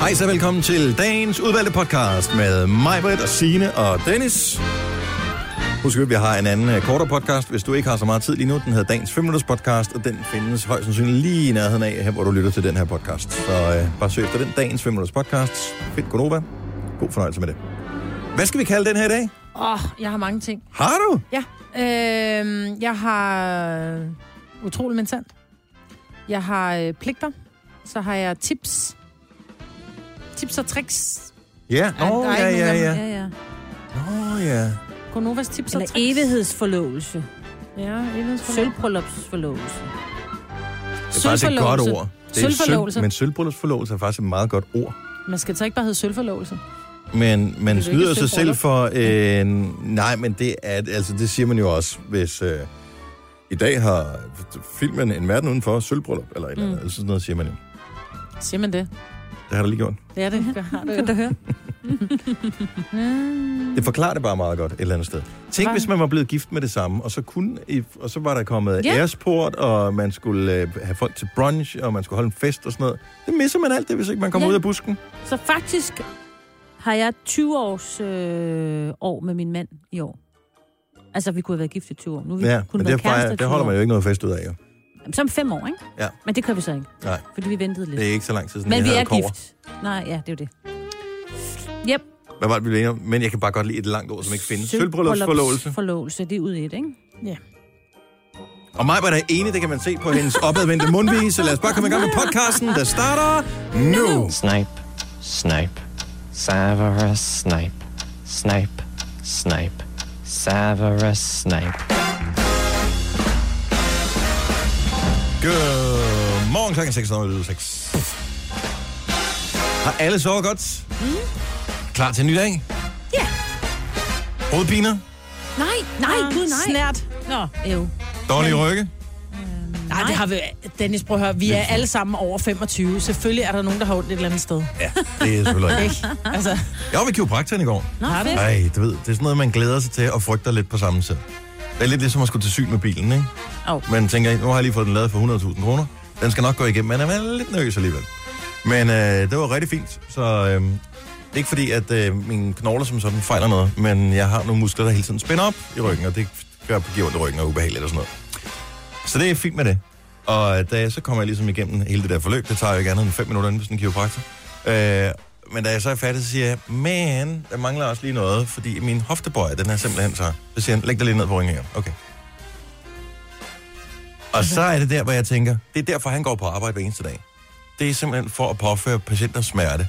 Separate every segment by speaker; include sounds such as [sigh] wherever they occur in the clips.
Speaker 1: Hej så velkommen til dagens udvalgte podcast med mig, Britt og Signe og Dennis. Husk at vi har en anden øh, kortere podcast, hvis du ikke har så meget tid lige nu. Den hedder Dagens 5 Minutters Podcast, og den findes højst sandsynligt lige i nærheden af, her, hvor du lytter til den her podcast. Så øh, bare søg efter den, Dagens 5 Minutters Podcast. Fedt, Godnova. God fornøjelse med det. Hvad skal vi kalde den her i dag?
Speaker 2: Åh, oh, jeg har mange ting.
Speaker 1: Har du?
Speaker 2: Ja, øh, jeg har øh, utrolig men sandt. Jeg har øh, pligter. Så har jeg tips. Tips og tricks.
Speaker 1: Ja. Nå,
Speaker 2: der er
Speaker 1: ja,
Speaker 2: ikke
Speaker 1: ja,
Speaker 2: nogen af
Speaker 1: ja.
Speaker 2: dem. ja, ja.
Speaker 1: Nå, ja.
Speaker 2: Konovas tips
Speaker 3: Eller
Speaker 2: og tricks.
Speaker 3: evighedsforlovelse.
Speaker 2: Ja, evighedsforløb.
Speaker 3: Sølvbryllupsforlovelse.
Speaker 1: Det er faktisk et godt
Speaker 2: Sølvforlovelse.
Speaker 1: ord. Det er
Speaker 2: Sølvforlovelse.
Speaker 1: sølv, men sølvbryllupsforlovelse er faktisk et meget godt ord.
Speaker 2: Man skal så ikke bare hedde sølvforlovelse.
Speaker 1: Men man
Speaker 2: ikke
Speaker 1: snyder
Speaker 2: et
Speaker 1: sig selv
Speaker 2: sølvbryllup?
Speaker 1: for... Øh, nej, men det, er, altså, det siger man jo også, hvis... Øh, I dag har filmen En Verden Udenfor sølvbryllup, eller, et eller andet, mm. sådan noget siger man jo.
Speaker 2: Siger man det?
Speaker 1: Det har der lige gjort.
Speaker 2: Ja, det har Mhm. du jo. Mm.
Speaker 3: du høre?
Speaker 1: Det forklarer det bare meget godt et eller andet sted. Tænk, hvis man var blevet gift med det samme, og så, kunne, I- og så var der kommet
Speaker 2: Ja.
Speaker 1: yeah. æresport, og man skulle øh, have folk til brunch, og man skulle holde en fest og sådan noget. Det misser man alt det, hvis ikke man kommer
Speaker 3: Ja.
Speaker 1: ud af busken.
Speaker 3: Så faktisk har jeg 20 års øh, år med min mand i år. Altså, vi kunne have været gift i 20 år. Nu har vi
Speaker 1: Ja,
Speaker 3: ja, kun
Speaker 1: men
Speaker 3: været
Speaker 1: det,
Speaker 3: kærester
Speaker 1: fejrer,
Speaker 3: i
Speaker 1: det
Speaker 3: 20
Speaker 1: holder
Speaker 3: år.
Speaker 1: man jo ikke noget fest ud af, jo.
Speaker 3: Jamen, Så om fem år, ikke?
Speaker 1: Ja.
Speaker 3: Men det gør vi så ikke.
Speaker 1: Nej.
Speaker 3: Fordi vi ventede lidt.
Speaker 1: Det er ikke så lang tid siden,
Speaker 3: men
Speaker 1: jeg
Speaker 3: vi
Speaker 1: havde
Speaker 3: er
Speaker 1: kobber.
Speaker 3: gift. Nej, ja, det er jo det. Yep.
Speaker 1: Hvad var det, vi blev enige om? Men jeg kan bare godt lide et langt ord, som ikke findes. Sølvbryllupsforlovelse.
Speaker 3: Forlovelse, det er ude i et, ikke?
Speaker 1: Og mig var der enig, det kan man se på hendes opadvendte mundvise. Lad os bare komme i gang med podcasten, der starter nu.
Speaker 4: Snipe, snipe, Savarus snipe, snipe, snipe, Savarus snipe.
Speaker 1: Godmorgen klokken 6.06. Har alle sovet godt? Mm. Klar til en ny dag?
Speaker 3: Ja.
Speaker 1: Hovedpiner?
Speaker 3: Nej, nej,
Speaker 2: Ah,
Speaker 3: gud, nej.
Speaker 2: Snært.
Speaker 3: Nå, Ah, jo.
Speaker 1: Dårlige rygge?
Speaker 2: Nej, det har vi... Dennis, prøv at høre. Vi er alle sammen over 25. Selvfølgelig er der nogen, der har ondt et eller andet sted.
Speaker 1: Ja, det er selvfølgelig ikke.
Speaker 2: Altså,
Speaker 1: Jeg var ved kiropraktoren i går.
Speaker 3: Nå,
Speaker 2: Har vi?
Speaker 3: fedt.
Speaker 1: Nej, du ved, det er sådan noget, man glæder sig til og frygter lidt på samme tid. Det er lidt ligesom at skulle til syn med bilen, ikke?
Speaker 3: Au.
Speaker 1: Man tænker, nu har jeg lige fået den lavet for 100.000 kroner. Den skal nok gå igennem, men man er lidt nervøs alligevel. Men øh, det var rigtig fint, så øh, det er ikke fordi, at øh, mine knogler som sådan fejler noget, men jeg har nogle muskler, der hele tiden spænder op i ryggen, og det gør på ondt i ryggen og ubehageligt og sådan noget. Så det er fint med det. Og da jeg så kommer jeg ligesom igennem hele det der forløb, det tager jo ikke andet end 5 minutter inden for sådan en kiropraktor. Øh, men da jeg så er færdig, så siger jeg, man, der mangler også lige noget, fordi min hoftebøj, den er simpelthen så... Så siger han, læg dig lige ned på ringen her. Okay. Og så er det der, hvor jeg tænker, det er derfor, han går på arbejde hver eneste dag. Det er simpelthen for at påføre patienter
Speaker 2: [laughs]
Speaker 1: smerte.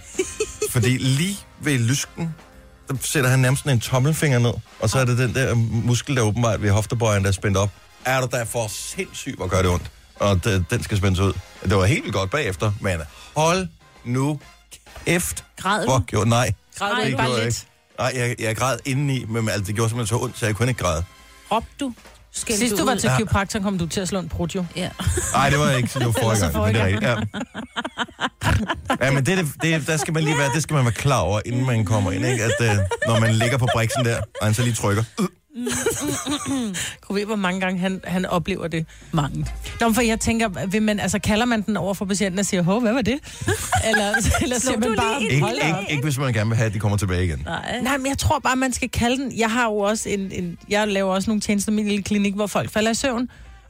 Speaker 1: Fordi lige ved lysken, der sætter han nærmest sådan en tommelfinger ned, og så er det den der muskel, der åbenbart ved hoftebøjen, der er spændt op. Er du der for sindssygt, hvor gør det ondt? Og d- den skal spændes ud. Det var helt vildt godt bagefter, men hold nu kæft.
Speaker 3: Græd du?
Speaker 1: Hvor gjorde nej.
Speaker 2: græd
Speaker 3: Nej,
Speaker 2: du ikke
Speaker 3: det
Speaker 2: bare
Speaker 1: gjorde jeg
Speaker 2: lidt?
Speaker 1: Nej, jeg, jeg græd indeni, men altså, det gjorde simpelthen så ondt, så jeg kunne ikke græde.
Speaker 3: Råb du? Skæld
Speaker 2: Sidst du var
Speaker 3: ud?
Speaker 2: til kiropraktor, kom du til at slå en prut, jo.
Speaker 3: Ja.
Speaker 1: Nej, det var ikke, det var forrige gang. Men det er rigtigt, ja. ja, men det, er det, det, er- der skal man lige være, det skal man være klar over, inden man kommer ind, ikke? At, øh, når man ligger på briksen der, og han så lige trykker.
Speaker 2: Kunne ved, hvor mange gange han, han oplever det.
Speaker 3: Mange.
Speaker 2: Nå, men for jeg tænker, vil man, altså, kalder man den over for patienten og siger, hov, hvad var [laughs] det? Eller, eller siger
Speaker 3: du
Speaker 2: man bare,
Speaker 3: lige
Speaker 1: Ikke,
Speaker 2: hold da op.
Speaker 1: ikke, ikke, hvis man gerne vil have, at de kommer tilbage igen.
Speaker 3: Nej.
Speaker 2: Nej, men jeg tror bare, man skal kalde den. Jeg har jo også en, en jeg laver også nogle tjenester i min lille klinik, hvor folk falder i søvn,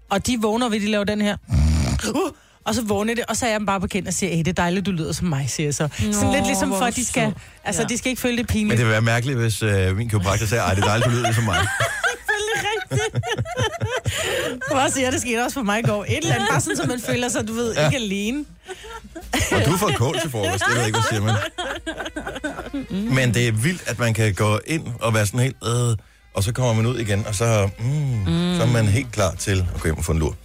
Speaker 2: og de vågner ved, de laver den her. Uh, [laughs] og så vågner det, og så er jeg dem bare bekendt og siger, hey, det er dejligt, du lyder som mig, siger jeg så. Nå, Sådan lidt ligesom
Speaker 3: hvor
Speaker 2: for, at de
Speaker 3: sød.
Speaker 2: skal, altså,
Speaker 3: Ja.
Speaker 2: de skal ikke føle det
Speaker 1: Men
Speaker 2: pinligt.
Speaker 1: det
Speaker 2: Det...
Speaker 1: vil være mærkeligt, hvis øh, min kiropraktor sagde, ej, det er dejligt, du lyder som mig.
Speaker 2: Også, ja, det skete også for mig i går. Et eller andet, bare sådan, så man føler sig, du ved, ja. ikke alene.
Speaker 1: Og du får kål til frokost, det ved jeg ikke, hvad siger man. Men det er vildt, at man kan gå ind og være sådan helt, øh, og så kommer man ud igen, og så, mm, mm. så er man helt klar til at gå hjem og få en lur. Og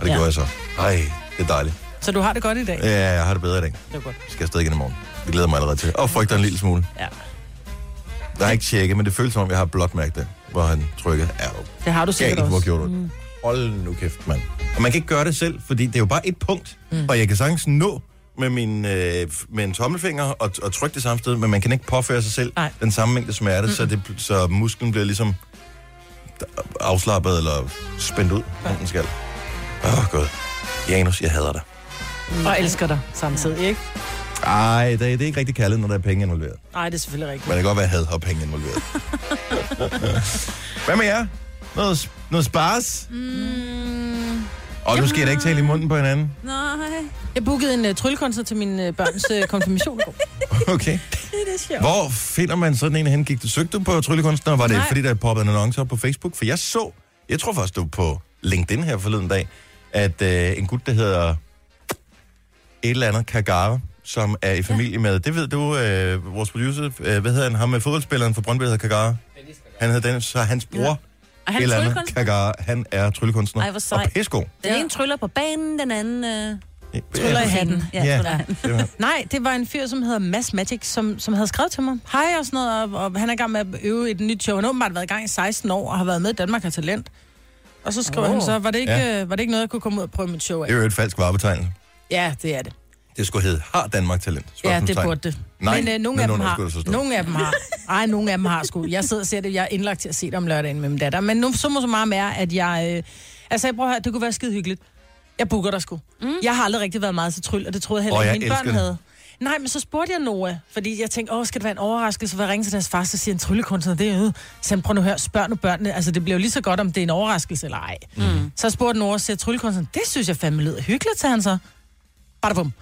Speaker 1: det ja.
Speaker 3: Ja.
Speaker 1: gjorde jeg så. Ej, det er dejligt.
Speaker 2: Så du har det godt i dag.
Speaker 1: Ja, jeg har det bedre i dag.
Speaker 2: Det er godt.
Speaker 1: Skal jeg stadig igen i morgen. Det glæder jeg mig allerede til. Og frygter en lille smule.
Speaker 3: Ja.
Speaker 1: Der er ikke tjekket, men det føles som om, jeg har blotmærket det, hvor han trykker. Ja,
Speaker 2: Det har du sikkert
Speaker 1: galt, hvor
Speaker 2: også. Mm.
Speaker 1: gjorde du det? Hold nu kæft, mand. Og man kan ikke gøre det selv, fordi det er jo bare et punkt, mm. og jeg kan sagtens nå med min, øh, f- med en tommelfinger og, og trykke det samme sted, men man kan ikke påføre sig selv
Speaker 2: Nej.
Speaker 1: den samme mængde smerte, mm. så, det, så musklen bliver ligesom afslappet eller spændt ud, ja. den skal. Åh, oh, gud. Janus, jeg hader dig.
Speaker 2: Og elsker dig samtidig, ikke?
Speaker 1: Ej, det, det er ikke rigtig kærlighed, når der er penge involveret.
Speaker 2: Nej, det er selvfølgelig rigtigt.
Speaker 1: Men det kan godt være, at had har penge involveret. Hvad med jer? Noget, s- noget spars?
Speaker 3: Mm,
Speaker 1: Og nu skal I da ikke tale i munden på hinanden.
Speaker 3: nej.
Speaker 2: Jeg bookede en uh, tryllekoncert til mine uh, børns uh, konfirmation i går.
Speaker 1: Okay.
Speaker 2: Det er sjovt.
Speaker 1: Hvor finder man sådan en hen? Gik du, søgte du på tryllekunstner? Var det Nej.
Speaker 2: Nej.
Speaker 1: fordi, der poppede en annonce op på Facebook? For jeg så, jeg tror faktisk, det var på LinkedIn her forleden dag, at øh, en gut, der hedder et eller andet Kagara, som er i familie med, det ved du, øh, vores producer, øh, hvad hedder han, ham med fodboldspilleren fra Brøndby, der hedder Kagara. Han hedder Dennis, så hans bror, ja.
Speaker 3: Og
Speaker 1: et
Speaker 3: han
Speaker 1: eller andet
Speaker 3: tryllekunstner.
Speaker 1: Kagara, han er tryllekunstner.
Speaker 3: Ej, hvor sej.
Speaker 1: Og pæsko.
Speaker 3: Den ene tryller på banen, den anden... Øh,
Speaker 1: Ja,
Speaker 2: Tryller i
Speaker 1: ja,
Speaker 2: hatten.
Speaker 3: Ja,
Speaker 1: Ja.
Speaker 3: tryller i hatten.
Speaker 1: simpelthen.
Speaker 2: Nej, det var en fyr, som hedder Mass Magic, som, som havde skrevet til mig. Hej og sådan noget, og, og han er i gang med at øve et nyt show. Han har åbenbart været i gang i 16 år og har været med i Danmark har Talent. Og så skrev
Speaker 3: Åh.
Speaker 2: oh. han så, var det, ikke,
Speaker 1: Ja.
Speaker 2: ja. var det ikke noget, jeg kunne komme ud og prøve mit show af?
Speaker 1: Det er jo et falsk varebetegnelse.
Speaker 2: Ja, det er det.
Speaker 1: Det skulle hedde, har Danmark talent?
Speaker 2: Ja, det
Speaker 1: Spørgsmålstegn.
Speaker 2: burde det.
Speaker 1: Nej,
Speaker 2: men øh, nogle,
Speaker 1: men
Speaker 2: af dem
Speaker 1: nogen
Speaker 2: har,
Speaker 1: skulle der så stå.
Speaker 2: nogle af dem har. Ej, nogle af dem har sgu. Jeg sidder og ser det. Jeg er indlagt til at se det om lørdagen med min datter. Men nu så må så meget mere, at jeg... Øh, altså, jeg prøver at høre, det kunne være skide hyggeligt. Jeg booker dig sgu. Mm. Jeg har aldrig rigtig været meget til tryl, og det troede jeg heller
Speaker 1: Åh,
Speaker 2: ikke,
Speaker 1: jeg
Speaker 2: mine
Speaker 1: elsker
Speaker 2: børn
Speaker 1: det.
Speaker 2: havde. Nej, men så spurgte jeg Noah, fordi jeg tænkte, åh, skal det være en overraskelse, for jeg ringer til deres far, så siger en tryllekunstner, det er ude. Så han, prøv nu at høre, spørg nu børnene, altså det bliver jo lige så godt, om det er en overraskelse eller ej. Mm. Så spurgte Noah, siger tryllekunstneren, det synes jeg fandme lyder hyggeligt, sagde han så. Bare bum.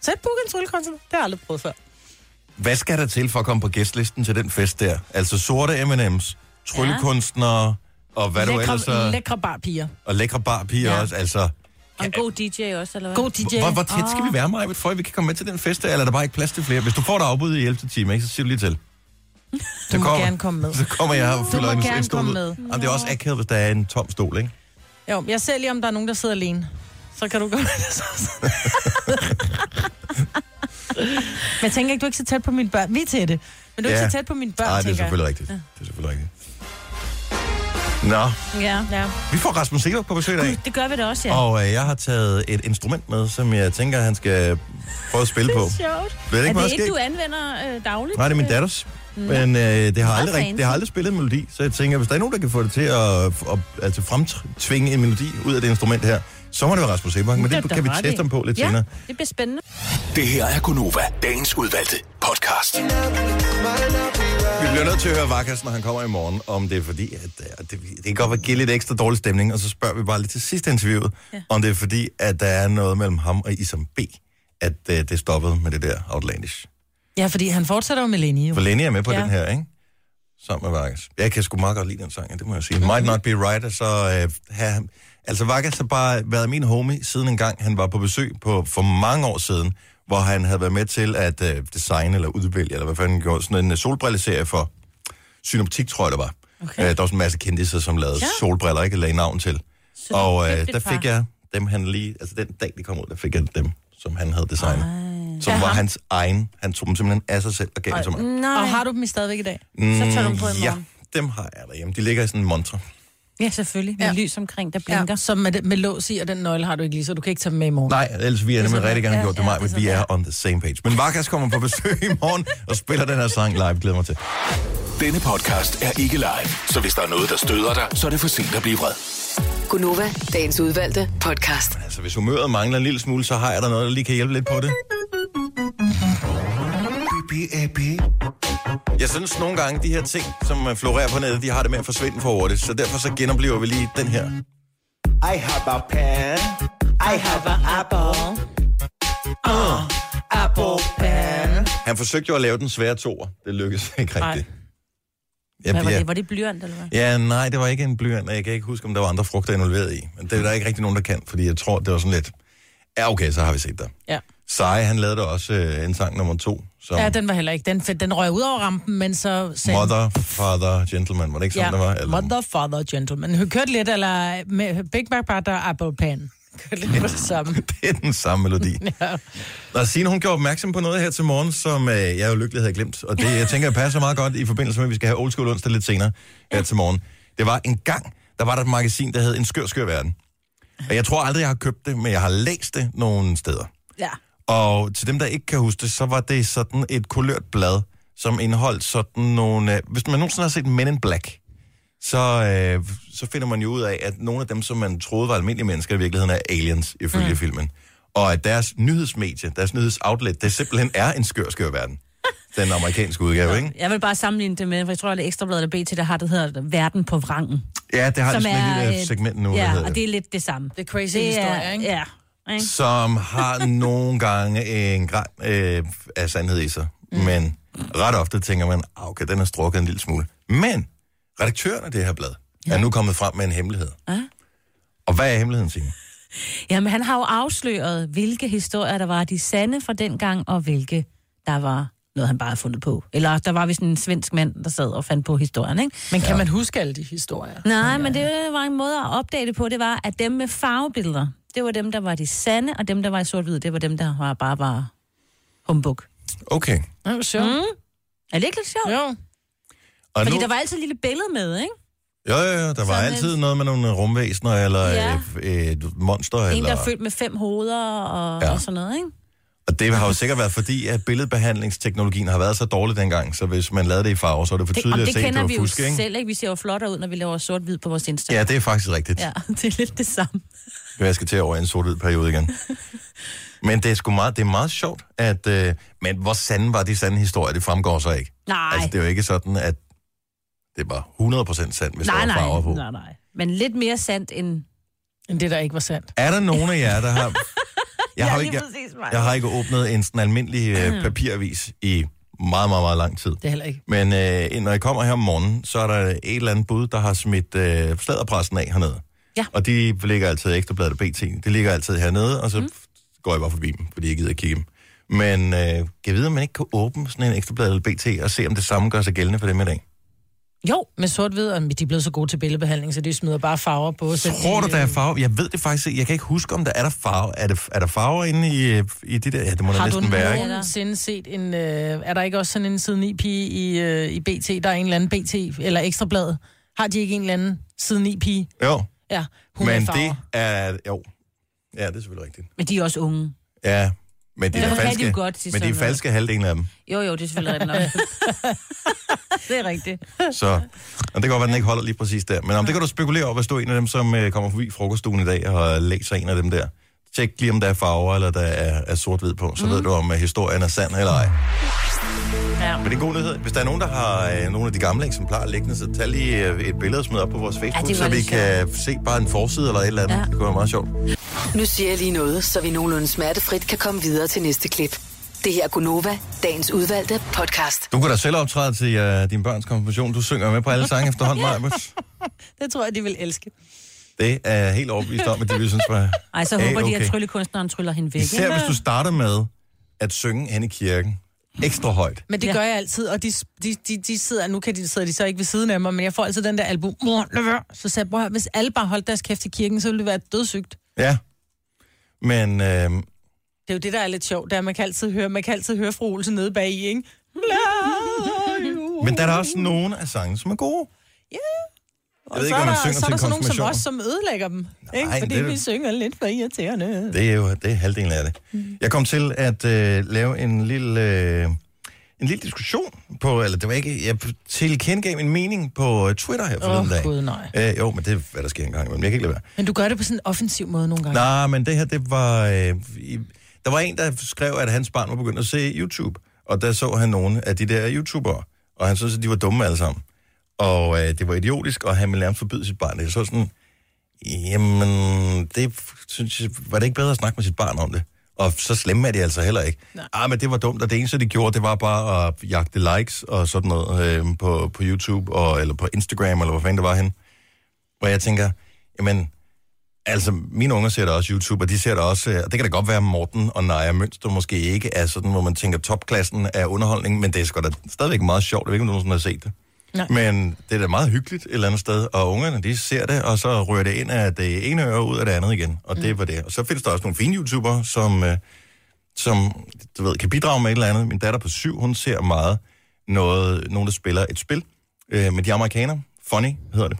Speaker 2: Så jeg bookede en tryllekunstner, det har jeg aldrig prøvet før.
Speaker 1: Hvad skal der til for at komme på gæstlisten til den fest der? Altså sorte M&M's, tryllekunstnere, og hvad du
Speaker 2: lækre,
Speaker 1: ellers øh? er,
Speaker 2: Lækre barpiger.
Speaker 1: og lækre barpiger ja.
Speaker 2: Ja.
Speaker 1: også. Altså,
Speaker 3: og en god DJ også, eller hvad?
Speaker 2: God DJ.
Speaker 1: hvor, hvor tæt skal vi være, Maja, for at vi kan komme med til den fest der, eller er der bare ikke plads til flere? Hvis du får dig afbud i 11. time, ikke, så siger du lige til.
Speaker 2: Du
Speaker 1: Så
Speaker 2: må
Speaker 1: kommer-
Speaker 2: gerne komme med.
Speaker 1: Så kommer jeg og fylder
Speaker 2: må
Speaker 1: en,
Speaker 2: gerne
Speaker 1: en stol
Speaker 2: komme
Speaker 1: ud.
Speaker 2: med.
Speaker 1: Jamen, det er også akavet, hvis der er en tom stol, ikke?
Speaker 2: Jo, jeg ser lige, om der er nogen, der sidder alene. Så kan du gå. Men jeg tænker ikke, du er ikke så tæt på mine børn. Vi er tætte. Men du er
Speaker 1: Ja.
Speaker 2: ikke så tæt på mine børn,
Speaker 1: Nej, det er
Speaker 2: tænker
Speaker 1: selvfølgelig
Speaker 2: jeg.
Speaker 1: rigtigt. Det er selvfølgelig rigtigt. Nå,
Speaker 3: Ja. ja.
Speaker 1: vi får Rasmus Seelup på besøg i dag.
Speaker 3: Det gør vi da også, ja.
Speaker 1: [laughs] Og øh, jeg har taget et instrument med, som jeg tænker, han skal prøve at
Speaker 3: [laughs]
Speaker 1: spille på. Det
Speaker 3: Sjovt.
Speaker 1: er
Speaker 3: Er
Speaker 1: ikke meget
Speaker 3: det ikke,
Speaker 1: skægt.
Speaker 3: du anvender øh, dagligt?
Speaker 1: Nej, det er min
Speaker 3: Øh,
Speaker 1: datters. Men øh, det, har aldrig, rigt-
Speaker 3: fancy.
Speaker 1: det har aldrig spillet en melodi, så jeg tænker, hvis der er nogen, der kan få det til at, at altså fremtvinge en melodi ud af det instrument her, så må det være Rasmus Ebak, men
Speaker 2: Det er
Speaker 1: det
Speaker 2: da
Speaker 1: kan vi
Speaker 2: ret i.
Speaker 1: teste ham på lidt
Speaker 3: Ja,
Speaker 1: senere.
Speaker 3: det bliver spændende.
Speaker 5: Det her er Gunova, dagens udvalgte podcast.
Speaker 1: Vi bliver nødt til at høre Vakas, når han kommer i morgen, om det er fordi, at øh, det, det kan godt være give lidt ekstra dårlig stemning, og så spørger vi bare lidt til sidste interviewet, ja. om det er fordi, at der er noget mellem ham og Isam B., at øh, det stoppede med det der outlandish.
Speaker 2: Ja, fordi han fortsætter jo med Lenny. Jo.
Speaker 1: For Lenny er med på ja.
Speaker 2: Ja.
Speaker 1: den her, ikke? Sammen med Vargas. Jeg kan sgu meget godt lide den sang, ja, det må jeg sige. Might Not Be Right, og så øh, have, Altså, Vargas har bare været min homie siden en gang, han var på besøg på, for mange år siden, hvor han havde været med til at øh, designe eller udvælge, eller hvad fanden han gjorde, sådan en øh, solbrilleserie for Synoptik, tror jeg det var. Okay. Øh, der var sådan en masse kendiser, som lavede ja. solbriller, ikke lagde navn til. Så og øh,
Speaker 3: købte et
Speaker 1: der
Speaker 3: par.
Speaker 1: fik jeg dem, han lige... Altså, den dag, de kom ud, der fik jeg dem, som han havde designet. Ej. Som
Speaker 2: Af
Speaker 1: var
Speaker 2: ham?
Speaker 1: hans egen. Han tog dem simpelthen af sig selv og gav dem til mig.
Speaker 3: Nej,
Speaker 2: Og har du dem i stadigvæk i dag?
Speaker 3: så tager du på i
Speaker 1: Mm, Ja,
Speaker 3: morgen.
Speaker 1: dem har jeg derhjemme. De ligger i sådan en montre.
Speaker 3: Ja, selvfølgelig. Med ja. lys omkring, der blinker.
Speaker 2: Ja. Så med, det- med lås i, og den nøgle har du ikke lige, så du kan ikke tage dem med i morgen.
Speaker 1: Nej, ellers vi er nemlig
Speaker 2: sådan,
Speaker 1: rigtig gerne
Speaker 2: ja,
Speaker 1: gjort det
Speaker 2: ja,
Speaker 1: mig,
Speaker 2: det er
Speaker 1: men vi
Speaker 2: sådan,
Speaker 1: er on the same page. Men Vargas kommer på besøg i morgen og spiller den her sang live. Glæder mig til.
Speaker 5: Denne podcast er ikke live, så hvis der er noget, der støder dig, så er det for sent at blive vred.
Speaker 6: Gunova, dagens udvalgte podcast.
Speaker 1: Altså, hvis humøret mangler en lille smule, så har jeg der noget, der lige kan hjælpe lidt på det. Jeg synes nogle gange, de her ting, som øh, florerer på nettet, de har det med at forsvinde for hurtigt. Så derfor så genoplever vi lige den her.
Speaker 7: I have a pen. I have an apple. Uh, apple pen.
Speaker 1: Han forsøgte jo at lave den svære toer. Det lykkedes ikke rigtigt. Jeg
Speaker 3: Hvad var
Speaker 1: bliver-
Speaker 3: det? Var det blyant, eller hvad?
Speaker 1: Ja, nej, det var ikke en blyant, og jeg kan ikke huske, om der var andre frugter involveret i. Men det er der ikke rigtig nogen, der kan, fordi jeg tror, det var sådan lidt... Ja, okay, så har vi set dig.
Speaker 2: Ja.
Speaker 1: Sai, han lavede da også øh, en sang nummer to, som
Speaker 2: ja,
Speaker 1: ja,
Speaker 2: den var heller ikke. Den, den røg ud over rampen, men så sagde han-
Speaker 1: Mother, Father, Gentleman. Var det ikke sådan,
Speaker 2: Ja,
Speaker 1: ja. det var?
Speaker 2: mother, father, gentleman. Hun kørte lidt, eller med Big Mac Butter, Apple Pan. Kørte lidt på det
Speaker 1: [laughs]
Speaker 2: samme.
Speaker 1: [laughs] Det er den samme melodi.
Speaker 2: [laughs] Ja.
Speaker 1: Når Signe, hun gjorde opmærksom på noget her til morgen, som øh, jeg jo lykkelig havde glemt, og det, jeg tænker, passer meget godt i forbindelse med, at vi skal have Old School onsdag lidt senere her til morgen. Det var en gang, der var der et magasin, der hed En Skør Skør Verden. Og jeg tror aldrig, jeg har købt det, men jeg har læst det nogle steder.
Speaker 3: Ja.
Speaker 1: Og til dem, der ikke kan huske det, så var det sådan et kulørt blad, som indeholdt sådan nogle... øh, Hvis man nogensinde har set Men in Black, så, øh, så finder man jo ud af, at nogle af dem, som man troede var almindelige mennesker, i virkeligheden er aliens, ifølge mm. filmen. Og at deres nyhedsmedie, deres nyhedsoutlet, det simpelthen er en skør, skør verden. Den amerikanske
Speaker 3: [laughs]
Speaker 1: udgave, ikke?
Speaker 3: Jeg vil bare sammenligne det med, for jeg tror, at Ekstrabladet eller BT, der har det, der hedder Verden på vrangen.
Speaker 1: Ja, det har de
Speaker 3: som
Speaker 1: sådan et lille øh,
Speaker 3: et-
Speaker 1: segment nu, der
Speaker 3: Ja,
Speaker 1: hedder
Speaker 3: og
Speaker 1: det.
Speaker 3: det er lidt det samme.
Speaker 2: Det er crazy historie, ikke?
Speaker 3: Ja, ikke?
Speaker 1: Som har nogle gange en græn øh, af sandhed i sig. Mm. Men ret ofte tænker man, "Ah, okay, den er strukket en lille smule. Men redaktøren af det her blad ja. er nu kommet frem med en hemmelighed.
Speaker 3: Ah.
Speaker 1: Og hvad er hemmeligheden, Signe?
Speaker 3: Jamen, han har jo afsløret, hvilke historier, der var de sande fra dengang, og hvilke, der var noget, han bare havde fundet på. Eller der var vist en svensk mand, der sad og fandt på historien, ikke?
Speaker 2: Men kan man huske alle de historier?
Speaker 3: Nej, men det var en måde at opdage det på, det var, at dem med farvebilleder, det var dem, der var de sande, og dem, der var i sort-hvid, det var dem, der var bare var humbug.
Speaker 1: Okay.
Speaker 2: Det er jo sjovt. Mm.
Speaker 3: Er det ikke lidt sjovt?
Speaker 2: Jo.
Speaker 1: Og
Speaker 3: Fordi
Speaker 1: nu...
Speaker 3: der var altid et lille billede med, ikke?
Speaker 1: Jo, jo, jo. Der var
Speaker 3: Sådan
Speaker 1: altid noget med nogle rumvæsener, eller
Speaker 3: Ja.
Speaker 1: ja. et monster,
Speaker 3: En,
Speaker 1: eller...
Speaker 3: der er født med fem hoveder og, ja.
Speaker 1: Ja.
Speaker 3: og sådan noget, ikke?
Speaker 1: Og det har jo sikkert været fordi, at billedbehandlingsteknologien har været så dårlig dengang, så hvis man lavede det i farver, så er det for
Speaker 3: Det,
Speaker 1: tydeligt
Speaker 3: om
Speaker 1: at
Speaker 3: det
Speaker 1: se, at det
Speaker 3: kender
Speaker 1: var
Speaker 3: vi jo
Speaker 1: fusk, ikke?
Speaker 3: selv, ikke? Vi ser jo flottere ud, når vi laver sort-hvid på vores Instagram.
Speaker 1: Ja, det er faktisk rigtigt. Ja.
Speaker 3: ja, [laughs] det er lidt det samme.
Speaker 1: Jeg skal til over i en sort periode
Speaker 3: [laughs]
Speaker 1: igen. men det er sgu meget, det er meget sjovt, at... Øh, men hvor sande var de sande historier, det fremgår så ikke.
Speaker 3: Nej.
Speaker 1: Altså, det er jo ikke sådan, at det var 100% sandt, hvis
Speaker 3: nej,
Speaker 1: der var farver på.
Speaker 3: nej, nej, nej. Men lidt mere sandt end...
Speaker 2: Men det, der ikke var sandt.
Speaker 1: Er der nogen af jer, der har...
Speaker 3: [laughs]
Speaker 1: Jeg har, jo
Speaker 3: lige
Speaker 1: ikke,
Speaker 3: præcis mig.
Speaker 1: jeg har ikke åbnet en sådan almindelig øh, papiravis i meget, meget, meget lang tid.
Speaker 2: Det er heller ikke.
Speaker 1: Men øh, når jeg kommer her om morgenen, så er der et eller andet bud, der har smidt øh, sladderpressen af hernede.
Speaker 3: Ja.
Speaker 1: Og de ligger altid i ekstrabladet og BT. Det ligger altid hernede, og så mm. går jeg bare forbi dem, fordi jeg gider ikke kigge dem. Men øh, kan jeg vide, om man ikke kan åbne sådan en ekstrablad eller BT og se, om det samme gør sig gældende for dem i dag?
Speaker 2: Jo, med sort-hvid, og de er blevet så gode til billedbehandling, så de smider bare farver på. Så
Speaker 1: Tror
Speaker 2: de,
Speaker 1: du, der er farver? Jeg ved det faktisk ikke. Jeg kan ikke huske, om der er der farver. Er, det, er der farver inde i, øh, i det der? Ja, det må der
Speaker 2: Har du
Speaker 1: næsten være, ikke?
Speaker 2: øh, nogensinde set en... Øh, er der ikke også sådan en siden i pige i, øh, i BT? Der er en eller anden BT, eller ekstrabladet. Har de ikke en eller anden siden i pige?
Speaker 1: Jo,
Speaker 2: Ja, hun
Speaker 1: men
Speaker 2: er farver.
Speaker 1: det er... Jo. Ja, det er selvfølgelig rigtigt.
Speaker 3: Men de er også unge.
Speaker 1: Ja, men det
Speaker 3: Ja,
Speaker 1: er
Speaker 3: det kan de
Speaker 1: falske,
Speaker 3: jo godt sige
Speaker 1: men det
Speaker 3: sådan
Speaker 1: er
Speaker 3: noget.
Speaker 1: falske halvdelen af dem.
Speaker 3: Jo, jo, det er selvfølgelig rigtigt nok. [laughs] det er rigtigt.
Speaker 1: Så og det kan godt være, den ikke holder lige præcis der. Men om det kan du spekulere over, hvis du er en af dem, som øh, kommer forbi frokoststuen i dag og læser en af dem der. Tjek lige, om der er farver eller der er, er sort-hvid på, så mm. ved du, om øh, historien er sand eller ej. Ja. Men det er en god nyhed. Hvis der er nogen, der har øh, nogle af de gamle eksemplarer liggende, så tag lige øh, et billede og smid op på vores Facebook, ja,
Speaker 3: det var
Speaker 1: så vi
Speaker 3: lidt
Speaker 1: kan se bare en forside eller et eller andet. Ja.
Speaker 3: Ja.
Speaker 1: Det kunne være meget sjovt.
Speaker 6: Nu siger jeg lige noget, så vi nogenlunde smertefrit kan komme videre til næste klip. Det her er Gunova, dagens udvalgte podcast.
Speaker 1: Du kan da selv optræde til øh, din børns konfirmation. Du synger med på alle sange efterhånden,
Speaker 3: [laughs]
Speaker 1: Majbert.
Speaker 2: Det tror jeg, de vil elske.
Speaker 1: Det er jeg helt overbevist om, at de vil synes var
Speaker 3: Ej, så
Speaker 1: A,
Speaker 3: håber de,
Speaker 1: okay.
Speaker 3: at tryllekunstneren tryller hende væk.
Speaker 1: Især
Speaker 3: ikke?
Speaker 1: hvis du starter med at synge hen i kirken ekstra højt.
Speaker 2: Men det ja.
Speaker 3: Ja.
Speaker 2: gør jeg altid, og de, de, de, de sidder, nu kan de, sidder de så ikke ved siden af mig, men jeg får altid den der album, mor, lad være. Så sagde jeg, "Prøv at høre, hvis alle bare holdt deres kæft i kirken, så ville det være dødssygt.
Speaker 1: Ja. Men øh,
Speaker 2: Det er jo det, der er lidt sjovt, der man kan altid høre, man kan altid høre fru Olsen nede bag i, ikke? Love you.
Speaker 1: men der er der også nogen af sangene, som er gode.
Speaker 2: Og
Speaker 1: ved
Speaker 2: så
Speaker 1: ikke,
Speaker 2: er
Speaker 1: om man
Speaker 2: der-
Speaker 1: synger
Speaker 2: så er der
Speaker 1: til
Speaker 2: sådan nogen som
Speaker 1: konfirmationer.
Speaker 2: os, som ødelægger dem, ikke?
Speaker 1: Nej,
Speaker 2: Fordi
Speaker 1: det er
Speaker 2: vi
Speaker 1: det.
Speaker 2: synger lidt for irriterende.
Speaker 1: Det er jo det er halvdelen af det.
Speaker 2: Mm.
Speaker 1: Jeg kom til at øh, lave en lille, øh, en lille diskussion på, eller det var ikke, jeg tilkendegav min mening på øh, Twitter her forleden
Speaker 2: Åh,
Speaker 1: dag.
Speaker 2: Gud, nej.
Speaker 1: Øh, jo, men det er, hvad der sker en gang imellem. Jeg kan ikke lade være.
Speaker 2: Men du gør det på sådan en offensiv måde nogle gange.
Speaker 1: Nej, men det her, det var... Øh, i- der var en, der skrev, at hans barn var begyndt at se YouTube, og der så han nogle af de der YouTubere, og han syntes, at de var dumme alle sammen. Og øh, det var idiotisk, og han ville nærmest forbyde sit barn. Jeg så sådan, jamen, det synes jeg, var det ikke bedre at snakke med sit barn om det? Og så slemme er de altså heller ikke. Nej. Ah, men det var dumt, og det eneste, de gjorde, det var bare at jagte likes og sådan noget øh, på, på YouTube, og, eller på Instagram, eller hvor fanden det var hen. Hvor jeg tænker, jamen, Altså, mine unger ser da også YouTube, og de ser da også... øh, Og det kan da godt være, at Morten og Naja Mønster måske ikke er sådan, hvor man tænker topklassen af underholdning, men det er sgu da stadigvæk meget sjovt. Jeg ved ikke, om du nogensinde har set det.
Speaker 2: Nej.
Speaker 1: Men det er da meget hyggeligt et eller andet sted, og ungerne, de ser det, og så rører det ind af det ene øre og ud af det andet igen, og mm. det var det. Og så findes der også nogle fine YouTubere, som, øh, som du ved, kan bidrage med et eller andet. Min datter på syv, hun ser meget noget, nogen, der spiller et spil øh, med de amerikanere. Funny hedder det.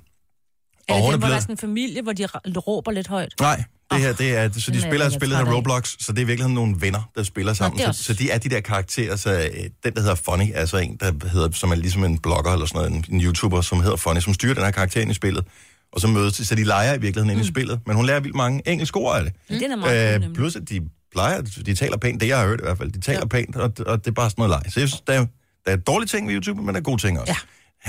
Speaker 3: Eller
Speaker 1: hun
Speaker 3: det, hvor der er sådan en familie, hvor de ra- råber lidt højt.
Speaker 1: Nej, det her, det er, så de
Speaker 3: Ah, den er
Speaker 1: spiller
Speaker 3: jeg
Speaker 1: et spil, der
Speaker 3: træt
Speaker 1: hedder
Speaker 3: af.
Speaker 1: Roblox, så det er i virkeligheden nogle venner, der spiller sammen.
Speaker 3: det er
Speaker 1: så,
Speaker 3: også-
Speaker 1: så de er de der karakterer, så øh, den, der hedder Funny, er så en, der hedder, som er ligesom en blogger eller sådan noget, en, en YouTuber, som hedder Funny, som styrer den her karakter ind i spillet. Og så mødes de, så de leger i virkeligheden mm. ind i spillet. Men hun lærer vildt mange engelske ord af det.
Speaker 3: Mm. Det er da meget øh,
Speaker 1: Øh, plus at de plejer, de taler pænt, det jeg har hørt i hvert fald, de taler ja. pænt, og, og det er bare sådan noget leg. Så jeg synes, der, er- der er dårlige ting ved YouTube, men der er gode ting også.
Speaker 3: Ja.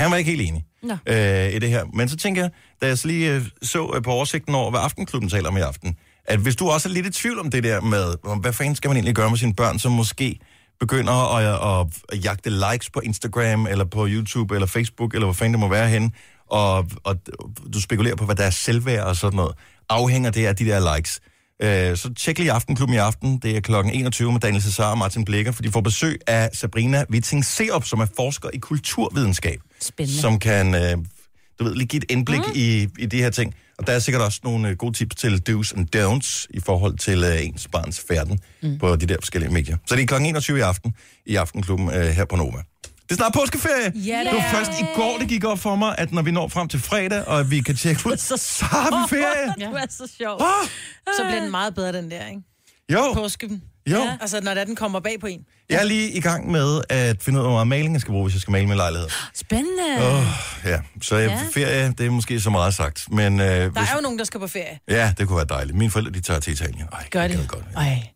Speaker 1: Han var ikke helt enig
Speaker 3: Nå.
Speaker 1: øh, i det her. Men så tænker jeg, da jeg så lige øh, så øh, på oversigten over, hvad Aftenklubben taler om i aften, at hvis du også er lidt i tvivl om det der med, om hvad fanden skal man egentlig gøre med sine børn, som måske begynder at, at, at jagte likes på Instagram, eller på YouTube, eller Facebook, eller hvor fanden det må være henne, og, og du spekulerer på, hvad der er selvværd og sådan noget, afhænger det af de der likes. Øh, så tjek lige Aftenklubben i aften. Det er kl. 21 med Daniel Cesar og Martin Blikker, for de får besøg af Sabrina Witting Seop, som er forsker i kulturvidenskab
Speaker 3: Spændende.
Speaker 1: som kan øh, du ved, lige give et indblik mm. i, i de her ting. Og der er sikkert også nogle øh, gode tips til do's and don'ts i forhold til øh, ens barns færden mm. på de der forskellige medier. Så det er kl. 21 i aften i Aftenklubben øh, her på Nova. Det er snart påskeferie.
Speaker 3: Ja,
Speaker 1: det var
Speaker 3: det er.
Speaker 1: først i går, det gik op for mig, at når vi når frem til fredag, og at vi kan tjekke ud,
Speaker 3: Så-
Speaker 1: så har vi ferie.
Speaker 3: Du er så sjov.
Speaker 1: Ah,
Speaker 2: Så bliver den meget bedre, den der, ikke?
Speaker 1: jo,
Speaker 2: Påsken.
Speaker 1: jo.
Speaker 2: Ja. Altså, når det er, den kommer bag på en.
Speaker 1: Jeg er lige i gang med at finde ud af, hvor meget maling jeg skal bruge, hvis jeg skal male min lejlighed.
Speaker 3: Spændende.
Speaker 1: Oh, ja, så ja.
Speaker 3: Ja.
Speaker 1: ferie, det er måske så meget sagt. Men, øh,
Speaker 2: Der
Speaker 1: hvis-
Speaker 2: er jo nogen, der skal på ferie.
Speaker 1: Ja, det kunne være dejligt. Mine forældre, de tager til Italien. Ej,
Speaker 2: Gør
Speaker 1: gad
Speaker 2: det.
Speaker 1: Godt.
Speaker 2: Ej.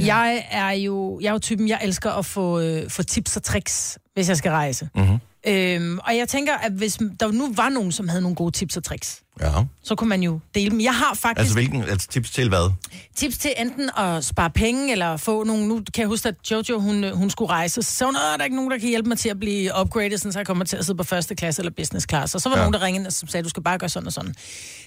Speaker 2: Jeg er jo jeg er jo typen, jeg elsker at få, øh, få tips og tricks, hvis jeg skal rejse.
Speaker 1: Mhm.
Speaker 2: Mm-hmm. Øhm, og jeg tænker, at hvis der nu var nogen, som havde nogle gode tips og tricks,
Speaker 1: Ja.
Speaker 2: så kunne man jo dele dem. Jeg har faktisk
Speaker 1: Altså,
Speaker 2: altså,
Speaker 1: hvilken, altså tips til hvad?
Speaker 2: tips til enten at spare penge, eller få nogle... Nu kan jeg huske, at Jojo, hun, øh, hun skulle rejse, så sagde hun, "Åh, der er ikke nogen, der kan hjælpe mig til at blive upgraded, sådan, så jeg kommer til at sidde på første klasse eller business class. Og så var
Speaker 1: Ja.
Speaker 2: ja. nogen, der ringede, som sagde, du skal bare gøre sådan og sådan.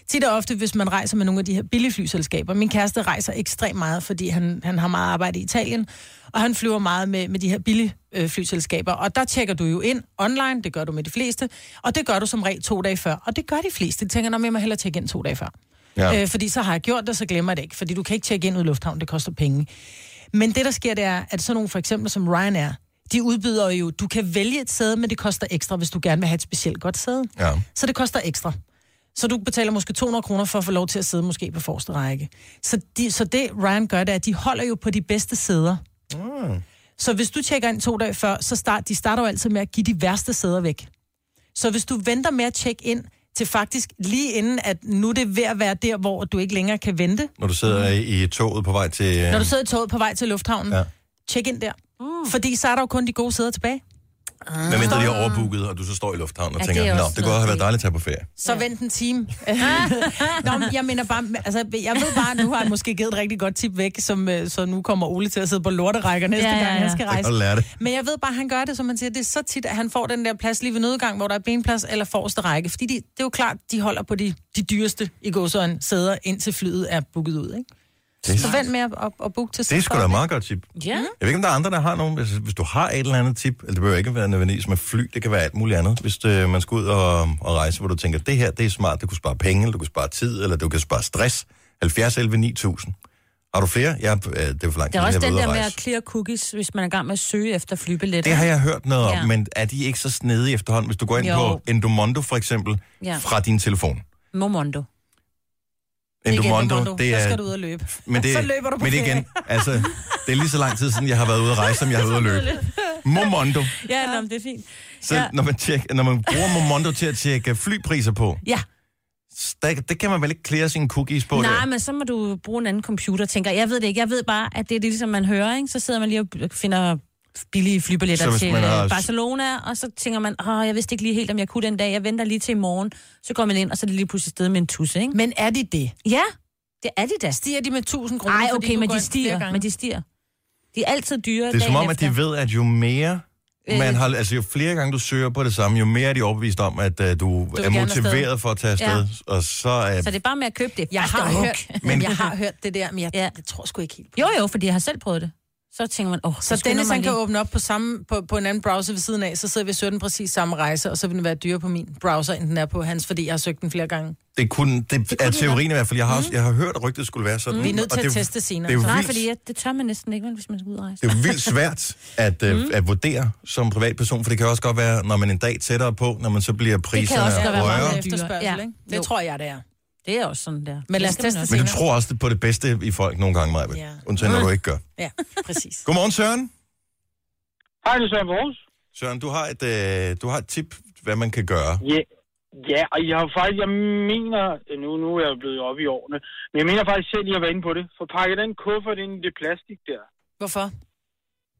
Speaker 2: Tit og ofte, hvis man rejser med nogle af de her billige flyselskaber. Min kæreste rejser ekstremt meget, fordi han, han har meget arbejde i Italien, og han flyver meget med, med de her billige øh, flyselskaber. Og der tjekker du jo ind online, det gør du med de fleste, og det gør du som regel to dage før. Og det gør de fleste. De tænker, "Nå, men jeg må hellere tjekke ind to dage før.
Speaker 1: Ja.
Speaker 2: Ja. Øh, fordi så har jeg gjort det, så glemmer jeg det ikke. Fordi du kan ikke tjekke ind ud i lufthavnen, det koster penge. Men det, der sker, det er, at sådan nogle for eksempel som Ryanair, de udbyder jo, du kan vælge et sæde, men det koster ekstra, hvis du gerne vil have et specielt godt sæde.
Speaker 1: Ja.
Speaker 2: Så det koster ekstra. Så du betaler måske 200 kroner for at få lov til at sidde måske på forreste række. Så, de, så det, Ryan gør, det er, at de holder jo på de bedste sæder. Mm. Så hvis du tjekker ind to dage før, så start, de starter jo altid med at give de værste sæder væk. Så hvis du venter med at tjekke ind til faktisk lige inden, at nu er det ved at være der, hvor du ikke længere kan vente.
Speaker 1: Når du sidder
Speaker 3: Mm.
Speaker 1: i, i toget på vej til...
Speaker 2: Når du sidder i toget på vej til lufthavnen,
Speaker 1: Ja.
Speaker 2: ja. tjek ind der. Mm. Fordi så er der jo kun de gode sæder tilbage.
Speaker 1: Hvad mindre de har overbooket, og du så står i lufthavnen og
Speaker 3: Ah. Ja,
Speaker 1: ja,
Speaker 3: det
Speaker 1: tænker,
Speaker 3: er
Speaker 1: det nå,
Speaker 3: også
Speaker 1: det kunne
Speaker 3: noget
Speaker 1: have været
Speaker 3: fedt."
Speaker 1: dejligt at tage på ferie.
Speaker 2: Så ja. vent en time. [laughs] Nå, men jeg mener bare, altså, jeg ved bare, at nu har jeg måske givet et rigtig godt tip væk, som, øh, så nu kommer Ole til at sidde på lorterækker næste
Speaker 3: Ja,
Speaker 2: ja,
Speaker 3: ja,
Speaker 2: ja, gang,
Speaker 3: ja.
Speaker 2: han skal
Speaker 1: Og
Speaker 2: rejse.
Speaker 1: lære det.
Speaker 2: Men jeg ved bare, at han gør det, som man siger, det er så tit, at han får den der plads lige ved nødgang, hvor der er benplads eller forreste række. Fordi de, det er jo klart, de holder på de, de dyreste i gåsøjne sæder, indtil flyet er booket ud. Ikke?
Speaker 1: er
Speaker 2: Så vent med at, at, at booke til
Speaker 1: Det er sgu da et
Speaker 2: sidst.
Speaker 1: meget godt tip.
Speaker 3: Ja.
Speaker 1: Jeg ved ikke, om der er andre, der har nogen. Altså, hvis du har et eller andet tip, eller det behøver ikke være nødvendigvis med fly, det kan være alt muligt andet. Hvis øh, man skal ud og, og rejse, hvor du tænker, det her, det er smart, du kan spare penge, eller du kan spare tid, eller du kan spare stress. 70 11 9000. Har du flere? Ja, øh, det er for langt.
Speaker 3: Det er også den
Speaker 1: den
Speaker 3: der med at clear cookies, hvis man er i gang med at søge efter flybilletter.
Speaker 1: Det har jeg hørt noget om, ja.
Speaker 3: Ja.
Speaker 1: men er de ikke så snedige efterhånden? Hvis du går ind jo.
Speaker 3: Jo.
Speaker 1: på Endomondo for eksempel, ja.
Speaker 3: Ja.
Speaker 1: fra din telefon.
Speaker 3: Momondo.
Speaker 1: Endomondo, det
Speaker 2: Så
Speaker 1: er...
Speaker 2: skal du ud og løbe.
Speaker 1: Men det,
Speaker 2: så løber du på
Speaker 1: men det
Speaker 2: ferie.
Speaker 1: igen, altså, det er lige så lang tid siden, jeg har været ude at rejse, som jeg har været ude at løbe. Momondo.
Speaker 3: Ja, nå, men det er fint.
Speaker 1: Så ja.
Speaker 3: Ja.
Speaker 1: når, man tjek, når man bruger Momondo til at tjekke flypriser på,
Speaker 3: Ja,
Speaker 1: der, det kan man vel ikke klæde sine cookies på
Speaker 3: nej,
Speaker 1: der?
Speaker 3: men så må du bruge en anden computer, tænker jeg. Jeg ved det ikke. Jeg ved bare, at det er det, ligesom man hører, ikke? Så sidder man lige og finder billige
Speaker 1: Så
Speaker 3: flybilletter
Speaker 1: hvis
Speaker 3: til
Speaker 1: man har-
Speaker 3: har... Barcelona, og så tænker man, åh, jeg vidste ikke lige helt, om jeg kunne den dag. Jeg venter lige til i morgen. Så går man ind, og så er det lige pludselig sted med en tusse, ikke?
Speaker 2: Men er de det?
Speaker 3: Ja, det er de da.
Speaker 2: Stiger de med 1000 kroner?
Speaker 3: Nej,
Speaker 2: fordi
Speaker 3: okay,
Speaker 2: du
Speaker 3: men
Speaker 2: går
Speaker 3: de
Speaker 2: ind flere
Speaker 3: stiger.
Speaker 2: gange?
Speaker 3: Men de stiger. De er altid dyre
Speaker 1: Det er som
Speaker 3: dagen
Speaker 1: om, at
Speaker 3: efter.
Speaker 1: de ved, at jo mere man
Speaker 3: Øh.
Speaker 1: har, altså jo flere gange du søger på det samme, jo mere er de overbevist om, at uh, du,
Speaker 2: vil
Speaker 1: er
Speaker 2: gerne afsted.
Speaker 1: motiveret for at tage afsted. Ja. Og så er
Speaker 3: Så det er bare med at købe det.
Speaker 2: Jeg
Speaker 3: Fast
Speaker 2: har,
Speaker 3: og hug.
Speaker 2: hørt,
Speaker 1: Men-
Speaker 2: men... jeg har hørt det der, men jeg,
Speaker 3: Ja.
Speaker 2: jeg tror sgu ikke helt på det.
Speaker 3: Jo, jo, fordi jeg har selv prøvet det. Så tænker man, åh, oh,
Speaker 2: Så Dennis han kan åbne op på, samme, på, på en anden browser ved siden af, så sidder vi og søger den præcis samme rejse, og så vil den være dyrere på min browser, end den er på hans, fordi jeg har søgt den flere gange.
Speaker 1: Det, kunne, det, det er teorien i hvert fald. Jeg har, også, jeg har hørt, at rygtet skulle være sådan.
Speaker 2: Mm. Vi er nødt
Speaker 1: Mm. og
Speaker 2: til at
Speaker 1: det,
Speaker 2: teste senere.
Speaker 1: Det er jo
Speaker 3: Nej,
Speaker 1: vildt,
Speaker 3: fordi ja, det tør man næsten ikke, vel, hvis man skal ud og rejse.
Speaker 1: det er jo vildt svært at, øh,
Speaker 2: Mm.
Speaker 1: at vurdere som privatperson, for det kan også godt være, når man en dag tættere på, når man så bliver priserne
Speaker 3: også godt være meget
Speaker 1: højere.
Speaker 3: dyrt.
Speaker 2: efterspørgsel,
Speaker 3: Ja.
Speaker 2: ikke? Det
Speaker 3: Jo.
Speaker 2: tror jeg, det er.
Speaker 3: Det er også sådan der.
Speaker 2: Men lad os
Speaker 3: Det skal
Speaker 2: teste
Speaker 3: man også.
Speaker 1: Men du
Speaker 2: senere.
Speaker 1: tror også på det bedste i folk nogle gange, Maja.
Speaker 2: Ja. Mm.
Speaker 1: Undtagen, når du ikke gør.
Speaker 2: Ja, præcis.
Speaker 1: Godmorgen, Søren.
Speaker 8: Hej, det er Søren Vores.
Speaker 1: Søren, du har et, øh, du har et tip, hvad man kan gøre.
Speaker 8: Ja, Ja, og jeg har faktisk, jeg mener, nu, nu er jeg jo blevet oppe i årene, men jeg mener faktisk selv, at jeg var inde på det. For pakker den kuffert ind i det plastik der.
Speaker 2: Hvorfor?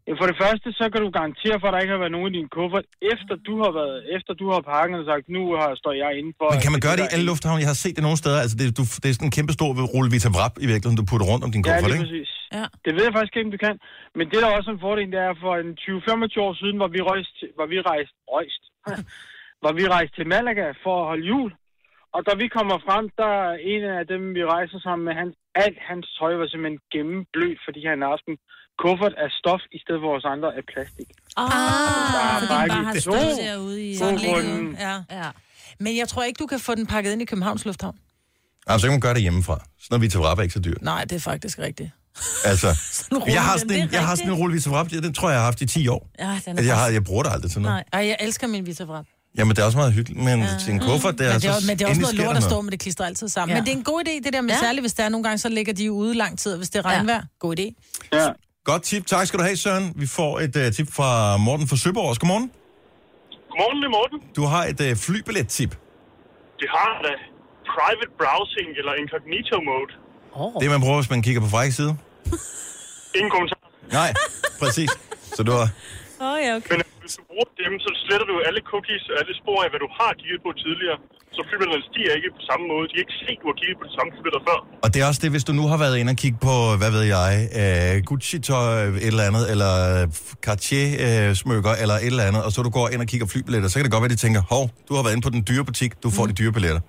Speaker 8: Ja, For det første, så kan du garantere for, at der ikke har været nogen i din kuffert, efter du har været, efter du har pakket og sagt, nu har, står jeg inde for...
Speaker 1: Men kan man
Speaker 8: at
Speaker 1: gøre det i
Speaker 8: der-
Speaker 1: alle lufthavne? Jeg har set det nogle steder. Altså, det, du, det er sådan en kæmpe stor rulle vitavrap i virkeligheden, du putter rundt om din
Speaker 8: Ja,
Speaker 1: kuffert,
Speaker 8: lige
Speaker 1: ikke?
Speaker 8: præcis.
Speaker 3: Ja.
Speaker 8: Ja. Det ved jeg faktisk ikke, om du kan. Men det, der også er en fordel, det er, for en 20-25 år siden var vi rejst, var vi rejst, rejst, var vi rejst til Malaga for at holde jul. Og da vi kommer frem, der er en af dem, vi rejser sammen med, han, alt hans tøj var simpelthen gennemblødt, fordi han har haft en kuffert af stof, i stedet for vores andre af plastik.
Speaker 3: Ah,
Speaker 8: er
Speaker 3: fordi
Speaker 8: bare
Speaker 3: den bare har
Speaker 8: de to.
Speaker 3: stået derude i...
Speaker 8: Sådan
Speaker 2: Den ligger
Speaker 8: Grunden.
Speaker 2: ude, Ja.
Speaker 3: Ja.
Speaker 2: Men jeg tror ikke, du kan få den pakket ind i Københavns Lufthavn.
Speaker 1: Altså, så kan man gøre det hjemmefra. Sådan noget vitavrap er ikke så dyrt.
Speaker 2: Nej, det er faktisk rigtigt.
Speaker 1: Altså,
Speaker 3: rulle,
Speaker 1: jeg har
Speaker 3: men
Speaker 1: sådan
Speaker 3: det er
Speaker 1: en, jeg har sådan en rulle vitavrap, den tror jeg, jeg har haft i 10 år.
Speaker 2: Ah,
Speaker 3: Ja, den er
Speaker 1: At
Speaker 2: altså-
Speaker 1: jeg, har, jeg bruger det aldrig til noget.
Speaker 3: Nej.
Speaker 2: Ej, jeg elsker min vitavrat.
Speaker 1: Jamen, det er også meget hyggeligt, men til en kuffert, det er,
Speaker 2: Mm. Men det, er,
Speaker 1: så
Speaker 2: også- men det er også
Speaker 1: endelig
Speaker 2: noget
Speaker 1: sker
Speaker 2: lort, der står med det klister altid sammen.
Speaker 3: Ja.
Speaker 2: Ja. Men det er en god idé, det der med,
Speaker 3: Ja.
Speaker 2: ja. særligt hvis der er nogle gange, så ligger de jo ude lang tid, og hvis det er
Speaker 3: Ja.
Speaker 2: regnvejr. God idé.
Speaker 8: Ja.
Speaker 1: Godt tip. Tak skal du have, Søren. Vi får et uh, tip fra Morten fra Søborg. Godmorgen.
Speaker 8: Godmorgen, det er Morten.
Speaker 1: Du har et uh, flybillet-tip.
Speaker 8: Det har da private browsing eller incognito mode.
Speaker 1: Det, man bruger, hvis man kigger på frække side.
Speaker 8: Ingen kommentar.
Speaker 1: Nej, [laughs] præcis. Så du har...
Speaker 3: Åh, oh, ja, okay.
Speaker 8: Men øh, hvis du bruger dem, så sletter du alle cookies og alle spor af, hvad du har kigget på tidligere. Så flybilletterne stiger ikke på samme måde. De kan ikke se, du har kigget på de samme flybilletter før.
Speaker 1: Og det er også det, hvis du nu har været inde og kigge på, hvad ved jeg, øh, Gucci-tøj, et eller andet, eller øh, Cartier-smykker, eller et eller andet, og så du går ind og kigger flybilletter, så kan det godt være, at de tænker, hov, du har været inde på den dyre butik, du får
Speaker 2: Mm.
Speaker 1: de dyre billetter.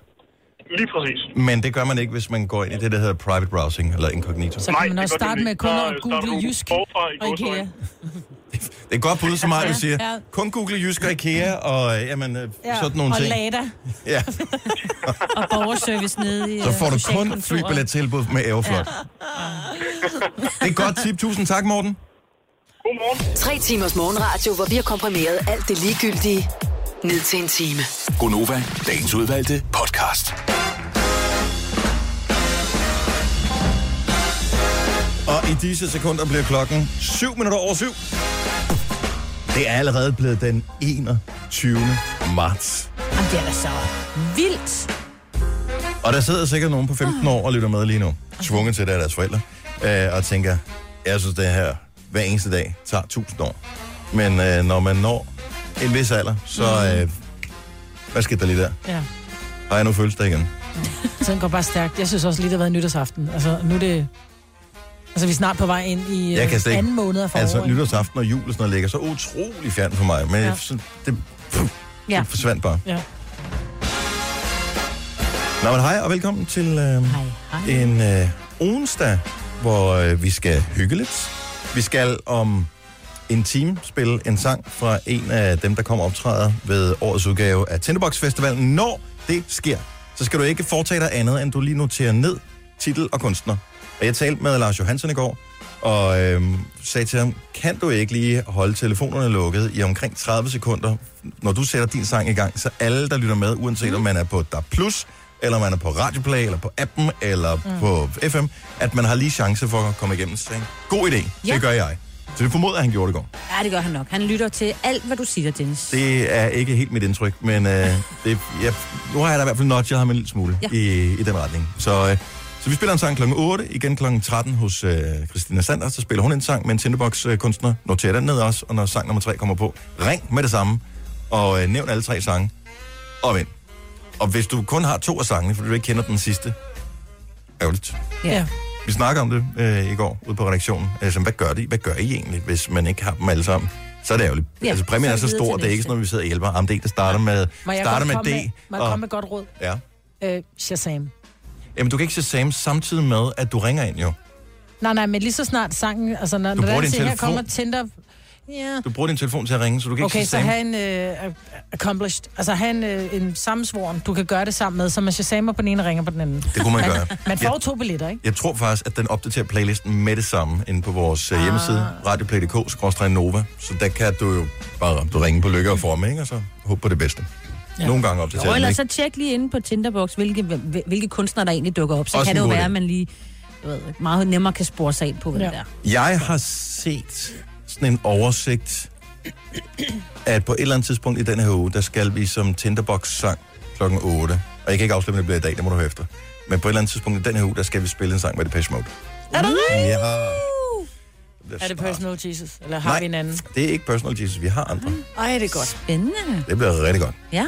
Speaker 8: Lige præcis.
Speaker 1: Men det gør man ikke, hvis man går ind i det, der hedder private browsing, eller incognito.
Speaker 2: Så
Speaker 8: Nej,
Speaker 2: kan man
Speaker 8: det
Speaker 2: også
Speaker 8: gør det
Speaker 2: starte med
Speaker 8: ikke. øh,
Speaker 2: kun
Speaker 8: Der-
Speaker 2: at
Speaker 8: der er
Speaker 2: google
Speaker 8: nogle
Speaker 2: Jysk
Speaker 8: forfra i
Speaker 2: og IKEA.
Speaker 8: gåseøjne.
Speaker 1: Det er godt bud, som Maja siger.
Speaker 2: ja.
Speaker 1: Kun Google Jysk og Ikea, og øh, jamen, øh, sådan nogle
Speaker 2: og
Speaker 1: ting.
Speaker 2: Lada.
Speaker 1: Ja,
Speaker 3: Og borgerservice nede i...
Speaker 1: så får du
Speaker 3: øh,
Speaker 1: kun
Speaker 3: socialkontoret.
Speaker 1: flybillettilbud med Aeroflot. Det er et godt tip. Tusind tak, Morten.
Speaker 8: Godmorgen.
Speaker 6: Tre timers morgenradio, hvor vi har komprimeret alt det ligegyldige ned til en time.
Speaker 5: Gonova, dagens udvalgte podcast.
Speaker 1: Og i disse sekunder bliver klokken 7 minutter over 7. Det er allerede blevet den 21. marts.
Speaker 3: Jamen, det er da så vildt.
Speaker 1: Og der sidder sikkert nogen på 15 år og lytter med lige nu. Tvunget til det af deres forældre. Øh, og tænker, jeg synes det her hver eneste dag tager 1000 år. Men øh, når man når en vis alder, så...
Speaker 3: Mm.
Speaker 1: Øh, hvad skete der lige der?
Speaker 2: Ja.
Speaker 1: Har jeg nu følelse igen?
Speaker 2: Sådan går bare stærkt. Jeg synes også lige, det har været nytårsaften. Altså, nu er det... Altså, vi er snart på vej ind i
Speaker 1: Jeg kan
Speaker 2: øh,
Speaker 1: slet ikke-
Speaker 2: anden måned af foråret.
Speaker 1: Altså, nytårsaften og jul og sådan noget ligger så utrolig fjern for mig. Men
Speaker 2: Ja.
Speaker 1: ja. det, det,
Speaker 3: Ja.
Speaker 1: det forsvandt bare.
Speaker 2: Ja.
Speaker 1: Nå, men hej og velkommen til øh,
Speaker 3: Hej, hej.
Speaker 1: en øh, onsdag, hvor øh, vi skal hygge lidt. Vi skal om en time spille en sang fra en af dem, der kommer og optræder ved årets udgave af Tinderbox Festivalen. Når det sker, så skal du ikke foretage dig andet, end du lige noterer ned titel og kunstner. Og jeg talte med Lars Johansen i går, og øhm, sagde til ham, kan du ikke lige holde telefonerne lukket i omkring 30 sekunder, når du sætter din sang i gang, så alle, der lytter med, uanset mm. om man er på DAB+, eller man er på Radioplay, eller på appen, eller mm. på FM, at man har lige chance for at komme igennem. Så sagde han, god idé, ja.
Speaker 3: Ja.
Speaker 1: det gør jeg. Så det formoder, jeg, han gjorde det i går.
Speaker 3: Ja, det gør han nok. Han lytter til alt, hvad du siger, Dennis.
Speaker 1: Det er ikke helt mit indtryk, men øh, det, jeg, nu har jeg da i hvert fald notchet ham en lille smule ja.
Speaker 3: Ja.
Speaker 1: i, i den retning. Så, øh, så vi spiller en sang kl. 8, igen kl. 13 hos øh, Christina Sanders, så spiller hun en sang med en Tinderbox-kunstner. Noter den ned også, og når sang nummer 3 kommer på, ring med det samme, og øh, nævn alle tre sange, og vind. Og hvis du kun har to af sangene, fordi du ikke kender den sidste, ærgerligt.
Speaker 2: Ja.
Speaker 1: Vi snakker om det øh, i går ude på redaktionen. Altså, hvad gør de? Hvad gør I egentlig, hvis man ikke har dem alle sammen? Så er det ærgerligt. Ja,
Speaker 3: Ja,
Speaker 1: altså, præmien
Speaker 3: så
Speaker 1: er
Speaker 3: er
Speaker 1: så
Speaker 3: det videre
Speaker 1: stor,
Speaker 3: til
Speaker 1: det er ikke
Speaker 3: næste.
Speaker 1: sådan, at vi sidder og hjælper. Jamen, det er en, der starter med,
Speaker 2: Må jeg
Speaker 1: starter
Speaker 2: godt
Speaker 1: med D.
Speaker 2: komme med, må jeg
Speaker 1: og,
Speaker 2: komme med et godt råd?
Speaker 1: ja.
Speaker 2: Øh, Shazam.
Speaker 1: Jamen, du kan ikke se Sam samtidig med, at du ringer ind, jo.
Speaker 2: Nej, nej, men lige så snart sangen... Altså, når,
Speaker 1: Du
Speaker 2: når
Speaker 1: bruger
Speaker 2: den
Speaker 1: din
Speaker 2: siger, her
Speaker 1: telefon.
Speaker 2: kommer Tinder... Ja.
Speaker 1: Du bruger din telefon til at ringe, så du kan ikke
Speaker 2: Okay,
Speaker 1: se
Speaker 2: så
Speaker 1: Sam.
Speaker 2: have en øh, accomplished. Altså, have en, øh, en sammensvoren, du kan gøre det sammen med, så man shazamer på den ene og ringer på den anden. Altså,
Speaker 1: Det kunne man gøre.
Speaker 2: [laughs] Man
Speaker 1: Ja.
Speaker 2: får to billetter, ikke?
Speaker 1: Jeg tror faktisk, at den opdaterer playlisten med det samme inde på vores ah. hjemmeside, radioplay.dk-nova. Så der kan du jo bare du ringe på lykke og forme, ikke? Og så håbe på det bedste. Ja. Nogle gange opdaterer den,
Speaker 3: Og ellers
Speaker 1: ikke?
Speaker 3: så tjek lige inde på Tinderbox, hvilke, hvil- hvilke kunstnere, der egentlig dukker op. Så
Speaker 1: Også
Speaker 3: kan
Speaker 1: en god idé.
Speaker 3: det jo være, at man lige du ved, meget nemmere kan spore sig ind på, hvem
Speaker 2: Ja.
Speaker 3: ja. der.
Speaker 1: Jeg har set sådan en oversigt, at på et eller andet tidspunkt i den her uge, der skal vi som Tinderbox-sang klokken 8. Og jeg kan ikke afsløre, om det bliver i dag, det må du høre efter. Men på et eller andet tidspunkt i den her uge, der skal vi spille en sang med Depeche Mode.
Speaker 2: Er det rigtigt?
Speaker 1: Ja.
Speaker 2: Er det Personal Jesus? Eller har
Speaker 1: Nej.
Speaker 2: Nej. vi en anden?
Speaker 1: Det er ikke Personal Jesus, vi har andre.
Speaker 2: Ej, det er godt.
Speaker 3: Spændende.
Speaker 1: Det bliver rigtig godt.
Speaker 3: Ja.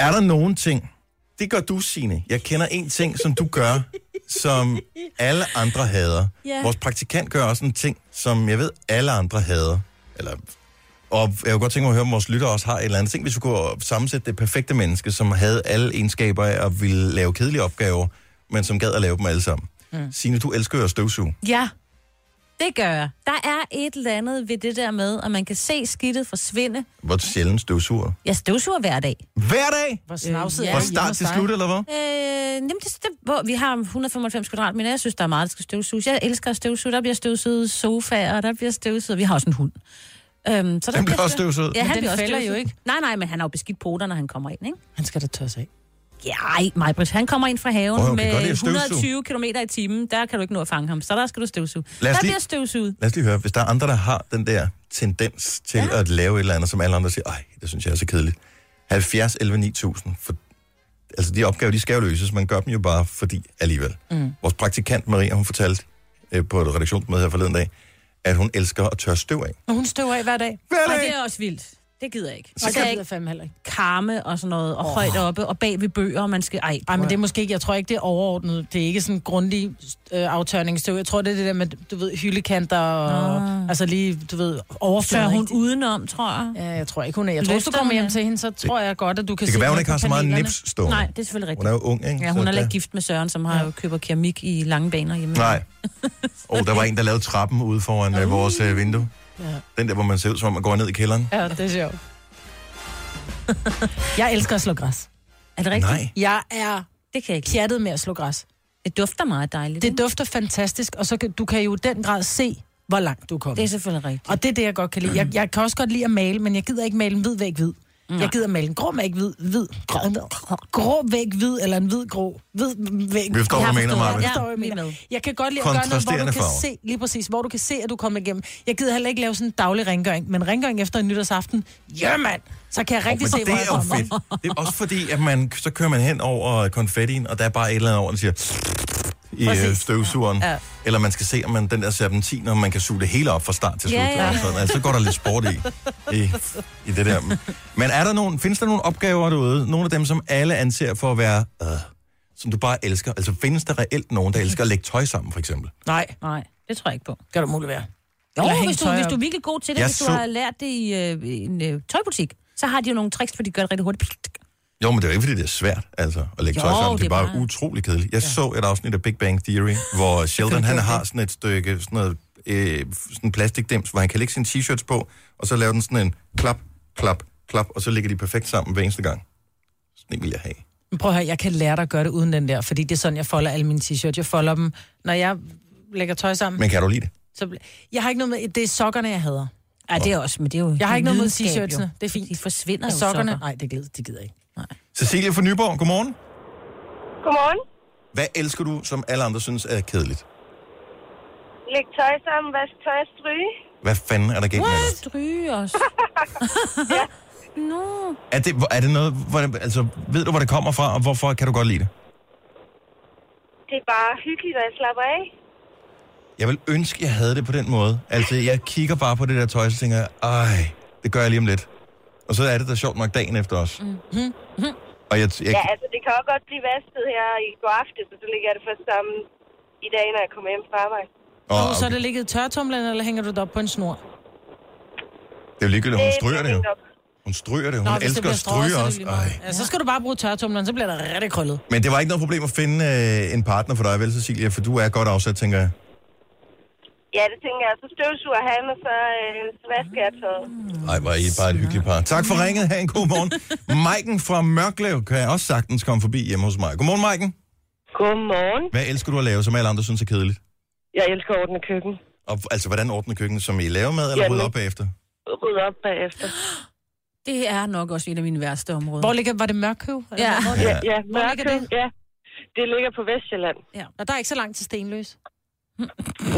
Speaker 1: Er der nogen ting, det gør du, Signe. Jeg kender en ting, som du gør, som alle andre hader.
Speaker 3: Ja.
Speaker 1: Vores praktikant gør også en ting, som jeg ved, alle andre hader. Eller, og jeg kunne godt tænke mig at høre, om vores lytter også har et eller andet ting, hvis vi kunne sammensætte det perfekte menneske, som havde alle egenskaber af at ville lave kedelige opgaver, men som gad at lave dem alle sammen. Mm. Signe, du elsker jo at støvsuge.
Speaker 3: Ja, det gør jeg. Der er et eller andet ved det der med, at man kan se skidtet forsvinde.
Speaker 1: Hvor sjældent støvsuger.
Speaker 3: Jeg støvsuger hver dag.
Speaker 1: Hver dag!
Speaker 2: Hvor snavset
Speaker 3: Øh, ja.
Speaker 2: er
Speaker 1: Fra
Speaker 2: det hjemme
Speaker 1: start
Speaker 2: hos
Speaker 1: til
Speaker 2: dig?
Speaker 1: slut, eller hvad?
Speaker 3: Øh, jamen det, det, hvor, vi har 195 kvadratmeter, jeg synes, der er meget, der skal støvsuges. Jeg elsker at støvsuge. Der bliver støvsuget sofaer, og der bliver støvsuget... Vi har også en hund. Øhm, så der
Speaker 1: Den bliver også
Speaker 3: støv-
Speaker 1: støvsuget.
Speaker 3: Ja, han
Speaker 2: den
Speaker 3: bliver også
Speaker 2: fælder jo
Speaker 3: støvsuget.
Speaker 2: ikke.
Speaker 3: Nej, nej, men han har jo beskidt poter, når han kommer ind, ikke?
Speaker 2: Han skal da tørre af.
Speaker 3: Ja, ej, Majbrit, han kommer ind fra haven
Speaker 1: Åh,
Speaker 3: oh,
Speaker 1: okay, godt, det er
Speaker 3: med
Speaker 1: at støvsuge.
Speaker 3: 120 km i timen. Der kan du ikke nå at fange ham, så der skal du støvsuge.
Speaker 1: Lad os
Speaker 3: Der
Speaker 1: lige-
Speaker 3: bliver støvsuget.
Speaker 1: Lad os lige høre, hvis der er andre, der har den der tendens til ja. at lave et eller andet, som alle andre siger, ej, det synes jeg er så kedeligt. 70, 11, 9000. For, altså, de opgaver, de skal jo løses, man gør dem jo bare fordi alligevel. Mm. Vores praktikant Maria, hun fortalte øh, på et redaktionsmøde her forleden dag, at hun elsker at tørre støv af.
Speaker 2: Og hun støver af hver dag.
Speaker 3: Og det er også vildt. Det gider jeg ikke. Og
Speaker 2: Og
Speaker 3: der er
Speaker 2: det er
Speaker 3: ikke
Speaker 2: fandme heller ikke.
Speaker 3: karme og sådan noget, og oh. højt oppe, og bag ved bøger, og man skal... Ej,
Speaker 2: Ej, men det er måske ikke, jeg tror ikke, det er overordnet. Det er ikke sådan grundig øh, aftørningsstøv. Jeg tror, det er det der med, du ved, hyldekanter og... Altså lige, du ved, overflader.
Speaker 3: Tør hun
Speaker 2: ikke?
Speaker 3: udenom, tror jeg.
Speaker 2: Ja, jeg tror ikke, hun er. Jeg tror, hvis du
Speaker 3: Løfter
Speaker 2: kommer
Speaker 3: hun
Speaker 2: hjem
Speaker 3: det?
Speaker 2: til hende, så tror jeg godt, at du kan
Speaker 1: Det
Speaker 2: se
Speaker 1: kan være, hun
Speaker 2: hende
Speaker 1: ikke har
Speaker 2: på
Speaker 1: så meget
Speaker 2: panelerne.
Speaker 1: nips stående.
Speaker 3: Nej, det er selvfølgelig rigtigt.
Speaker 1: Hun er jo ung, ikke?
Speaker 3: Ja, hun er
Speaker 1: Så
Speaker 3: heller ikke
Speaker 1: der-
Speaker 3: gift med Søren, som har jo køber keramik i lange baner hjemme.
Speaker 1: Nej. Og oh, der var en, der lavede trappen ude foran øh, vores øh, vindue.
Speaker 2: Ja.
Speaker 1: Den der, hvor man ser ud, som om man går ned i kælderen.
Speaker 2: Ja, det er sjovt. [laughs] jeg elsker at slå græs.
Speaker 3: Er det rigtigt?
Speaker 1: Nej.
Speaker 2: Jeg er
Speaker 3: Det kan jeg ikke.
Speaker 2: pjattet med at slå græs.
Speaker 3: Det dufter meget dejligt.
Speaker 2: Det dufter fantastisk, og så kan, du kan jo i den grad se, hvor langt du er kommet.
Speaker 3: det er selvfølgelig rigtigt.
Speaker 2: Og det er det, jeg godt kan lide. Jeg, jeg kan også godt lide at male, men jeg gider ikke male en hvid væg hvid. Jeg gider male en grå væg hvid, hvid, grå, grå væg hvid, eller en hvid grå, hvid væg.
Speaker 1: Vi forstår, hvad
Speaker 2: Jeg
Speaker 1: du mener,
Speaker 2: forstår,
Speaker 1: Marvin.
Speaker 2: Jeg, forstår, hvad jeg, mener. jeg kan godt lide at gøre noget, hvor
Speaker 1: Kontrasterende
Speaker 2: du kan
Speaker 1: farver.
Speaker 2: se, lige præcis, hvor du kan se, at du kommer igennem. Jeg gider heller ikke lave sådan en daglig rengøring, men rengøring efter en nytårsaften, ja mand, så kan jeg rigtig
Speaker 1: Men
Speaker 2: se, hvor jeg
Speaker 1: det er jo
Speaker 2: kommer.
Speaker 1: fedt. Det er også fordi, at man, så kører man hen over konfettien, og der er bare et eller andet over, der siger i Præcis.
Speaker 2: Præcis.
Speaker 1: støvsugeren. Ja.
Speaker 2: Ja.
Speaker 1: Ja.
Speaker 2: Ja.
Speaker 1: Eller man skal se, om man den der serpentin, om man kan suge det hele op fra start til slut.
Speaker 3: Ja,
Speaker 1: Ja,
Speaker 3: ja.
Speaker 1: ja. Sådan. Altså, så går der lidt sport i, i, i det der. Men er der nogen, findes der nogle opgaver derude? Nogle af dem, som alle anser for at være, øh, som du bare elsker? Altså, findes der reelt nogen, der elsker at lægge tøj sammen, for eksempel?
Speaker 2: Nej,
Speaker 3: Nej, det tror jeg ikke på.
Speaker 2: kan du muligt være.
Speaker 3: Jo,
Speaker 2: Eller hænge
Speaker 3: hvis du,
Speaker 2: tøj
Speaker 3: hvis
Speaker 2: op.
Speaker 3: du er virkelig god til det,
Speaker 1: Jeg
Speaker 3: hvis du
Speaker 1: så-
Speaker 3: har lært det i øh, i en øh, tøjbutik, så har de jo nogle tricks, for de gør det rigtig hurtigt.
Speaker 1: Jo, men det er jo ikke, fordi det er svært altså, at lægge
Speaker 3: Jo,
Speaker 1: tøj sammen. Det
Speaker 3: det
Speaker 1: er
Speaker 3: er
Speaker 1: bare
Speaker 3: bare-
Speaker 1: utrolig kedeligt. Jeg ja. så et afsnit af Big Bang Theory,
Speaker 3: [laughs]
Speaker 1: hvor Sheldon han har sådan et stykke sådan noget, øh, sådan en plastikdims, hvor han kan lægge sine t-shirts på, og så laver den sådan en klap, klap, klap, og så ligger de perfekt sammen hver eneste gang. Sådan en vil jeg have.
Speaker 2: Men Prøv at høre, jeg kan lære dig at gøre det uden den der, fordi det er sådan, jeg folder alle mine t-shirts. Jeg folder dem, når jeg lægger tøj sammen.
Speaker 1: Men kan du lide det?
Speaker 2: Så, bl- jeg har ikke noget med, det er sokkerne, jeg hader.
Speaker 3: Ja, det er også, men det er jo
Speaker 2: Jeg har ikke noget mod
Speaker 3: lidenskab, jo.
Speaker 2: t-shirtsene. Det er fint.
Speaker 3: De forsvinder jo
Speaker 2: Sokkerne?
Speaker 3: sokker.
Speaker 2: Nej, det gider, det gider jeg ikke.
Speaker 1: Cecilie fra Nyborg, godmorgen.
Speaker 9: Godmorgen.
Speaker 1: Hvad elsker du, som alle andre synes er kedeligt?
Speaker 9: Læg tøj sammen, vask tøj og stryge.
Speaker 1: Hvad fanden er der galt med dig?
Speaker 3: Stryge [laughs] os. Nå.
Speaker 1: Er det, hvor- er det noget, hvor, altså, ved du, hvor det kommer fra, og hvorfor kan du godt lide det?
Speaker 9: Det er bare hyggeligt, og jeg slapper af.
Speaker 1: Jeg vil ønske, jeg havde det på den måde. Altså, jeg kigger bare på det der tøj, og så tænker jeg, ej, det gør jeg lige om lidt. Og så er det da sjovt nok dagen efter os. Mm.
Speaker 2: Mm-hmm.
Speaker 1: Og jeg, jeg,
Speaker 9: Ja, altså, det kan også godt blive vasket her i går aftes, så så ligger jeg det først sammen i dag, når jeg kommer hjem fra arbejde.
Speaker 1: åh,
Speaker 2: Og så er
Speaker 1: okay.
Speaker 2: det ligget i tørretumleren, eller hænger du det op på en snor?
Speaker 1: det er jo ligegyldigt, hun
Speaker 9: Det
Speaker 1: stryger
Speaker 9: bliver
Speaker 1: det jo.
Speaker 9: hængt op.
Speaker 1: Hun stryger det, hun Nå,
Speaker 2: hvis det
Speaker 1: elsker
Speaker 2: bliver
Speaker 1: at stryge
Speaker 2: strøget, så er det
Speaker 1: også.
Speaker 2: lige meget.
Speaker 1: Ej.
Speaker 2: Ja, så skal du bare bruge tørretumleren, så bliver der rigtig krøllet.
Speaker 1: Men det var ikke noget problem at finde øh, en partner for dig, vel Cecilia? For du er godt afsat, tænker jeg.
Speaker 9: Ja, det tænker jeg. Så støvsuger han, og så, øh, så vasker jeg tøjet.
Speaker 1: Nej, var I bare et hyggeligt par. Tak for ringet. Ha' en god morgen. Maiken fra Mørklev kan også sagtens komme forbi hjemme hos mig. Godmorgen, Maiken.
Speaker 9: Godmorgen.
Speaker 1: Hvad elsker du at lave, som alle andre synes er kedeligt?
Speaker 9: Jeg elsker at ordne køkken.
Speaker 1: Og, altså, hvordan ordner køkkenet, som I laver med, eller
Speaker 9: Jamen.
Speaker 1: rydder op bagefter?
Speaker 9: Ryd op bagefter.
Speaker 3: Det er nok også et af mine værste områder.
Speaker 2: Hvor ligger, var det Mørkøv? Eller
Speaker 3: Ja.
Speaker 2: hvor-
Speaker 9: Ja, ja
Speaker 2: Hvor ligger
Speaker 9: mørke.
Speaker 2: det?
Speaker 9: Ja. Det ligger på Vestjylland.
Speaker 2: Nå, der er ikke så langt til Stenløs.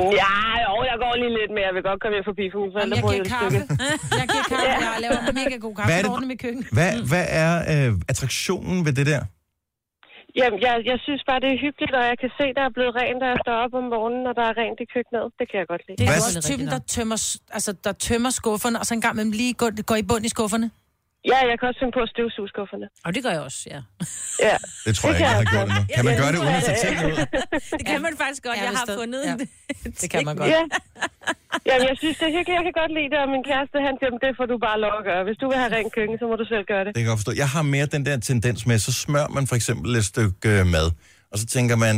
Speaker 9: Ja, jo, jeg går lige lidt mere. Jeg vil godt komme hjem forbi for huset.
Speaker 2: Jamen, jeg giver kaffe. [laughs] Jeg giver kaffe. Jeg laver mega god kaffe.
Speaker 1: Hvad er
Speaker 2: Hvad
Speaker 1: det-
Speaker 2: med køkken.
Speaker 1: Hvad,
Speaker 9: Mm.
Speaker 1: hvad er øh, attraktionen ved det der?
Speaker 9: Jamen, jeg, jeg synes bare, det er hyggeligt, og jeg kan se, der er blevet rent, da jeg står op om morgenen, og der er rent i køkkenet. Det kan jeg godt lide.
Speaker 2: Det er
Speaker 1: Hvad-
Speaker 2: jo også typen, der tømmer, s- altså, der tømmer skufferne, og så en gang imellem lige går, går i bund i skufferne.
Speaker 9: Ja, jeg kan også finde på at støvsuge skufferne.
Speaker 3: Og det gør jeg også, ja.
Speaker 9: Ja.
Speaker 1: Det tror jeg
Speaker 9: Det
Speaker 1: ikke,
Speaker 9: kan
Speaker 1: jeg har
Speaker 9: jeg
Speaker 1: gjort endnu. Kan man gøre det uden at tage tingene ud?
Speaker 3: Det kan man faktisk godt.
Speaker 2: Ja,
Speaker 3: Jeg
Speaker 2: hvis
Speaker 3: har
Speaker 2: det-
Speaker 3: fundet
Speaker 2: ja.
Speaker 3: en
Speaker 2: Det kan man godt.
Speaker 9: Ja. Jamen, jeg synes, det er hyggeligt. Jeg kan godt lide det, og min kæreste, han siger, "Men det får du bare lov at gøre. Hvis du vil have rent køkken, så må du selv gøre det.
Speaker 1: Det kan jeg godt forstå. Jeg har mere den der tendens med, så smører man for eksempel et stykke øh, mad, og så tænker man,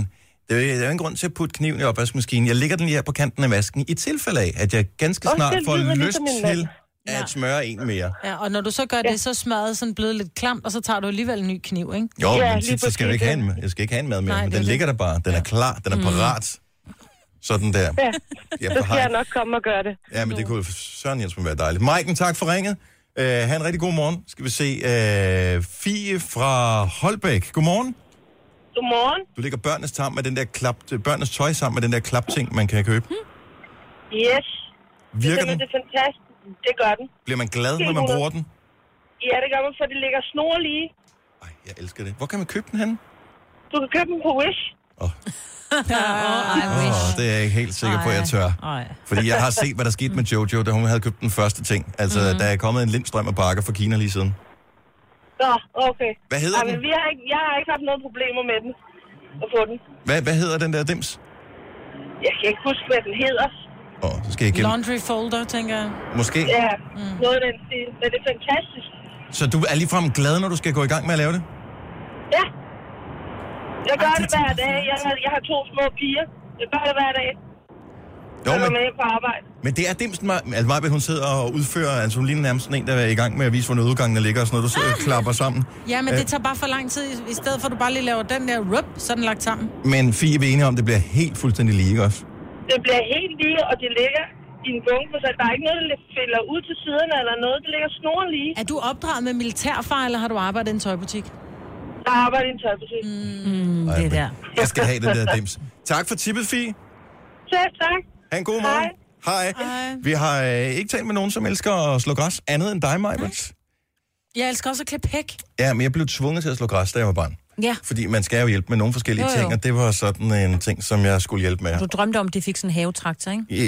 Speaker 1: det er jo- der er jo ingen grund til at putte kniven i opvaskemaskinen. Jeg ligger den lige her på kanten af vasken, i tilfælde af, at jeg ganske
Speaker 9: Og
Speaker 1: snart
Speaker 9: det
Speaker 1: får
Speaker 9: lyder
Speaker 1: lyst
Speaker 9: ligesom en mand.
Speaker 1: til at smøre en mere.
Speaker 2: Ja, og når du så gør det, så er smadret sådan blevet lidt klamt, og så tager du alligevel en ny kniv, ikke?
Speaker 1: Jo,
Speaker 9: Ja,
Speaker 1: ja, men
Speaker 9: lige
Speaker 1: tit, så skal jeg, jo ikke have
Speaker 9: præcis,
Speaker 1: en, jeg skal ikke have en mad mere,
Speaker 2: Nej,
Speaker 1: men
Speaker 2: det er
Speaker 1: den
Speaker 2: det.
Speaker 1: ligger der bare. Den er klar, den er parat. Sådan der.
Speaker 9: Mm. Ja.
Speaker 1: Ja,
Speaker 9: Så
Speaker 1: for
Speaker 9: skal
Speaker 1: hej.
Speaker 9: jeg nok komme og gøre det.
Speaker 1: Ja, men det kunne Søren Jensen være dejligt. Maiken, tak for ringet. Uh, ha' en rigtig god morgen. Skal vi se uh, Fie fra Holbæk. Godmorgen.
Speaker 9: Godmorgen.
Speaker 1: Du lægger børnenes, sammen med den der klap, øh, børnenes tøj sammen med den der klapting, man kan købe.
Speaker 9: Yes.
Speaker 1: Virker den?
Speaker 9: det er fantastisk. Det gør den.
Speaker 1: Bliver man glad, når man bruger den?
Speaker 9: Ja, det gør man, for det ligger snorlige.
Speaker 1: Ej, jeg elsker det. Hvor kan man købe den henne?
Speaker 9: Du kan købe dem på Wish.
Speaker 1: Åh,
Speaker 3: Oh, I wish.
Speaker 1: oh, det er jeg ikke helt sikker på, at jeg tør.
Speaker 3: Ej.
Speaker 1: Fordi jeg har set, hvad der skete med Jojo, da hun havde købt den første ting. Altså,
Speaker 3: Mhm.
Speaker 1: der er kommet en lindstrøm af pakker fra Kina lige siden.
Speaker 9: Nå, okay.
Speaker 1: Hvad hedder
Speaker 9: Jamen,
Speaker 1: den?
Speaker 9: vi har ikke, jeg har ikke haft noget problemer med den. At få den.
Speaker 1: Hvad, hvad hedder den der dims?
Speaker 9: Jeg kan ikke huske, hvad den hedder.
Speaker 1: Åh, oh, så skal jeg igen.
Speaker 2: Laundry folder, tænker jeg.
Speaker 1: Måske.
Speaker 9: Ja, mm. noget af den stil. Men det er fantastisk.
Speaker 1: Så du er ligefrem glad, når du skal gå i gang med at lave det?
Speaker 9: Ja. Jeg gør
Speaker 2: Ej, det
Speaker 9: det hver
Speaker 2: tænker jeg
Speaker 9: dag.
Speaker 2: faktisk
Speaker 9: Jeg, har- jeg har to små piger. Jeg gør det hver dag.
Speaker 1: Jo,
Speaker 9: Jeg går
Speaker 1: men,
Speaker 9: med på arbejde.
Speaker 1: men det er dimsen, Maj- altså Majbet, hun sidder og udfører, altså hun ligner nærmest sådan en, der er i gang med at vise, hvor nødudgangene ligger og sådan noget. Du sidder og
Speaker 9: Ah.
Speaker 1: klapper sammen.
Speaker 2: Ja, men det tager bare for lang tid. I stedet for, at du bare lige laver den der rup, så er den lagt sammen.
Speaker 1: Men Fie vi er enige om, det bliver helt fuldstændig lige, ikke også?
Speaker 9: Det bliver helt lige, og det ligger i en bunke, så der er ikke noget, der falder ud til siderne eller noget. Det ligger snoren lige.
Speaker 2: Er du opdraget med militærfar, eller har du arbejdet i en tøjbutik?
Speaker 9: Der arbejder i en tøjbutik. Mm.
Speaker 3: Mm,
Speaker 1: Ej,
Speaker 3: det
Speaker 1: men-
Speaker 3: der.
Speaker 1: Jeg skal have den der
Speaker 2: [laughs]
Speaker 1: dims. Tak for tippet, Fie.
Speaker 9: Selv tak.
Speaker 1: Ha' en god morgen. Hej.
Speaker 2: Hej.
Speaker 1: Vi har øh, ikke talt med nogen, som elsker at slå græs, andet end dig, Majbert.
Speaker 2: Jeg elsker også at klippe hæk.
Speaker 1: Ja, men jeg blev tvunget til at slå græs, da jeg var barn.
Speaker 3: Ja.
Speaker 1: Fordi man skal jo hjælpe med nogle forskellige
Speaker 2: Jo, jo.
Speaker 1: ting, og det var sådan en ting, som jeg skulle hjælpe med.
Speaker 3: Du drømte om, at det fik sådan en havetraktor, ikke?
Speaker 1: Ja,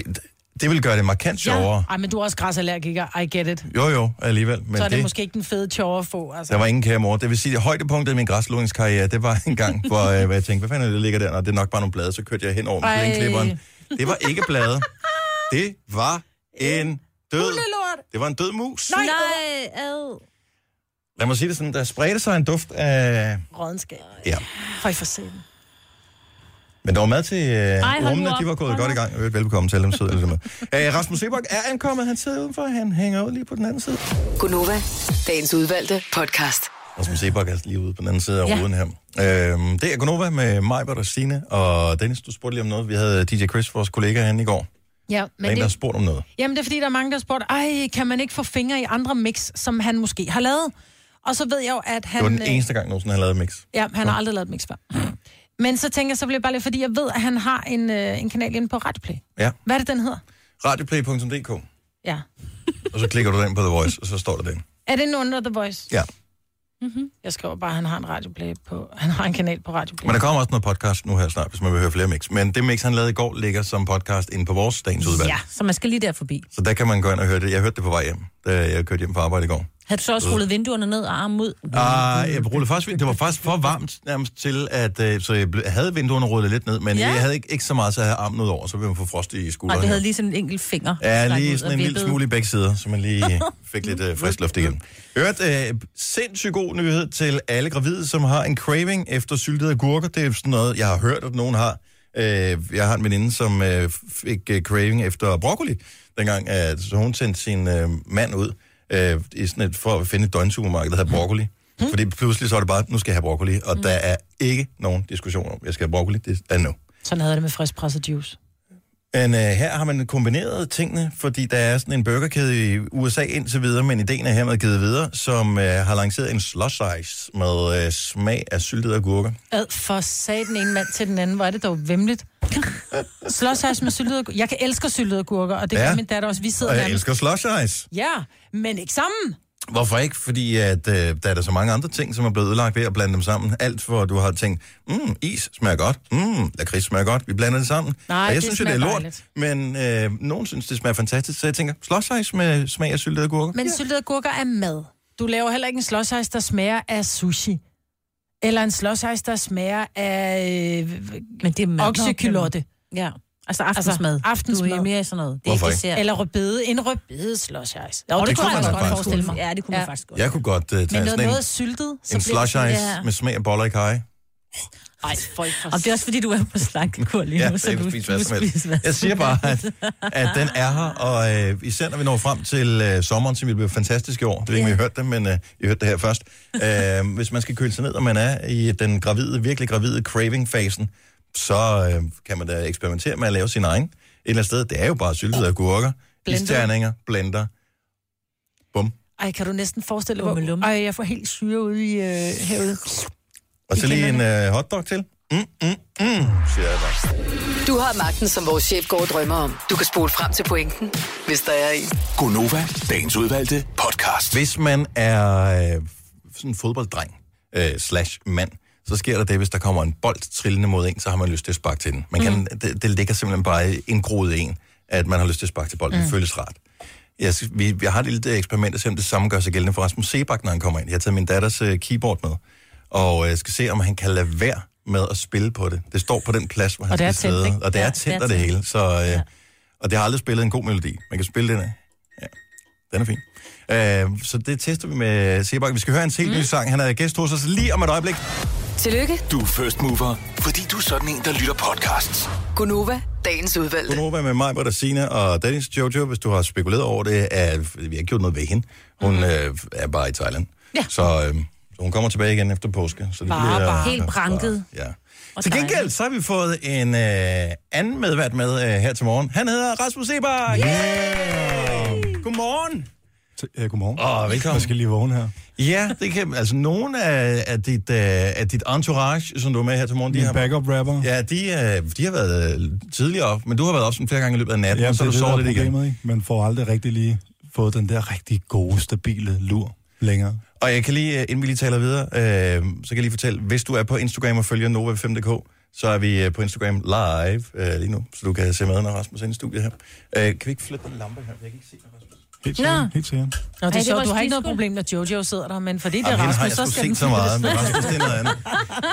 Speaker 1: Det vil gøre det markant sjovere.
Speaker 2: Ej, men du er også græsallergiker. I get it.
Speaker 1: Jo, jo, alligevel. Men
Speaker 2: Så er det måske ikke den fede chore at få, altså.
Speaker 1: Der var ingen kære mor. Det vil sige, at højdepunktet i min græsslåningskarriere, det var en gang, hvor, øh, hvor jeg tænkte, hvad fanden er det, der ligger der? Nå, det er nok bare nogle blade. Så kørte jeg hen over med
Speaker 2: Ej.
Speaker 1: plenklipperen. Det var ikke blade. Det
Speaker 3: [laughs]
Speaker 1: var en død...
Speaker 2: Lort.
Speaker 1: Det var en død mus.
Speaker 2: Nej.
Speaker 3: Nej, ad.
Speaker 1: Lad mig sige det sådan, der spredte sig en duft af...
Speaker 2: Rådenskab.
Speaker 1: Ja.
Speaker 2: Høj for sent.
Speaker 1: Men der var mad til øh,
Speaker 3: hold nu
Speaker 1: rummene,
Speaker 3: op.
Speaker 1: de var gået
Speaker 3: Hold
Speaker 1: godt i
Speaker 3: nu
Speaker 1: gang. Øh, velkommen til dem, sidder alle sammen. Øh, Rasmus Sebak er ankommet, han sidder udenfor, han hænger ud lige på den anden side.
Speaker 6: Gunova, dagens udvalgte podcast.
Speaker 1: Rasmus Sebak er lige ude på den anden side af
Speaker 3: Ja.
Speaker 1: ruden her. Øhm, det er Gonova med mig, og Signe og Dennis. Du spurgte lige om noget. Vi havde DJ Chris, vores kollega, herinde i går.
Speaker 2: Ja, men
Speaker 1: Men en, der har
Speaker 2: det,
Speaker 1: spurgt om noget.
Speaker 2: jamen det er fordi, der er mange, der har spurgt, ej, kan man ikke få fingre i andre mix, som han måske har lavet? Og så ved jeg jo, at han...
Speaker 1: Det var den
Speaker 2: øh,
Speaker 1: eneste gang nogensinde, han lavede mix.
Speaker 2: Ja, han har aldrig lavet et mix før. Men så tænker jeg, så bliver det bare lidt, fordi jeg ved, at han har en, øh, en kanal inde på Radioplay.
Speaker 1: Ja.
Speaker 2: Hvad er det, den hedder?
Speaker 1: Radioplay.dk,
Speaker 2: Ja.
Speaker 1: og så klikker du den på The Voice, og så står der den.
Speaker 2: Er det en under The Voice?
Speaker 1: Ja.
Speaker 2: Jeg skriver bare, at han har en radioplay på... Han har en kanal på Radioplay.
Speaker 1: Men der kommer også noget podcast nu her snart, hvis man vil høre flere mix. Men det mix, han lavede i går, ligger som podcast inde på vores dagens udvalg.
Speaker 3: Ja, så man skal lige der forbi.
Speaker 1: Så der kan man gå ind og høre det. Jeg hørte det på vej hjem, da jeg kørte hjem fra arbejde i går.
Speaker 3: Havde du så også rullet vinduerne ned og armen ud?
Speaker 1: Ah, jeg rullede faktisk, det var faktisk for varmt nærmest til, at øh, så jeg ble- havde vinduerne rullet lidt ned, men ja.
Speaker 3: Ja.
Speaker 1: jeg havde ikke, ikke så meget, så jeg havde armen ud over, så ville man få frost i
Speaker 3: Nej, du
Speaker 1: skulderen.
Speaker 3: havde lige sådan en enkelt finger.
Speaker 1: Ja,
Speaker 3: strakket ud
Speaker 1: lige
Speaker 3: og
Speaker 1: sådan en lille
Speaker 3: vippede.
Speaker 1: smule i begge sider, så man lige fik lidt øh, frisk luft igen. Hørt øh, sindssygt god nyhed til alle gravide, som har en craving efter syltede agurker. Det er sådan noget, jeg har hørt, at nogen har. Øh, jeg har en veninde, som øh, fik øh, craving efter broccoli, dengang at, så hun sendte sin øh, mand ud øh, i sådan et, for at finde et døgnsupermarked, der havde broccoli. Fordi pludselig så er det bare, nu skal jeg have broccoli, og der er ikke nogen diskussion om, jeg skal have broccoli, det er nu.
Speaker 2: Sådan havde jeg det med friskpresset juice.
Speaker 1: Men øh, her har man kombineret tingene, fordi der er sådan en burgerkæde i USA indtil videre, men ideen er hermed givet videre, som øh, har lanceret en slush ice med øh, smag af syltede agurker.
Speaker 2: Ad for satan en mand til den anden. Hvor er det dog vemmeligt. Slåsajs med syltede agurker. Jeg kan elsker syltede agurker, og det ja.
Speaker 1: Ja.
Speaker 2: gør min datter også. Vi sidder
Speaker 1: Og jeg
Speaker 2: nærmest-
Speaker 1: elsker slush ice.
Speaker 2: Ja, men ikke sammen.
Speaker 1: Hvorfor ikke? Fordi at, øh, der er der så mange andre ting, som er blevet ødelagt ved at blande dem sammen. Alt, hvor du har tænkt, mm, is smager godt, mm, lakrids smager godt, vi blander det sammen.
Speaker 2: Nej,
Speaker 1: og jeg
Speaker 2: det
Speaker 1: synes jo, det er
Speaker 2: smager
Speaker 1: lort, men øh, nogen synes, det smager fantastisk, så jeg tænker, slåsajs med smag af syltede agurker.
Speaker 2: Men ja. syltede agurker er mad. Du laver heller ikke en slåsajs, der smager af sushi. Eller en slåsajs, der smager af øh,
Speaker 3: Men det er mad.
Speaker 2: oksekylotte.
Speaker 3: Ja. Altså aftensmad.
Speaker 2: Altså, aftensmad.
Speaker 3: Du er mere i sådan noget. Det er
Speaker 1: Hvorfor
Speaker 3: ikke? dessert.
Speaker 2: Eller rødbede. En rødbede slåsajs. Jo,
Speaker 1: Det kunne man nok faktisk
Speaker 2: forestille mig.
Speaker 3: Ja, det kunne
Speaker 2: Ja.
Speaker 3: man faktisk godt.
Speaker 1: Jeg kunne godt øh,
Speaker 2: Men
Speaker 1: tage
Speaker 2: noget,
Speaker 1: sådan en,
Speaker 2: noget syltet, så
Speaker 1: en
Speaker 2: bliver det
Speaker 1: slush
Speaker 2: sådan,
Speaker 1: ice
Speaker 2: ja.
Speaker 1: med smag af boller i kaj.
Speaker 2: Ej, folk for
Speaker 3: Og det er også fordi, du er på slankekur lige
Speaker 1: Ja,
Speaker 3: nu, så
Speaker 1: jeg
Speaker 3: [laughs] du,
Speaker 1: kan
Speaker 3: du
Speaker 1: spise hvad som helst.
Speaker 3: spiser hvad
Speaker 1: Jeg
Speaker 3: som
Speaker 1: siger bare,
Speaker 3: helst.
Speaker 1: at, at den er her, og øh, især når vi når frem til øh, sommeren, som vil blive fantastisk i år. Det ved ikke, om I hørte det, men øh, I hørte det her først. Øh, [laughs] hvis man skal køle sig ned, og man er i den gravide, virkelig gravide craving-fasen, så øh, kan man da eksperimentere med at lave sin egen et eller andet sted. Det er jo bare syltede agurker,
Speaker 2: Blender.
Speaker 1: isterninger, blender. Bum.
Speaker 2: Ej, kan du næsten forestille dig,
Speaker 3: Bummelum.
Speaker 2: hvor... Ej, jeg får helt syre ude i øh, havet.
Speaker 1: Og så lige en øh, hotdog til. Mm, mm, mm, siger jeg bare.
Speaker 6: Du har magten, som vores chef går og drømmer om. Du kan spole frem til pointen, hvis der er en.
Speaker 5: Gonova, dagens udvalgte podcast.
Speaker 1: Hvis man er øh, sådan en fodbolddreng øh, slash mand, så sker der det, hvis der kommer en bold trillende mod en, så har man lyst til at sparke til den. Man kan, mm. det, det ligger simpelthen bare indgroet i en, at man har lyst til at sparke til bolden. Mm. Det føles rart. Jeg, skal- vi, vi har et lille øh, eksperiment, der det samme gør sig gældende for Rasmus Sebak, når han kommer ind. Jeg har taget min datters øh, keyboard med, og øh, skal se, om han kan lade være med at spille på det. Det står på den plads, hvor han
Speaker 2: Og det er
Speaker 1: skal
Speaker 2: tæt,
Speaker 1: sidde.
Speaker 2: ikke?
Speaker 1: Og det
Speaker 3: Ja,
Speaker 1: er
Speaker 3: det er
Speaker 1: tæt, og det
Speaker 3: tæt.
Speaker 1: hele. Så, øh, ja. Og det har aldrig spillet en god melodi. Man kan spille den af. Den er fin. Øh, så det tester vi med Sebak. Vi skal høre en helt ny sang. Han er gæst hos os lige om et øjeblik.
Speaker 6: Tillykke,
Speaker 5: Du er first mover, fordi du er sådan en, der lytter podcasts.
Speaker 6: Gunova, dagens udvalgte.
Speaker 1: Gunova med mig, Britta, Sina og Dennis Jojo, hvis du har spekuleret over det. Er, vi har ikke gjort noget ved hende. Hun mm. øh, er bare i Thailand. Ja. Så øh, så hun kommer tilbage igen efter påske. Så det
Speaker 2: Bare,
Speaker 1: bliver,
Speaker 2: bare.
Speaker 3: Helt pranket.
Speaker 1: Ja. Til gengæld, så har vi fået en øh, anden medvært med øh, her til morgen. Han hedder Rasmus Sebak. Yeah! Godmorgen.
Speaker 10: Ja, godmorgen.
Speaker 1: Og velkommen.
Speaker 10: Jeg skal lige vågne her.
Speaker 1: Ja, det kan, altså nogen af, af, dit, øh, af dit entourage, som du er med her til morgen, de
Speaker 10: Min
Speaker 1: har,
Speaker 10: backup rapper.
Speaker 1: ja, de, øh, de har været øh, tidligere op, men du har været op sådan flere gange i løbet af natten,
Speaker 10: ja
Speaker 1: og så har du sovet
Speaker 10: der er
Speaker 1: lidt igen.
Speaker 10: problemet, ikke? Man får aldrig rigtig lige fået den der rigtig gode, stabile lur længere.
Speaker 1: Og jeg kan lige, øh, inden vi lige taler videre, øh, så kan jeg lige fortælle, hvis du er på Instagram og følger Nova5.dk, så er vi øh, på Instagram live øh, lige nu, så du kan se med, når Rasmus er i studiet her. Øh, kan vi ikke flytte den lampe her? Jeg kan ikke se, hvad Rasmus
Speaker 10: Helt
Speaker 3: Nå.
Speaker 10: sikkert. Helt sikkert.
Speaker 2: Nå, det
Speaker 3: Ej,
Speaker 2: er
Speaker 3: det var
Speaker 2: sjovt. Du har
Speaker 3: din
Speaker 2: ikke noget
Speaker 3: skyld.
Speaker 2: problem, når Jojo sidder der, men fordi det
Speaker 1: Jamen,
Speaker 2: er
Speaker 1: hende har
Speaker 2: Rasmus,
Speaker 1: jeg
Speaker 2: så
Speaker 1: sgu
Speaker 2: skal den
Speaker 1: set så meget, men Rasmus det er noget andet.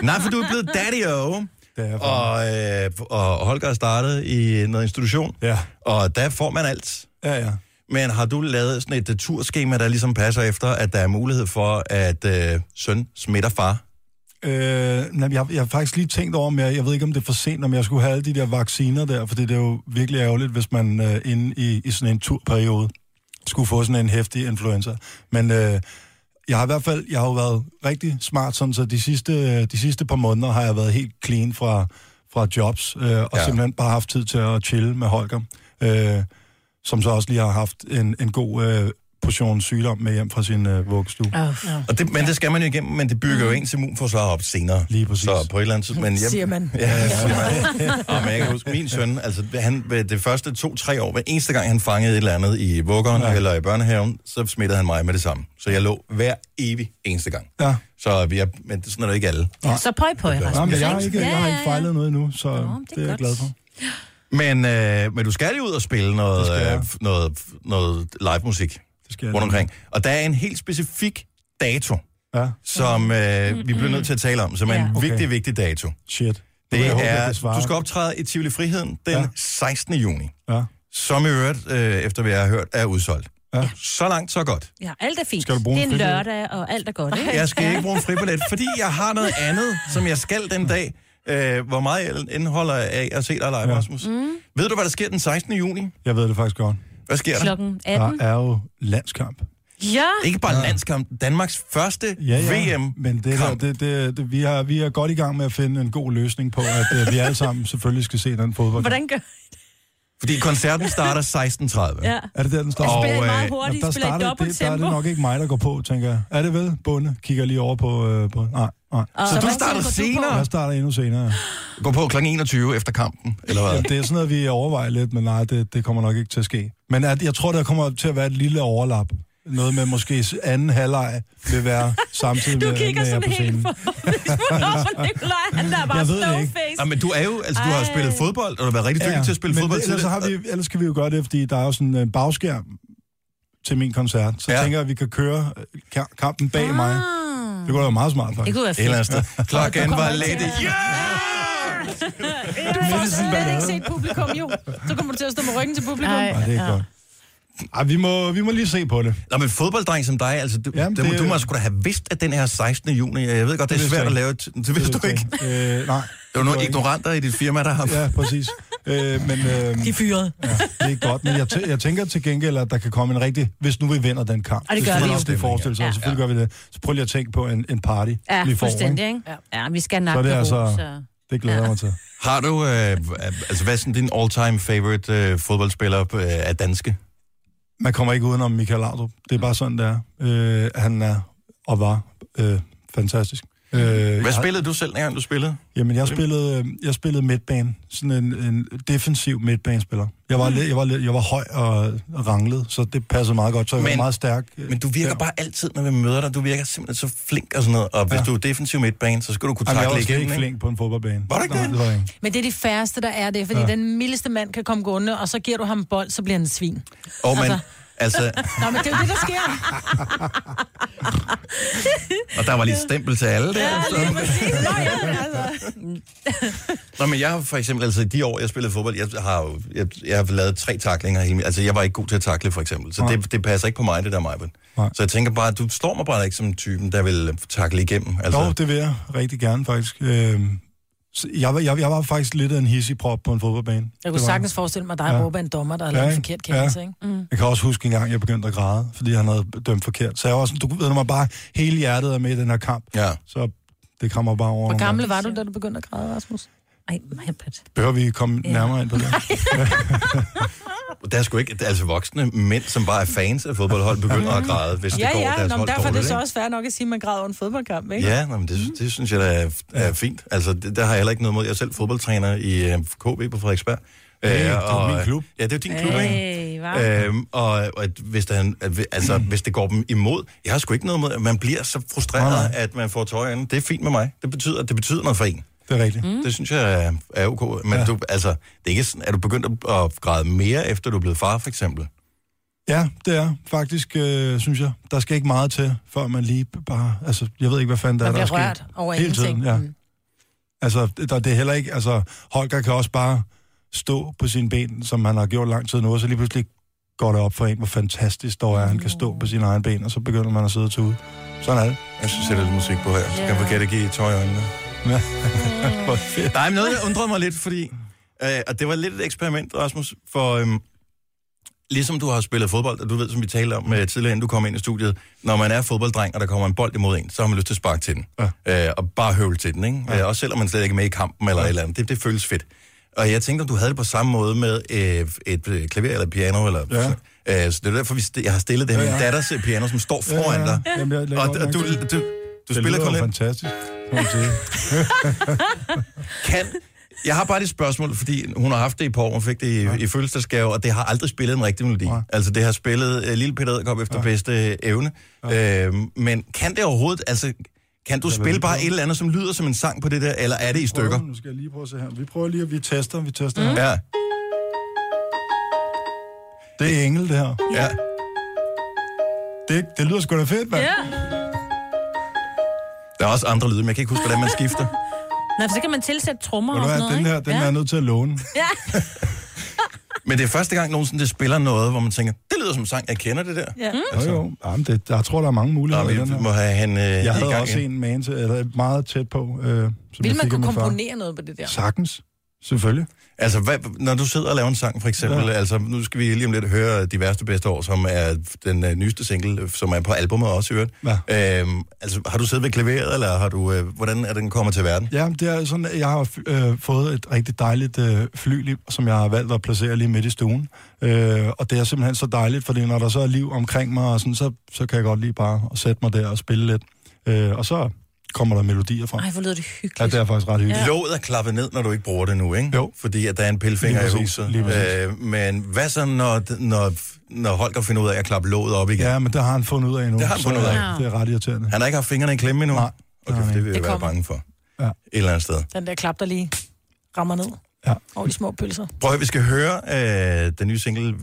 Speaker 1: Nej, for du er blevet daddy-o,
Speaker 10: Det er jeg
Speaker 1: og, øh, og Holger er startet i noget institution,
Speaker 10: Ja.
Speaker 1: og der får man alt.
Speaker 10: Ja, ja.
Speaker 1: Men har du lavet sådan et øh, turskema, der ligesom passer efter, at der er mulighed for, at øh, søn smitter far?
Speaker 10: Øh, nej, jeg, jeg har faktisk lige tænkt over, om jeg, jeg ved ikke, om det er for sent, om jeg skulle have alle de der vacciner der, fordi det er jo virkelig ærgerligt, hvis man øh, inde i, i sådan en turperiode skulle få sådan en hæftig influenza. Men øh, jeg har i hvert fald, jeg har jo været rigtig smart, sådan, så de sidste, øh, de sidste par måneder har jeg været helt clean fra, fra jobs, øh, og
Speaker 1: Ja.
Speaker 10: ja. simpelthen bare haft tid til at chille med Holger, øh, som så også lige har haft en, en god øh, portion sygdom med hjem fra sin øh, vuggestue.
Speaker 1: Og det, men det skal man jo igennem, men det bygger jo ens immunforsvar op senere.
Speaker 10: Lige præcis.
Speaker 1: Så på et eller andet tidspunkt... Men jeg,
Speaker 2: Siger man.
Speaker 1: [laughs] Ja, siger man. Og men jeg kan huske, min søn, altså han, ved det første to-tre år, hver eneste gang han fangede et eller andet i vuggeren ja. eller i børnehaven, så smittede han mig med det samme. Så jeg lå hver evig eneste gang.
Speaker 10: Ja.
Speaker 1: Så vi er, men det- sådan er det ikke alle.
Speaker 3: Så pøj pøj,
Speaker 10: Nå,
Speaker 3: Rasmus.
Speaker 10: men jeg har
Speaker 3: ikke?
Speaker 10: ikke, jeg har ikke fejlet noget endnu, så
Speaker 3: Nå, men
Speaker 10: det,
Speaker 3: det er
Speaker 10: det er jeg
Speaker 3: godt.
Speaker 10: glad for.
Speaker 1: Men, øh, men du skal jo ud og spille
Speaker 10: Det skal
Speaker 1: noget,
Speaker 10: jeg.
Speaker 1: øh, f- noget, f- noget live musik
Speaker 10: Det skal jeg
Speaker 1: rundt omkring. Og der er en helt specifik dato,
Speaker 10: Ja,
Speaker 1: som øh, vi bliver nødt til at tale om, som er en
Speaker 3: Ja.
Speaker 1: ja.
Speaker 10: Okay.
Speaker 1: vigtig, vigtig dato.
Speaker 10: shit. Nu
Speaker 1: Det
Speaker 10: vil jeg håbe, jeg
Speaker 1: er,
Speaker 10: kan svare.
Speaker 1: du skal optræde i Tivoli Friheden den
Speaker 10: Ja.
Speaker 1: 16. juni,
Speaker 10: Ja.
Speaker 1: som i øvrigt, øh, efter hvad jeg har hørt, er udsolgt.
Speaker 10: Ja.
Speaker 1: Så langt, så godt.
Speaker 3: Ja, alt er fint.
Speaker 10: Skal du bruge
Speaker 3: det
Speaker 10: en
Speaker 3: er en
Speaker 10: fridag?
Speaker 3: lørdag, og alt er godt, ikke?
Speaker 1: Jeg skal ikke bruge en fribillet, fordi jeg har noget andet, som jeg skal den dag. Øh, hvor meget jeg indholder af at se dig live, ja.
Speaker 10: Ja.
Speaker 1: Rasmus. Mm. Ved du, hvad der sker den 16. juni?
Speaker 10: Jeg ved det faktisk godt.
Speaker 1: Hvad sker der?
Speaker 3: Klokken 18.
Speaker 10: Der er jo landskamp.
Speaker 3: Ja,
Speaker 1: Ikke bare landskamp, Danmarks første
Speaker 10: Ja, ja.
Speaker 1: VM.
Speaker 10: Men det, der,
Speaker 1: kamp.
Speaker 10: det, det, det, vi, har, vi er godt i gang med at finde en god løsning på, at øh, vi alle sammen selvfølgelig skal se den fodbold.
Speaker 3: hvordan gør
Speaker 1: Fordi koncerten starter 16.30.
Speaker 3: Ja.
Speaker 10: Er det der, den starter?
Speaker 1: Den spiller
Speaker 10: øh,
Speaker 1: meget
Speaker 3: hurtigt,
Speaker 10: der,
Speaker 3: spiller i
Speaker 10: starter
Speaker 3: dobbelt
Speaker 10: det, der er det
Speaker 3: tempo.
Speaker 10: nok ikke mig, der går på, tænker jeg. Er det vel? Bunde. Kigger lige over på... Øh, på nej, nej.
Speaker 1: Og Så du hvad tid starter går du på? senere?
Speaker 10: Jeg starter endnu senere.
Speaker 1: Gå på kl. 21 efter kampen, eller hvad?
Speaker 10: Jamen, det er sådan noget, vi overvejer lidt, men nej, det, det kommer nok ikke til at ske. Men at, jeg tror, der kommer til at være et lille overlap. Noget med måske anden halvleg vil være samtidig
Speaker 3: [laughs] Du
Speaker 10: med,
Speaker 3: kigger
Speaker 10: med jer
Speaker 3: sådan
Speaker 10: på
Speaker 3: helt
Speaker 10: scenen.
Speaker 3: for... Nikolaj, han der er bare
Speaker 10: Jeg ved det ikke.
Speaker 3: stoneface.
Speaker 1: Nå, men du er jo, altså, du har jo spillet fodbold, og du har været rigtig dygtig til at spille
Speaker 10: men
Speaker 1: fodbold
Speaker 10: ellers, så har vi, ellers kan vi jo gøre det, fordi der er jo sådan en bagskærm til min koncert. Så
Speaker 1: Ja.
Speaker 10: ja. tænker jeg, at vi kan køre øh, ka- kampen bag ah. mig. Det kunne da være meget smart, faktisk.
Speaker 3: Det kunne være
Speaker 1: Et eller andet
Speaker 3: fedt. [laughs]
Speaker 1: sted. Klokken var lette. Ja!
Speaker 2: Du får slet ikke set publikum, jo. Så kommer du til at stå med ryggen til publikum.
Speaker 3: Ej.
Speaker 10: Ej, det er
Speaker 3: Ja.
Speaker 10: ja. godt. Ej, vi må, vi må lige se på det.
Speaker 1: Nå, men fodbolddreng som dig, altså, du, Jamen,
Speaker 10: Jamen,
Speaker 1: det,
Speaker 10: det-
Speaker 1: du må sgu da have vidst, at den her 16. juni, jeg ved godt, det er
Speaker 10: Det vidste
Speaker 1: svært
Speaker 10: jeg
Speaker 1: at
Speaker 10: ikke.
Speaker 1: lave, et- det vidste du ikke.
Speaker 10: Øh, nej.
Speaker 1: Der var nogle
Speaker 10: Det var
Speaker 1: ignoranter i dit firma, der har...
Speaker 10: Ja, præcis. Øh, men øh,
Speaker 2: De er fyret.
Speaker 10: ja, det er godt, men jeg, tæ- jeg tænker til gengæld, at der kan komme en rigtig... Hvis nu vi vinder den kamp.
Speaker 3: Og det gør
Speaker 10: skal
Speaker 3: vi
Speaker 10: man
Speaker 3: jo.
Speaker 10: også lige forestille sig,
Speaker 3: Ja.
Speaker 10: ja. selvfølgelig gør vi det. Så prøv lige at tænke på en, en party,
Speaker 3: Ja,
Speaker 10: vi får.
Speaker 3: fuldstændig,
Speaker 10: Ikke?
Speaker 3: ikke? Ja, vi skal
Speaker 10: Så
Speaker 3: nakke
Speaker 10: det er
Speaker 3: det,
Speaker 10: altså...
Speaker 3: så...
Speaker 10: Det glæder jeg
Speaker 3: Ja.
Speaker 10: mig til.
Speaker 1: Har du, øh, altså, hvad er sådan din all-time favorite øh, fodboldspiller øh, af danske?
Speaker 10: Man kommer ikke udenom Michael Laudrup. Det er bare sådan, det er. Øh, han er og var øh, fantastisk. Øh,
Speaker 1: Hvad
Speaker 10: jeg-
Speaker 1: spillede du selv, dengang du spillede?
Speaker 10: Jamen, jeg spillede, øh, jeg spillede midtbane. Sådan en, en defensiv midtbanespiller. Jeg var, mm. jeg, var, lidt- jeg var høj og ranglet, så det passede meget godt. Så jeg
Speaker 1: Men-
Speaker 10: var meget stærk. øh,
Speaker 1: Men du virker ja.
Speaker 10: der.
Speaker 1: bare altid, når vi møder dig, du virker simpelthen så flink og sådan noget. Og hvis ja.
Speaker 10: Ja.
Speaker 1: du er defensiv midtbane, så skal du kunne
Speaker 10: Jamen, jeg
Speaker 1: takle
Speaker 10: var
Speaker 1: igennem,
Speaker 10: slet ikke flink på en fodboldbane.
Speaker 1: Var du ikke
Speaker 10: Nej,
Speaker 1: det?
Speaker 10: det? var jeg ikke.
Speaker 2: Men det er de færreste, der er det, fordi ja.
Speaker 10: Ja.
Speaker 2: den mildeste mand kan komme gående, og så giver du ham en bold, så bliver han en svin.
Speaker 1: Og man,
Speaker 2: Altså.
Speaker 1: altså,
Speaker 2: Nå, men det er jo det, der
Speaker 1: [laughs]
Speaker 2: sker.
Speaker 1: og der var lige stempel til alle der.
Speaker 2: Ja, lige præcis. Nå, ja, men altså.
Speaker 1: Nå, men jeg har for eksempel, altså i de år, jeg spillede fodbold, jeg har jo, jeg, jeg har lavet tre taklinger hele mit- Altså, jeg var ikke god til at takle, for eksempel. Så
Speaker 10: Nej.
Speaker 1: det, det passer ikke på mig, det der, Majben.
Speaker 10: Nej.
Speaker 1: Så jeg tænker bare, du står mig bare ikke som typen, der vil takle igennem. Altså,
Speaker 10: Jo, det vil jeg rigtig gerne, faktisk. Øh, så jeg, var- jeg, jeg var faktisk lidt af en hissigprop på en fodboldbane.
Speaker 2: Jeg
Speaker 10: Det
Speaker 2: kunne
Speaker 10: var jeg.
Speaker 2: sagtens forestille mig, at dig
Speaker 10: Ja.
Speaker 2: råber en dommer, der har
Speaker 10: Ja,
Speaker 2: lavet en
Speaker 10: ikke?
Speaker 2: forkert kendelse, ikke?
Speaker 1: Mm.
Speaker 10: Jeg kan også huske en gang, jeg begyndte at græde, fordi han havde dømt forkert. Så jeg var sådan, du ved, når man bare hele hjertet er med i den her kamp,
Speaker 1: Ja.
Speaker 10: så det kommer bare over.
Speaker 2: Hvor
Speaker 10: nogle
Speaker 1: Mm.
Speaker 2: gammel
Speaker 10: gange.
Speaker 2: var du, da du begyndte at græde, Rasmus?
Speaker 3: Ej, Majbert.
Speaker 10: Behøver vi komme
Speaker 3: Ja.
Speaker 10: nærmere ind på det?
Speaker 2: [laughs]
Speaker 1: Og Der er sgu ikke, altså voksne mænd, som bare er fans af fodboldhold, begynder at græde, hvis
Speaker 2: Ja,
Speaker 1: det går
Speaker 2: ja,
Speaker 1: deres
Speaker 2: Nå, men
Speaker 1: hold
Speaker 2: derfor er det
Speaker 1: dårligt,
Speaker 2: så
Speaker 1: ikke?
Speaker 2: også fair nok at sige, at man græder over en fodboldkamp, ikke?
Speaker 1: Ja, nå, men det,
Speaker 10: Mm.
Speaker 1: det synes jeg da er, er fint. Altså, det, der har jeg heller ikke noget mod. Jeg er selv fodboldtræner i øh, KB på Frederiksberg. Øh,
Speaker 10: det er
Speaker 1: og-
Speaker 10: min klub.
Speaker 1: Ja, det er jo din klub, ikke?
Speaker 3: Hey, var.
Speaker 1: Øhm, og, og at hvis, der, er en- at vi- altså,
Speaker 10: Mm.
Speaker 1: hvis det går dem imod, jeg har sgu ikke noget med, at man bliver så frustreret,
Speaker 10: Nej,
Speaker 1: nej. at man får tøj øjnene. Det er fint med mig. Det betyder, at det betyder noget for en.
Speaker 10: Det er rigtigt.
Speaker 1: Mm. Det synes jeg er, er ok. Men ja.
Speaker 10: Ja.
Speaker 1: du, altså, det er ikke sådan, at du begyndt at, at græde mere, efter du er blevet far, for eksempel.
Speaker 10: Ja, det er faktisk, øh, synes jeg. Der skal ikke meget til, før man lige bare... Altså, jeg ved ikke, hvad fanden der
Speaker 2: Man
Speaker 10: er, der
Speaker 2: bliver
Speaker 10: er sket.
Speaker 2: rørt over
Speaker 10: Hele tiden,
Speaker 2: ingenting.
Speaker 10: ja.
Speaker 2: Mm.
Speaker 10: Altså, det- der, det er heller ikke... Altså, Holger kan også bare stå på sine ben, som han har gjort lang tid nu, og så lige pludselig går det op for en, hvor fantastisk dog er, han kan stå på sine egne ben, og så begynder man at sidde og tude. Sådan er det.
Speaker 1: Jeg synes, jeg sætter lidt musik på her. Så kan jeg ikke give tøj i øjnene.
Speaker 10: Ja.
Speaker 1: Hvor fedt. Nej, men noget, der undrede mig lidt, fordi... Øh, og det var lidt et eksperiment, Rasmus, for... Øhm, ligesom du har spillet fodbold, og du ved, som vi talte om øh, tidligere, inden du kom ind i studiet, når man er fodbolddreng, og der kommer en bold imod en, så har man lyst til at sparke til den. Ja. Øh, og bare høvle til den, ikke? Ja. Øh, også selvom man slet ikke er med i kampen eller ja. et eller andet. Det, det føles fedt. Og jeg tænkte, om du havde det på samme måde med øh, et øh, klaver eller et piano. Eller,
Speaker 10: Ja.
Speaker 1: øh, så det er derfor, vi st- jeg har stillet det her. Ja,
Speaker 10: Ja,
Speaker 1: Min
Speaker 10: ja.
Speaker 1: datters øh, piano, som står foran
Speaker 10: Ja, ja.
Speaker 1: dig.
Speaker 10: Jamen, jeg lægger
Speaker 1: og,
Speaker 10: godt
Speaker 1: og
Speaker 10: mærke
Speaker 1: du,
Speaker 10: til det.
Speaker 1: du, du
Speaker 10: det
Speaker 1: spiller
Speaker 10: lyder
Speaker 1: kun
Speaker 10: jo
Speaker 1: lidt.
Speaker 10: fantastisk. kan man sige.
Speaker 1: kan... Jeg har bare det spørgsmål, fordi hun har haft det i på, hun fik det i, ja. i fødselsdagsgave, og det har aldrig spillet en rigtig melodi. Ja.
Speaker 10: Nej.
Speaker 1: Altså, det har spillet uh, Lille Peter Edderkop efter ja. bedste evne. Ja. Øhm, men kan det overhovedet, altså, kan du spille
Speaker 10: lige
Speaker 1: bare
Speaker 10: prøve.
Speaker 1: et eller andet, som lyder som en sang på det der, eller er det i [laughs] stykker? Mm.
Speaker 10: Prøv, nu skal jeg lige prøve at se her. Vi prøver lige, at vi tester, vi tester her.
Speaker 1: Ja,
Speaker 10: Det er engel, det her.
Speaker 1: ja.
Speaker 10: Det, det lyder sgu da fedt, mand.
Speaker 3: Ja.
Speaker 1: Der er også andre lyde, men jeg kan ikke huske, hvordan man skifter.
Speaker 3: Nå, for så kan man tilsætte trommer
Speaker 10: Ved
Speaker 3: og
Speaker 10: du
Speaker 3: sådan
Speaker 10: hvad,
Speaker 3: noget,
Speaker 10: den her,
Speaker 3: ikke?
Speaker 10: den er jeg
Speaker 3: ja.
Speaker 10: nødt til at låne.
Speaker 3: ja.
Speaker 1: Men det er første gang nogensinde, det spiller noget, hvor man tænker, det lyder som en sang, jeg kender det der.
Speaker 2: [laughs] Ja. Mm.
Speaker 10: Jo, jo. Jamen, det, jeg tror, der er mange muligheder. i
Speaker 1: Nå,
Speaker 10: den
Speaker 1: Altså. vi
Speaker 10: her.
Speaker 1: må have hende øh,
Speaker 10: Jeg
Speaker 1: i
Speaker 10: havde
Speaker 1: gang
Speaker 10: også
Speaker 1: igen.
Speaker 10: en man til, eller meget tæt på, øh, som jeg
Speaker 2: Vil man
Speaker 10: fik af
Speaker 2: kunne
Speaker 10: min far.
Speaker 2: komponere noget på det der?
Speaker 10: Sagtens. Selvfølgelig.
Speaker 1: Altså, hvad, når du sidder og laver en sang, for eksempel, ja. altså, nu skal vi lige om lidt høre De Værste Bedste År, som er den øh, nyeste single, øh, som er på albumet også, i øvrigt. Ja. Øhm, altså, har du siddet ved klaveret, eller har du, øh, hvordan er den kommer til verden?
Speaker 10: Ja, det er sådan, at jeg har øh, fået et rigtig dejligt øh, flylip, som jeg har valgt at placere lige midt i stuen. Øh, og det er simpelthen så dejligt, fordi når der så er liv omkring mig, og sådan, så, så kan jeg godt lige bare at sætte mig der og spille lidt. Øh, og så kommer der melodier fra.
Speaker 3: Ej, hvor lyder det
Speaker 10: Ja,
Speaker 3: hyggeligt.
Speaker 10: det er faktisk ret hyggeligt.
Speaker 1: Ja. Låget er klappet ned, når du ikke bruger det nu, ikke? Jo. Fordi at der er en pillefinger
Speaker 10: Lige
Speaker 1: i
Speaker 10: præcis,
Speaker 1: huset.
Speaker 10: lige præcis.
Speaker 1: øh, men hvad så, når, når, når Holger finder ud af at klappe låget op igen?
Speaker 10: Ja, men det har han fundet ud af nu.
Speaker 1: Det har han fundet
Speaker 10: så,
Speaker 1: ud af.
Speaker 10: øh, Det er ret irriterende.
Speaker 1: Han har ikke haft fingrene i klemme endnu? Nej. Okay, for det vil jeg
Speaker 2: Det
Speaker 1: være
Speaker 2: kommer.
Speaker 1: bange for.
Speaker 10: Ja.
Speaker 1: Et eller andet sted.
Speaker 2: Den der klap, der lige rammer ned
Speaker 10: ja.
Speaker 2: over de små pølser.
Speaker 1: Prøv at høre, vi skal høre øh, den nye single.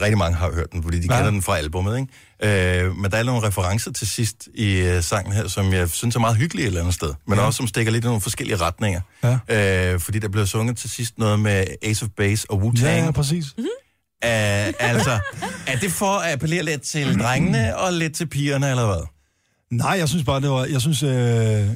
Speaker 1: Rigtig mange har hørt den, fordi de
Speaker 10: Ja.
Speaker 1: ja. kender den fra albumet, ikke? Øh, men der er nogle referencer til sidst i øh, sangen her, som jeg synes er meget hyggelige et eller andet sted. Men også som stikker lidt i nogle forskellige retninger. Ja. Øh, fordi der blev sunget til sidst noget med Ace of Base og Wu-Tang.
Speaker 10: Ja, præcis.
Speaker 1: Øh, altså, er det for at appellere lidt til drengene og lidt til pigerne, eller hvad?
Speaker 10: Nej, jeg synes bare, det var... Jeg synes, øh,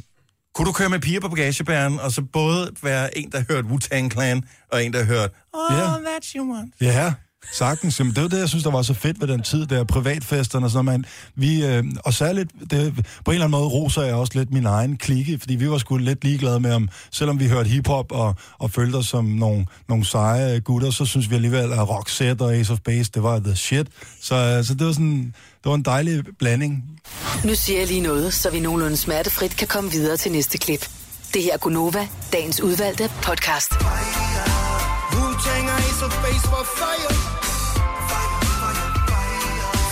Speaker 1: Kunne du køre med piger på bagagebæren, og så både være en, der hørte Wu-Tang Clan, og en, der hørte... Oh,
Speaker 10: Ja.
Speaker 1: that's you want.
Speaker 10: Ja, sagtens. Jamen, det var det, jeg synes, der var så fedt ved den tid, der privatfesterne og sådan noget. Man, vi, øh, og særligt, det, på en eller anden måde roser jeg også lidt min egen klikke, fordi vi var sgu lidt ligeglade med, om selvom vi hørte hiphop og, og følte os som nogle, nogle seje gutter, så synes vi alligevel, at Roxette og Ace of Base, det var the shit. Så, øh, så det var sådan, det var en dejlig blanding.
Speaker 6: Nu siger jeg lige noget, så vi nogenlunde smertefrit kan komme videre til næste klip. Det her er Gunova, dagens udvalgte podcast.
Speaker 11: Wu-Tang og Ace of Base var fire.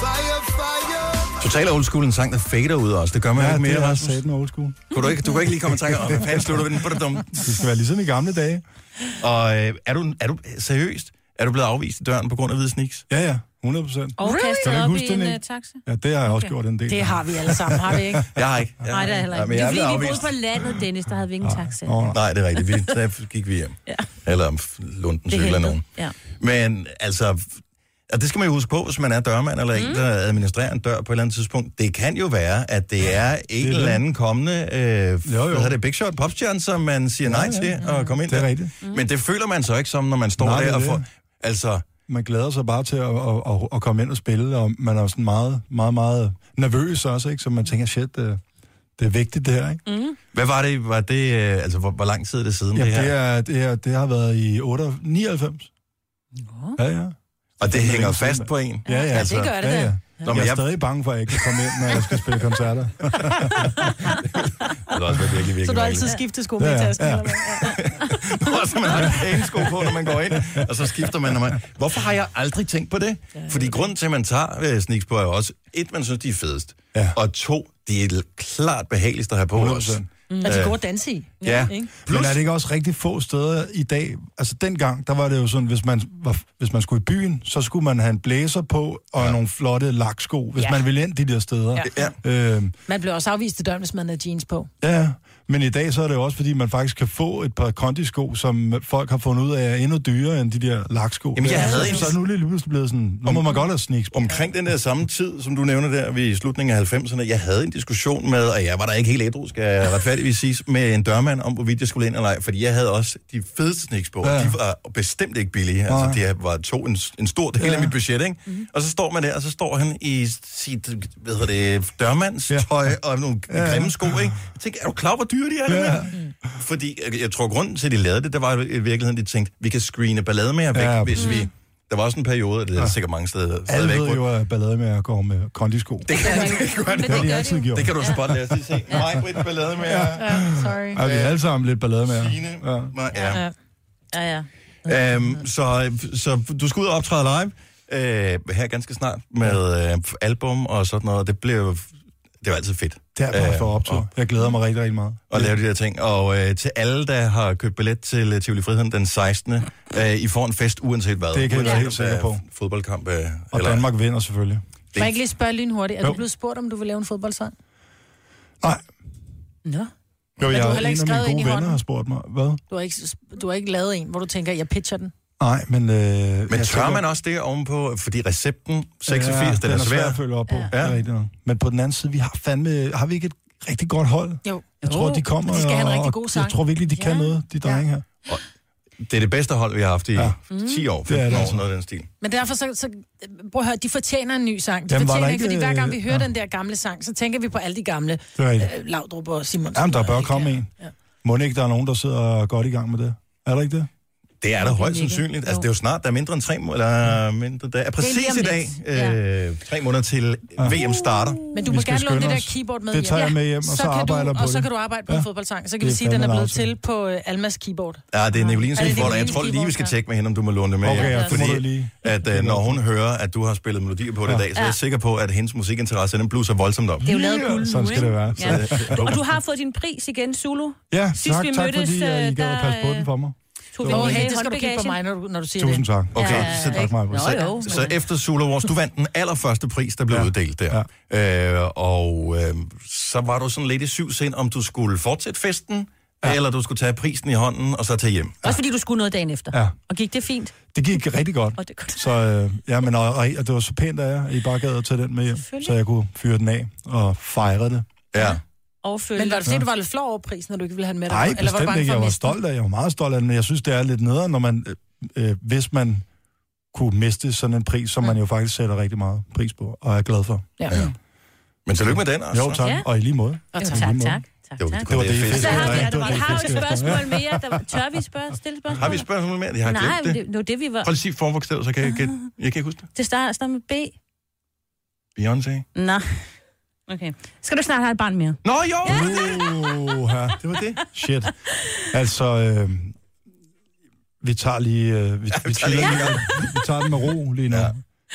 Speaker 11: Fire, fire.
Speaker 1: Total old school, en sang, der fader ud også. Det gør man ja, ikke mere,
Speaker 10: det er
Speaker 1: Rasmus.
Speaker 10: satan old school.
Speaker 1: Kunne du, ikke, du kan ikke lige komme og tænke, "Åh, hvad fanden slutter vi den på det dumme?
Speaker 10: Det skal være ligesom i gamle dage.
Speaker 1: Og øh, er, du, er du seriøst? Er du blevet afvist i døren på grund af hvide sniks?
Speaker 10: Ja, ja, 100 procent.
Speaker 3: Og really?
Speaker 10: Kan du
Speaker 3: kastet
Speaker 10: ikke
Speaker 3: op
Speaker 10: huske
Speaker 3: i
Speaker 10: den,
Speaker 3: en
Speaker 10: ikke?
Speaker 3: uh, taxa?
Speaker 10: Ja, det har jeg også
Speaker 3: Okay.
Speaker 10: gjort en del.
Speaker 2: Det har vi alle sammen, har vi ikke?
Speaker 1: Jeg har ikke. Jeg
Speaker 3: Nej,
Speaker 1: har
Speaker 3: det er heller
Speaker 1: Ja,
Speaker 3: ikke.
Speaker 1: men
Speaker 3: det
Speaker 1: jeg
Speaker 3: er
Speaker 1: er blevet
Speaker 3: fordi, vi boede
Speaker 1: afvist.
Speaker 3: på landet, Dennis, der havde vi ingen taxa.
Speaker 1: Nej, det er rigtigt. Vi, der gik vi hjem. Ja. Eller om lunden
Speaker 3: Det
Speaker 1: cykel eller
Speaker 3: hældte.
Speaker 1: nogen.
Speaker 3: Ja.
Speaker 1: Men altså, og det skal man jo huske på, hvis man er dørmand eller mm. en, der administrerer en dør på et eller andet tidspunkt. Det kan jo være, at det er en
Speaker 10: det.
Speaker 1: eller anden kommende, øh, hvad hedder det, Big Shot popstjerne, som man siger nej til at komme ind
Speaker 10: Det er
Speaker 1: der. Mm.
Speaker 10: rigtigt.
Speaker 1: Men det føler man så ikke som, når man står
Speaker 10: Nej, det
Speaker 1: der
Speaker 10: er
Speaker 1: og
Speaker 10: det.
Speaker 1: får... Altså,
Speaker 10: man glæder sig bare til at, at, at, at komme ind og spille, og man er sådan meget, meget, meget nervøs også, ikke? Så man tænker, shit, det, det er vigtigt det her, ikke? Mm.
Speaker 1: hvad var det? Var det øh, altså, hvor, hvor lang tid er det siden,
Speaker 10: Ja,
Speaker 1: det her?
Speaker 10: det, er, det, er, det har været i 98, 99. Ja, ja.
Speaker 1: Og det
Speaker 10: er
Speaker 1: hænger
Speaker 10: længe
Speaker 1: fast
Speaker 10: siden,
Speaker 1: på en.
Speaker 10: Ja, ja,
Speaker 2: det gør det
Speaker 10: ja,
Speaker 2: da.
Speaker 10: ja.
Speaker 1: Nå,
Speaker 10: Nå,
Speaker 1: men
Speaker 10: jeg er
Speaker 1: jeg-
Speaker 10: stadig bange for, at jeg ikke kan komme ind, når jeg skal spille koncerter.
Speaker 1: Det er også virkelig, virkelig
Speaker 2: Så du
Speaker 1: mærkeligt.
Speaker 2: altid skifter sko
Speaker 10: Ja,
Speaker 2: med
Speaker 10: ja,
Speaker 2: i tasken?
Speaker 10: ja.
Speaker 2: eller
Speaker 1: [laughs]
Speaker 2: hvad?
Speaker 1: Og så man har pænesko på, når man går ind, og så skifter man, når man... Hvorfor har jeg aldrig tænkt på det? Fordi grunden til, at man tager øh, sneaks på, er jo også, et, man synes, de er fedest,
Speaker 10: Ja.
Speaker 1: og to, de er klart behageligst at have på også. Øh,
Speaker 10: 100%.
Speaker 2: Mm. Altså, Er de gode at danse i?
Speaker 1: Ja.
Speaker 2: Ikke?
Speaker 10: Men
Speaker 1: Plus,
Speaker 10: er det ikke også rigtig få steder i dag? Altså dengang, der var det jo sådan, hvis man, var, hvis man skulle i byen, så skulle man have en blæser på og ja. nogle flotte laksko, hvis
Speaker 2: Ja.
Speaker 10: ja. man ville ind de der steder.
Speaker 1: Ja.
Speaker 10: Øhm,
Speaker 2: Man bliver også afvist til døren, hvis man havde jeans på.
Speaker 10: Ja, men i dag så er det jo også, fordi man faktisk kan få et par kondisko, som folk har fundet ud af er endnu dyrere end de der laksko.
Speaker 1: Jamen, jeg havde en-
Speaker 10: Så er nu lige pludselig blevet sådan, nu må man godt have sneaks på.
Speaker 1: omkring den der samme tid, som du nævner der ved slutningen af 90'erne, jeg havde en diskussion med, og jeg var der ikke helt ædru, skal jeg retfærdigvis siges, med en dørmand om, hvorvidt jeg skulle ind eller ej, fordi jeg havde også de fedeste sneaks på.
Speaker 10: Ja.
Speaker 1: Ja. De var bestemt ikke billige. Altså, det var to en, en stor del ja.
Speaker 10: Ja.
Speaker 1: af mit budget, ikke? Mm-hmm. Og så står man der, og så står han i sit, hvad hedder det, dørmandstøj ja. og nogle ja. grimme sko, ikke? Jeg tænkte, er du klar, hvor dyre de er? Ja. Fordi jeg, jeg tror, grunden til, at de lavede det, det var i virkeligheden, de tænkte, vi kan screene ballade med jer væk,
Speaker 10: Ja.
Speaker 1: ja. hvis vi... Der var også en periode, det er ja. sikkert mange steder
Speaker 10: Alle
Speaker 1: stadigvæk,
Speaker 10: ved
Speaker 1: hvor-
Speaker 10: jo, at ballade med at gå med kondisko. Det,
Speaker 1: det, det, gør
Speaker 10: det har
Speaker 1: det.
Speaker 10: de altid gjort.
Speaker 1: det kan du spotte, lad os lige se. Mig, Britt, ballade med jer.
Speaker 2: Sorry.
Speaker 10: Er vi alle sammen lidt ballade med?
Speaker 1: Signe, mig, ja.
Speaker 3: Ja, ja.
Speaker 1: Øhm, så, så du skal ud og optræde live øh, her ganske snart med øh, album og sådan noget. Det blev det var altid fedt.
Speaker 10: Det er bare
Speaker 1: Øh,
Speaker 10: for optur. Jeg glæder mig rigtig, rigtig meget.
Speaker 1: at lave de der ting. Og øh, til alle, der har købt billet til øh, Tivoli Friheden den 16. Øh, I får en fest uanset hvad.
Speaker 10: Det kan I være
Speaker 1: Uanset
Speaker 10: helt
Speaker 1: om
Speaker 10: sikre
Speaker 1: der er
Speaker 10: på.
Speaker 1: Fodboldkamp øh,
Speaker 10: Og
Speaker 1: eller...
Speaker 10: Danmark vinder selvfølgelig.
Speaker 2: Må jeg ikke lige spørge lynhurtigt? Er du
Speaker 10: Jo.
Speaker 2: blevet spurgt, om du vil lave en fodboldsang?
Speaker 10: Nej,
Speaker 2: Nå.
Speaker 10: jo, jeg,
Speaker 2: du har
Speaker 10: en
Speaker 2: heller
Speaker 10: af
Speaker 2: ikke
Speaker 10: mine
Speaker 2: skrevet
Speaker 10: gode
Speaker 2: ind i
Speaker 10: venner
Speaker 2: hånden.
Speaker 10: har spurgt mig, hvad?
Speaker 2: Du har, ikke, du har ikke lavet en, hvor du tænker, jeg pitcher den.
Speaker 10: Nej, men... Øh,
Speaker 1: Men
Speaker 10: jeg
Speaker 1: tør
Speaker 10: tænker-
Speaker 1: man også det ovenpå? Fordi recepten 86,
Speaker 10: Ja,
Speaker 1: ja, den, er svær.
Speaker 10: at følge op på. Ja.
Speaker 1: Ja.
Speaker 10: Det er rigtigt nok. Men på den anden side, vi har fandme... Har vi ikke et rigtig godt hold?
Speaker 2: Jo.
Speaker 10: Jeg tror, de kommer,
Speaker 2: De skal have en
Speaker 10: og-
Speaker 2: rigtig
Speaker 10: og
Speaker 2: god sang.
Speaker 10: Jeg tror virkelig, de ja. kan
Speaker 2: Ja.
Speaker 10: noget, de drenge her.
Speaker 1: Det er det bedste hold, vi har haft i ja. 10 år, 15
Speaker 10: Det er det
Speaker 1: år,
Speaker 10: altså.
Speaker 1: sådan noget af den stil.
Speaker 2: Men derfor så, så prøv at høre, de fortjener en ny sang. De
Speaker 1: Jamen, var
Speaker 2: fortjener
Speaker 1: der
Speaker 2: ikke, fordi
Speaker 1: ikke,
Speaker 2: hver gang vi
Speaker 1: øh,
Speaker 2: hører
Speaker 10: ja.
Speaker 2: den der gamle sang, så tænker vi på alle de gamle.
Speaker 10: Det er rigtigt.
Speaker 2: Øh, Laudrup og Simon.
Speaker 10: Jamen, der bør komme en. Må ikke, der er nogen, der sidder godt i gang med det? Er der ikke det?
Speaker 1: Det er da højst sandsynligt. Altså, det er jo snart, der er mindre end tre måneder, eller mindre dag. Ja,
Speaker 2: Det er
Speaker 1: præcis i
Speaker 2: lige om
Speaker 1: dag, øh, tre måneder til VM starter.
Speaker 2: Men du må gerne låne det der keyboard med
Speaker 10: Det tager jeg
Speaker 2: Ja.
Speaker 10: med hjem, og så
Speaker 2: kan
Speaker 10: arbejder
Speaker 2: du,
Speaker 10: på
Speaker 2: Og så
Speaker 10: det.
Speaker 2: kan du arbejde på en
Speaker 10: Ja.
Speaker 2: fodboldsang. Så kan
Speaker 10: Det
Speaker 2: vi
Speaker 10: er
Speaker 2: sige, at den er
Speaker 10: fandme en
Speaker 2: blevet til på øh, Almas keyboard.
Speaker 1: Ja, det er Nicolines
Speaker 2: Er det
Speaker 1: keyboard, og jeg
Speaker 2: Nicolines
Speaker 1: tror lige, vi skal
Speaker 2: keyboard,
Speaker 1: tjekke med hende, om du må låne det med.
Speaker 10: Okay,
Speaker 1: hjem,
Speaker 10: ja, det må du
Speaker 1: fordi
Speaker 10: lige.
Speaker 1: at, øh, når hun hører, at du har spillet melodier på det i dag, så er
Speaker 3: Ja.
Speaker 1: jeg sikker på, at hendes musikinteresse, den bluser voldsomt op.
Speaker 3: Det er jo lavet guld nu,
Speaker 10: Sådan skal
Speaker 3: ikke?
Speaker 10: det være.
Speaker 3: Ja.
Speaker 1: Så- øh,
Speaker 3: Og du har fået din pris igen, Zulu.
Speaker 10: Ja,
Speaker 3: Sidst
Speaker 10: tak,
Speaker 3: vi
Speaker 10: tak
Speaker 3: mødtes,
Speaker 10: fordi
Speaker 3: øh,
Speaker 10: at I gad at
Speaker 3: der,
Speaker 10: passe på
Speaker 3: øh,
Speaker 10: den for mig.
Speaker 3: tog
Speaker 10: Det
Speaker 3: vi
Speaker 10: var-
Speaker 3: med
Speaker 2: Åh, hey,
Speaker 3: i
Speaker 2: det skal du kigge på
Speaker 3: håndbagagen.
Speaker 2: mig, når du, når du siger
Speaker 10: Tusind
Speaker 2: det.
Speaker 10: tak.
Speaker 1: Okay,
Speaker 3: Ja,
Speaker 1: så,
Speaker 10: tak, Maja.
Speaker 1: så,
Speaker 3: jo,
Speaker 1: så efter Sula Wars, du vandt den allerførste pris, der blev ja. uddelt der. Ja. Øh, og øh, så var du sådan lidt i syv sind, om du skulle fortsætte festen, ja. eller du skulle tage prisen i hånden og så tage hjem.
Speaker 3: Også fordi du skulle noget dagen efter.
Speaker 10: Ja.
Speaker 3: Og gik det fint?
Speaker 10: Det gik rigtig godt.
Speaker 3: Og det er godt.
Speaker 10: Så øh, ja, men og, og, og det var så pænt af jer, at I bare gad at tage den med hjem, så jeg kunne fyre den af og fejre det.
Speaker 1: Ja.
Speaker 3: Overfølge.
Speaker 2: Men var det fordi, du var lidt flov over prisen, når du ikke ville have den med dig?
Speaker 10: Nej,
Speaker 2: eller var du
Speaker 10: bestemt
Speaker 2: bange
Speaker 10: ikke.
Speaker 2: for at
Speaker 10: Jeg var
Speaker 2: miste den?
Speaker 10: stolt af, jeg var meget stolt af den, men jeg synes, det er lidt nederen, når man, øh, øh, hvis man kunne miste sådan en pris, som man jo faktisk sætter rigtig meget pris på, og er glad for.
Speaker 2: Ja.
Speaker 1: Men tillykke med den, altså.
Speaker 10: Jo, tak.
Speaker 3: Ja.
Speaker 10: Og i lige måde.
Speaker 3: Og
Speaker 10: I
Speaker 3: tak,
Speaker 10: lige
Speaker 3: tak,
Speaker 10: måde.
Speaker 3: tak. tak,
Speaker 1: Jo,
Speaker 3: tak.
Speaker 1: det var det, jeg
Speaker 3: Og så har
Speaker 10: fiskede.
Speaker 3: vi, altså, vi har jo
Speaker 10: Det
Speaker 3: et
Speaker 10: var det, jeg fiskede
Speaker 3: spørgsmål
Speaker 10: efter.
Speaker 3: mere. Der, tør vi spørge, stille spørgsmål?
Speaker 1: Har vi et spørgsmål mere? Jeg har
Speaker 3: Nej,
Speaker 1: glemt det.
Speaker 3: men det, det var det, vi var.
Speaker 1: Prøv lige at sige formforkstedet, så kan jeg gætte. Jeg kan ikke huske det.
Speaker 3: Det starter snart med B.
Speaker 1: Beyoncé.
Speaker 3: Nej. Okay. Skal du snart have et barn mere?
Speaker 1: Nå jo!
Speaker 10: Uha, det var det. Shit. Altså, øh, vi tager lige... Øh, vi, vi, tager lige
Speaker 1: det ikke.
Speaker 10: vi tager den med ro lige nu. Ja.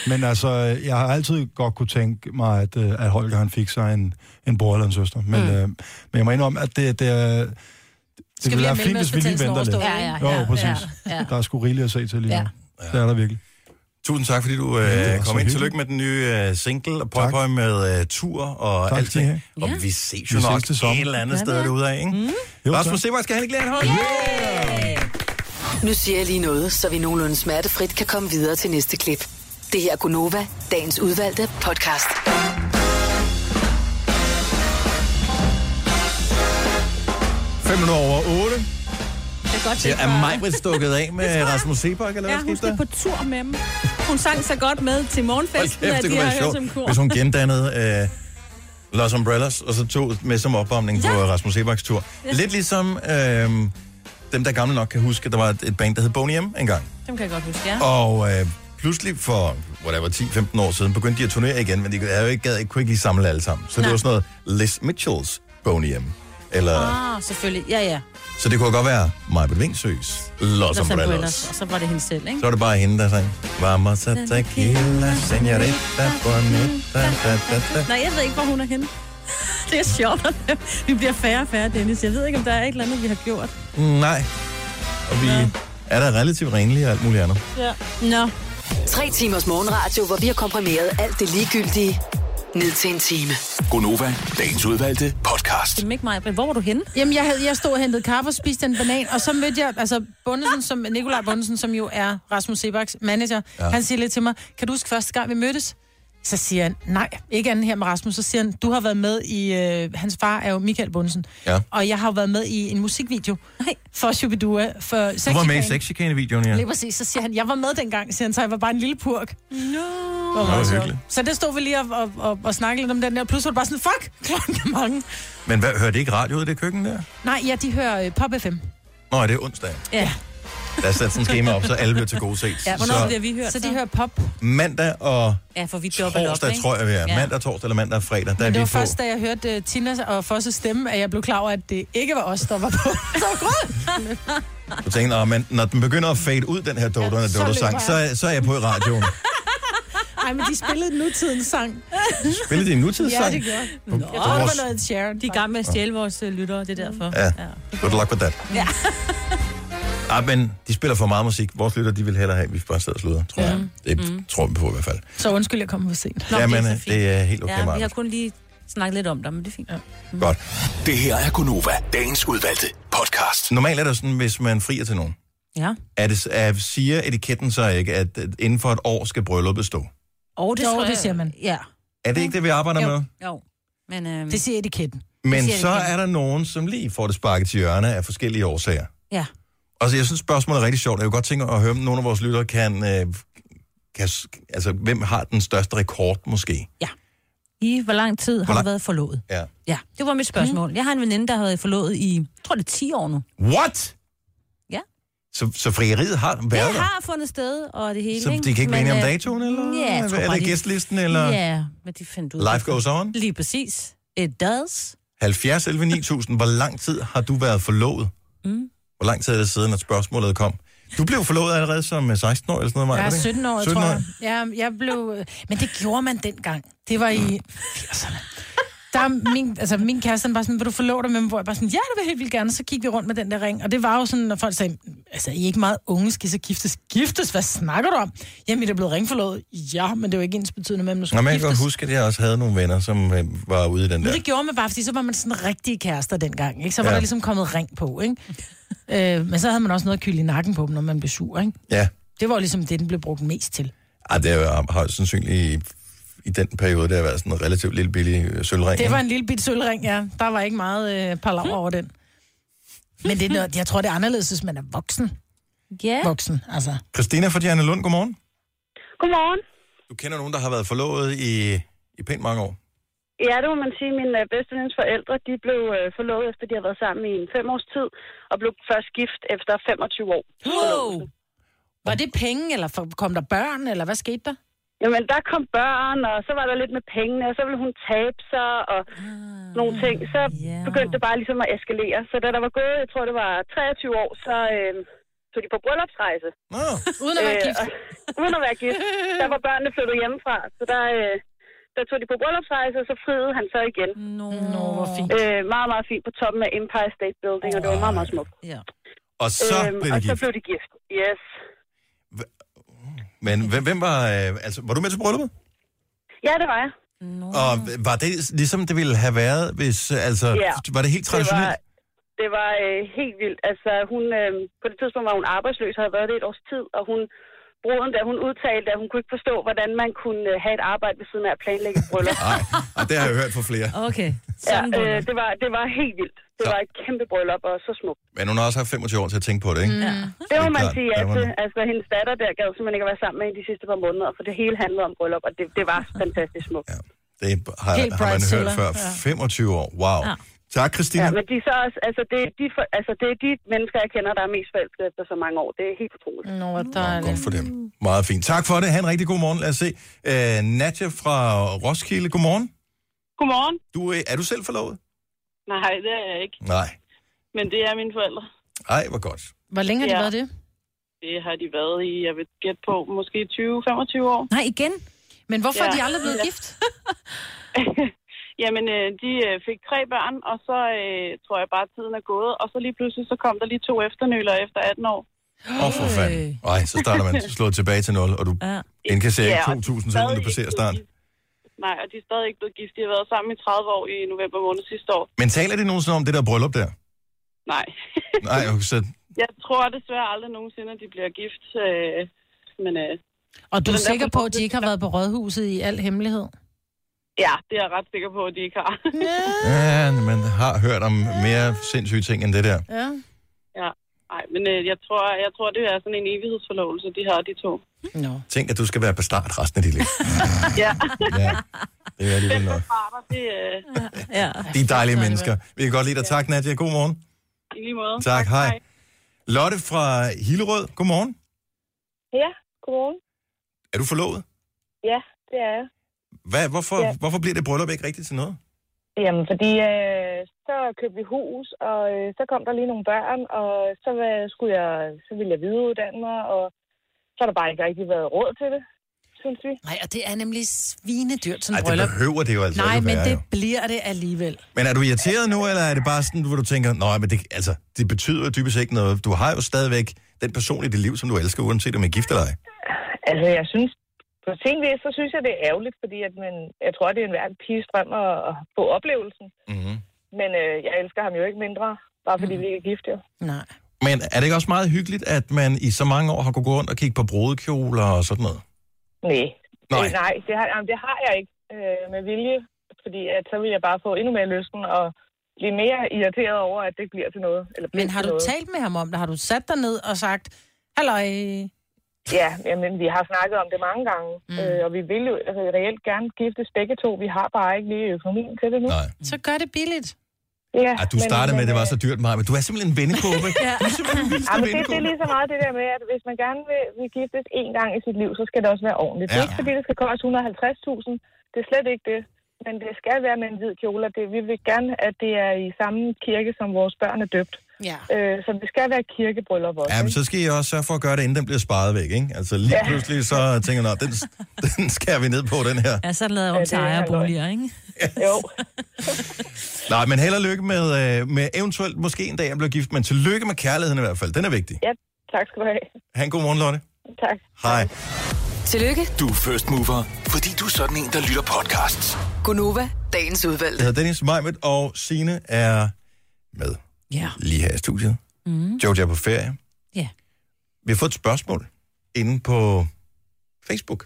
Speaker 10: Men altså, jeg har altid godt kunne tænke mig, at, øh, at Holger han fik sig en, en bror eller en søster. Men, mm. øh, men jeg må indrømme, at det, det er... Det
Speaker 2: Skal vi
Speaker 10: ville
Speaker 2: lige
Speaker 10: være
Speaker 2: have
Speaker 10: fint, hvis vi lige venter
Speaker 2: mellemøstbetændelsen
Speaker 10: lidt.
Speaker 2: overstået, Ja, ja,
Speaker 10: jo,
Speaker 2: ja,
Speaker 10: præcis.
Speaker 2: ja, ja.
Speaker 10: Der er sgu rigeligt at se til lige nu. Ja. Det er der virkelig.
Speaker 1: Tusind tak, fordi du øh,
Speaker 10: det var så
Speaker 1: ja, kom ind.
Speaker 10: hyggeligt.
Speaker 1: Tillykke med den nye øh, single, og prøv, prøv med øh, tur og
Speaker 10: Tak,
Speaker 1: tak,
Speaker 10: skal I
Speaker 1: alting.
Speaker 10: have.
Speaker 1: Og
Speaker 3: Ja.
Speaker 1: vi ses
Speaker 10: Vi
Speaker 1: jo
Speaker 10: ses
Speaker 1: nok
Speaker 10: til sommer.
Speaker 1: et eller andet
Speaker 3: Ja,
Speaker 1: sted
Speaker 3: ja.
Speaker 1: derude af, ikke? Mm.
Speaker 10: Jo,
Speaker 1: Rasmus
Speaker 10: tak.
Speaker 1: Seberg skal have en glad hånd.
Speaker 6: Nu siger jeg lige noget, så vi nogenlunde smertefrit kan komme videre til næste klip. Det her er Gunova, dagens udvalgte podcast.
Speaker 1: Fem minutter over otte.
Speaker 3: Det er godt
Speaker 1: Det er mig, der stukket af med Rasmus Seberg, eller
Speaker 3: Ja,
Speaker 1: hvad skete
Speaker 3: hun skal
Speaker 1: der?
Speaker 3: på tur med dem. Hun sang så godt med til
Speaker 1: Hold
Speaker 3: morgenfesten,
Speaker 1: kæft,
Speaker 3: at
Speaker 1: det
Speaker 3: de
Speaker 1: kunne
Speaker 3: har
Speaker 1: være
Speaker 3: hørt som kor.
Speaker 1: sjovt, hvis hun gendannede øh, Los Umbrellas, og så tog med som opvarmning ja. på øh, Rasmus Sebergs tur. Ja. Lidt ligesom øh, dem, der er gamle nok kan huske, der var et- et band, der hed Boney M engang.
Speaker 3: Dem kan jeg godt huske, ja.
Speaker 1: Og øh, pludselig for, whatever, 10-15 år siden, begyndte de at turnere igen, men de havde jo ikke, gad, ikke, kunne ikke lige samle alle sammen. Så Nej.
Speaker 3: Nej.
Speaker 1: det var sådan noget Liz Mitchells Boney M. Eller, ah.
Speaker 3: Ah, selvfølgelig. Ja, ja.
Speaker 1: Så det kunne godt være Majbert Vingsøs Los
Speaker 3: Los
Speaker 1: Umbrellas.
Speaker 3: Og så var det hende selv, ikke?
Speaker 1: Så var det bare hende, der sang. Vamos a tequila, señorita bonita. Da, da, da.
Speaker 3: Nej, jeg ved ikke, hvor hun er henne. [laughs] Det er sjovt. Vi bliver færre og færre, Dennis. Jeg ved ikke, om der er et eller andet, vi har gjort.
Speaker 1: Nej. Og vi er da relativt renlige og alt muligt andet.
Speaker 3: Ja. Nå.
Speaker 6: Tre timers morgenradio, hvor vi har komprimeret alt det ligegyldige ned til en time.
Speaker 5: Gonova, dagens udvalgte podcast.
Speaker 3: Det er ikke mig, men hvor var du henne?
Speaker 2: Jamen, jeg, havde, jeg stod og hentede kaffe og spiste en banan, og så mødte jeg, altså Bundesen, som, Nikolaj Bundesen, som jo er Rasmus Sebaks manager,
Speaker 1: Ja.
Speaker 2: ja. han siger lidt til mig, kan du huske første gang, vi mødtes? Så siger han, nej, ikke anden her med Rasmus. Så siger han, du har været med i, øh, hans far er jo Michael Bundesen,
Speaker 1: Ja.
Speaker 2: og jeg har jo været med i en musikvideo
Speaker 3: Nej.
Speaker 2: for Shubidua,
Speaker 1: Du
Speaker 2: for
Speaker 1: var med i
Speaker 2: Sexchikane.
Speaker 1: sexchikane-videoen, ja.
Speaker 2: Lige præcis, så siger han, jeg var med dengang, siger han, så jeg var bare en lille purk. No. Det var
Speaker 1: Nå,
Speaker 2: meget sjovt.
Speaker 1: hyggeligt.
Speaker 2: Så der stod vi lige og, og, og, og snakkede lidt om den der, og pludselig var det bare sådan, fuck, [laughs] klokken er mange.
Speaker 1: Men hvad, hørte I ikke radio ud i det køkken der?
Speaker 2: Nej, ja, de hører øh, Pop FM.
Speaker 1: Nå, er det er onsdag.
Speaker 3: Ja.
Speaker 1: Lad os sætte sådan en schema op, så alle bliver til gode set.
Speaker 3: ja hvornår bliver vi hørt?
Speaker 2: Så de hører pop.
Speaker 1: mandag og
Speaker 3: Ja, for vi dobbelt op,
Speaker 1: torsdag,
Speaker 3: ikke?
Speaker 1: tror jeg, vi er.
Speaker 3: Ja.
Speaker 1: Mandag, torsdag eller mandag og fredag, der er
Speaker 2: Men det
Speaker 1: vi
Speaker 2: var
Speaker 1: på.
Speaker 2: først, da jeg hørte uh, Tina og Fosse stemme, at jeg blev klar over, at det ikke var os, der var på. så grød!
Speaker 1: Du tænker, "Nå, men når den begynder at fade ud, den her Dota, ja,
Speaker 2: så
Speaker 1: Dota
Speaker 2: løber
Speaker 1: sang, så, er- så er jeg på i radioen.
Speaker 2: [laughs] Ej, men de spillede nutidens sang.
Speaker 1: Spiller din
Speaker 2: Ja,
Speaker 1: nutidssang?
Speaker 2: det gjorde.
Speaker 1: På-
Speaker 2: Jeg
Speaker 1: på
Speaker 2: tror, det
Speaker 1: vores-
Speaker 2: var noget Sharon.
Speaker 3: De er i gang med at stjæle vores øh, lyttere, det er derfor.
Speaker 1: Ja. Good luck with that. [laughs]
Speaker 3: Ja.
Speaker 1: Ja, men de spiller for meget musik. Vores lytter, de vil hellere have, at vi bare sidder og sluder, tror jeg. Det tror vi på i hvert fald.
Speaker 2: Så undskyld, jeg kom for sent.
Speaker 3: Nå,
Speaker 1: Jamen,
Speaker 3: Mm. det er
Speaker 1: øh,
Speaker 3: så fint.
Speaker 1: det er helt okay,
Speaker 3: Ja, vi har
Speaker 1: Maja.
Speaker 3: kun lige snakket lidt om dig, men det er fint. Ja.
Speaker 1: Godt.
Speaker 5: Det her er Gonova, dagens udvalgte podcast.
Speaker 1: Normalt er det jo sådan, hvis man frier til nogen,
Speaker 3: ja.
Speaker 1: er det, er, siger etiketten så ikke, at at inden for et år skal brylluppet stå.
Speaker 3: Og det,
Speaker 2: Jo,
Speaker 3: tror
Speaker 2: det
Speaker 3: jeg-
Speaker 2: siger man.
Speaker 3: Ja.
Speaker 1: Er det ikke det, vi arbejder med?
Speaker 3: Mm. Jo. Men, øhm,
Speaker 2: Det siger etiketten.
Speaker 1: Men
Speaker 3: siger
Speaker 1: så
Speaker 3: det igen.
Speaker 1: er der nogen, som lige får det sparket til hjørne af forskellige årsager.
Speaker 3: ja.
Speaker 1: Altså, jeg synes, spørgsmålet er rigtig sjovt. Jeg kunne godt tænke mig at høre, om nogle af vores lyttere kan... Øh, kan s- altså, hvem har den største rekord, måske?
Speaker 3: I hvor lang tid har
Speaker 1: Hvor lang-
Speaker 3: du været forlovet?
Speaker 1: Ja.
Speaker 3: Ja, det var mit spørgsmål.
Speaker 2: Mhm.
Speaker 3: Mm. Jeg har en veninde, der har været forlovet i, jeg tror det er 10 år nu.
Speaker 1: What?
Speaker 3: Ja.
Speaker 1: Så, så frieriet har været
Speaker 3: Hvad
Speaker 1: der?
Speaker 3: det har fundet sted, og det hele, øh,
Speaker 1: Så de kan ikke blive enige om datoen, eller?
Speaker 3: Ja, jeg tror
Speaker 1: Er
Speaker 3: bare,
Speaker 1: det
Speaker 3: de-
Speaker 1: gæstlisten, eller?
Speaker 3: Ja, men de fandt ud af
Speaker 1: Life
Speaker 3: det.
Speaker 1: goes on?
Speaker 3: Lige præcis. It does.
Speaker 1: 70 11 9000, hvor lang tid har du været forlovet?
Speaker 3: Mm.
Speaker 1: Hvor lang tid er det siden, at spørgsmålet kom? Du blev forlovet allerede som øh, 16 år eller sådan noget, Maja,
Speaker 2: Jeg
Speaker 1: var
Speaker 2: er
Speaker 1: det ikke?
Speaker 2: 17 år, 17 tror jeg. Ja, jeg blev... øh, Men det gjorde man dengang. Det var i 80'erne. Der, er min, altså, min kæreste han var sådan, vil du forlove dig med mig? Hvor jeg bare sådan, ja, det vil jeg helt vildt gerne. Så gik vi rundt med den der ring. Og det var jo sådan, når folk sagde, altså, I er ikke meget unge, skal I så giftes? Giftes? Hvad snakker du om? Jamen, I er blevet ringforlovet. Ja, men det var ikke ens betydende med, at man
Speaker 1: Nå,
Speaker 2: skulle
Speaker 1: men jeg kan
Speaker 2: giftes.
Speaker 1: godt huske, at jeg også havde nogle venner, som øh, var ude i den der.
Speaker 2: Men det gjorde man bare, fordi så var man sådan rigtige kærester dengang. Ikke? Så var
Speaker 1: Ja.
Speaker 2: ja. der ligesom kommet ring på, ikke? øh, men så havde man også noget at kylde i nakken på dem, når man blev sur, ikke?
Speaker 1: Ja,
Speaker 2: Det var jo ligesom det, den blev brugt mest til.
Speaker 1: Ej, det er- har sandsynligt i, i den periode, det har været sådan en relativt lille billig øh, sølvring.
Speaker 2: Det
Speaker 1: ikke?
Speaker 2: var en lille bit sølvring, ja. Der var ikke meget øh, palaver over den. Men det er noget, jeg tror, det er anderledes, hvis man er voksen.
Speaker 3: Ja.
Speaker 2: Voksen, altså.
Speaker 1: Christina fra Diana Lund, godmorgen.
Speaker 9: Godmorgen.
Speaker 1: Du kender nogen, der har været forlovet i, i pænt mange år.
Speaker 9: Ja, det må man sige. Mine øh, bedstevenindens forældre, de blev øh, forlovet, efter de havde været sammen i en fem års tid, og blev først gift efter 25 år.
Speaker 2: Wow. Var det penge, eller for- kom der børn, eller hvad skete der?
Speaker 9: Jamen, der kom børn, og så var der lidt med pengene, og så ville hun tabe sig, og nogle ting. Så begyndte det bare ligesom at eskalere. Så da der var gået, jeg tror det var 23 år, så øh, tog de på bryllupsrejse.
Speaker 1: Oh.
Speaker 2: Uden at være
Speaker 9: Øh,
Speaker 2: gift.
Speaker 9: og, [laughs] uden at være gift. Der var børnene flyttet hjemmefra, så der, øh, der tog de på bryllupsrejse, og så friede han så igen.
Speaker 3: No.
Speaker 2: Nå, hvor fint.
Speaker 9: Øh, meget, meget fint på toppen af Empire State Building, og det var meget, meget smukt.
Speaker 3: Ja.
Speaker 1: Og så øhm, blev
Speaker 9: og
Speaker 1: det
Speaker 9: så
Speaker 1: gift.
Speaker 9: blev de gift. Yes.
Speaker 1: Men hvem, hvem var... Øh, altså, var du med til brylluppet?
Speaker 9: Ja, det var jeg.
Speaker 1: Og var det ligesom det ville have været, hvis... øh, Altså,
Speaker 9: Ja.
Speaker 1: var det helt traditionelt?
Speaker 9: Det var, det var øh, helt vildt. Altså, hun, øh, på det tidspunkt var hun arbejdsløs, havde været det et års tid, og hun bruden, da hun udtalte, at hun kunne ikke forstå, hvordan man kunne øh, have et arbejde ved siden af at planlægge et
Speaker 1: [laughs]
Speaker 9: bryllup.
Speaker 1: Var... Og det har jeg hørt fra flere.
Speaker 3: Okay,
Speaker 9: ja,
Speaker 3: sådan
Speaker 9: øh,
Speaker 3: ja,
Speaker 9: det, var, det var helt vildt. Det var et kæmpe bryllup, og så smukt.
Speaker 1: Men hun har også haft 25 år til at tænke på det, ikke?
Speaker 9: Ja. Det må
Speaker 1: er
Speaker 9: man
Speaker 1: klart,
Speaker 9: sige
Speaker 1: der
Speaker 9: ja
Speaker 1: var
Speaker 9: til.
Speaker 1: noget.
Speaker 9: Altså, hendes datter der gad simpelthen ikke at være sammen med hende de sidste par måneder, for det hele handlede om bryllup, og det, det
Speaker 1: [laughs]
Speaker 9: var fantastisk smukt. Ja.
Speaker 1: Det har,
Speaker 9: Helt
Speaker 1: har man
Speaker 9: Bryce
Speaker 1: hørt
Speaker 9: Tiller,
Speaker 1: før.
Speaker 9: ja.
Speaker 1: 25 år, wow. Ja.
Speaker 9: Ja.
Speaker 1: Tak, Christina.
Speaker 9: Ja, men de er så også, altså det, er de for, altså det er de mennesker, jeg kender, der er mest forelsket efter så mange år. Det er helt utroligt.
Speaker 2: Nå, hvor dejligt.
Speaker 1: Godt for dem. Meget fint. Tak for det. Ha' en rigtig god morgen. Lad os se. Øh, Nadja fra Roskilde, godmorgen.
Speaker 12: Godmorgen.
Speaker 1: Du, øh, er du selv forlovet?
Speaker 12: Nej, det er jeg ikke.
Speaker 1: Nej.
Speaker 12: Men det er mine forældre.
Speaker 1: Ej, hvor godt.
Speaker 2: Hvor længe har de været det?
Speaker 12: Det har de været i, jeg vil gætte på, måske 20-25 år. [laughs]
Speaker 3: Nej, igen?
Speaker 2: Men hvorfor er de aldrig blevet gift?
Speaker 12: Jamen, øh, de øh, fik tre børn, og så øh, tror jeg bare, at tiden er gået. Og så lige pludselig, så kom der lige to efternøler efter 18 år.
Speaker 1: Åh, oh, for fanden. Ej, så starter man slået tilbage til 0, og du
Speaker 3: ja.
Speaker 1: indkasserer
Speaker 12: Ja,
Speaker 1: ikke
Speaker 12: og
Speaker 1: 2.000,
Speaker 12: stadig
Speaker 1: selvom du
Speaker 12: ikke
Speaker 1: passerer starten.
Speaker 12: Nej, og de er stadig ikke blevet gift. De har været sammen i 30 år i november måned sidste år.
Speaker 1: Men taler de nogensinde om det der bryllup der?
Speaker 12: Nej. [laughs]
Speaker 1: Nej, jo, så
Speaker 12: Jeg tror desværre aldrig nogensinde, at de bliver gift. Øh, men øh,
Speaker 2: Og du er
Speaker 12: Den der
Speaker 2: sikker på, at de ikke har været på rådhuset i al hemmelighed?
Speaker 12: ja, det er jeg ret sikker på, at de ikke
Speaker 2: [laughs]
Speaker 12: har.
Speaker 1: ja, man har hørt om mere sindssyge ting end det der.
Speaker 2: ja.
Speaker 12: Ja. Nej, men øh, jeg, tror, jeg tror, det er sådan en evighedsforlovelse, de har,
Speaker 1: [laughs]
Speaker 12: de to.
Speaker 2: No.
Speaker 1: Tænk, at du skal være på start resten af dit liv.
Speaker 12: Ja.
Speaker 1: Ja, det er alligevel
Speaker 12: [laughs]
Speaker 1: nok.
Speaker 12: Parter, det øh,
Speaker 3: ja.
Speaker 1: De er dejlige mennesker. Vi kan godt lide dig. Tak, Nadia. God morgen.
Speaker 12: i lige måde.
Speaker 1: Tak, hej. Lotte fra Hillerød, godmorgen.
Speaker 13: Ja, godmorgen.
Speaker 1: Er du forlovet?
Speaker 13: Ja, det er jeg.
Speaker 1: Hvad, hvorfor,
Speaker 13: Ja.
Speaker 1: hvorfor bliver det bryllup ikke rigtigt til noget?
Speaker 13: Jamen, fordi øh, så købte vi hus, og øh, så kom der lige nogle børn, og så, øh, skulle jeg, så ville jeg videreuddanne mig, og så har der bare ikke rigtig været råd til det, synes vi.
Speaker 2: Nej, og det er nemlig svinedyrt, sådan
Speaker 1: Ej,
Speaker 2: et
Speaker 1: det
Speaker 2: bryllup.
Speaker 1: behøver det jo altså
Speaker 2: Nej,
Speaker 1: ikke
Speaker 2: men
Speaker 1: være,
Speaker 2: det
Speaker 1: jo.
Speaker 2: bliver det alligevel.
Speaker 1: Men er du irriteret nu, eller er det bare sådan, hvor du tænker, nej, men det, altså, det betyder jo dybest set ikke noget. Du har jo stadigvæk den person i dit liv, som du elsker, uanset om I er gift eller ej.
Speaker 13: Altså, jeg synes, på sin vis, så synes jeg, det er ærgerligt, fordi at man, jeg tror, det er en hver piges drøm at, at få oplevelsen.
Speaker 2: Mhm.
Speaker 1: Mm-hmm.
Speaker 13: Men øh, jeg elsker ham jo ikke mindre, bare
Speaker 1: Mm.
Speaker 13: fordi vi ikke er gift, jo.
Speaker 2: Nej.
Speaker 1: Men er det ikke også meget hyggeligt, at man i så mange år har kunnet gå rundt og kigge på brudekjoler og sådan noget?
Speaker 13: Nej.
Speaker 1: Nej.
Speaker 13: Øh, Nej, det har, jamen, det har jeg ikke øh, med vilje, fordi at, så vil jeg bare få endnu mere lysten, og blive mere irriteret over, at det ikke bliver til noget. Eller bliver
Speaker 2: Men har
Speaker 13: til
Speaker 2: du
Speaker 13: noget.
Speaker 2: talt med ham om det? Har du sat dig ned og sagt, halløj?
Speaker 13: Ja, jamen, vi har snakket om det mange gange, mm. øh, og vi vil jo altså, reelt gerne giftes begge to. Vi har bare ikke lige økonomien til det nu.
Speaker 1: Nej.
Speaker 2: Så gør det billigt.
Speaker 13: Ja,
Speaker 1: Ej, du startede med, at det var så dyrt, Maja, men du er simpelthen en vendekåbe.
Speaker 13: øh, [laughs] ja.
Speaker 1: Du er simpelthen en vildeste
Speaker 13: Jamen, det, det
Speaker 1: vendekåbe.
Speaker 13: er lige så meget det der med, at hvis man gerne vil, vil giftes én gang i sit liv, så skal det også være ordentligt. Ja. Det er
Speaker 1: Ja.
Speaker 13: ikke, fordi det skal koste 150.000. Det er slet ikke det. Men det skal være med en hvid kjole, og det, vi vil gerne, at det er i samme kirke, som vores børn er døbt.
Speaker 2: Ja.
Speaker 13: Øh, så det skal være kirkebryllup også.
Speaker 1: Ja, men så skal I også sørge for at gøre det, inden den bliver sparet væk, ikke? Altså lige
Speaker 13: Ja.
Speaker 1: pludselig så tænker jeg, "Nå, den, [laughs] den skærer vi ned på, den her.
Speaker 3: Ja, så er det lavet
Speaker 13: Ja,
Speaker 3: om
Speaker 13: det
Speaker 3: til
Speaker 13: er
Speaker 3: ejerboliger, ikke?
Speaker 13: Jo.
Speaker 1: Nej, men held og lykke med, øh, med eventuelt måske en dag at blive gift, men tillykke med kærligheden i hvert fald. Den er vigtig.
Speaker 13: Ja, tak skal du have.
Speaker 1: Ha' en god morgen, Lotte.
Speaker 13: Tak.
Speaker 1: Hej.
Speaker 6: Tillykke,
Speaker 5: Du er first mover, fordi du er sådan en, der lytter podcasts.
Speaker 6: Gunova, dagens
Speaker 1: Jeg
Speaker 6: udvalgte.
Speaker 1: hedder Dennis Majmet, og Sine er med
Speaker 3: Ja.
Speaker 1: lige her i studiet.
Speaker 3: Mm.
Speaker 1: Jojo er på ferie.
Speaker 3: Ja.
Speaker 1: Vi har fået et spørgsmål inde på Facebook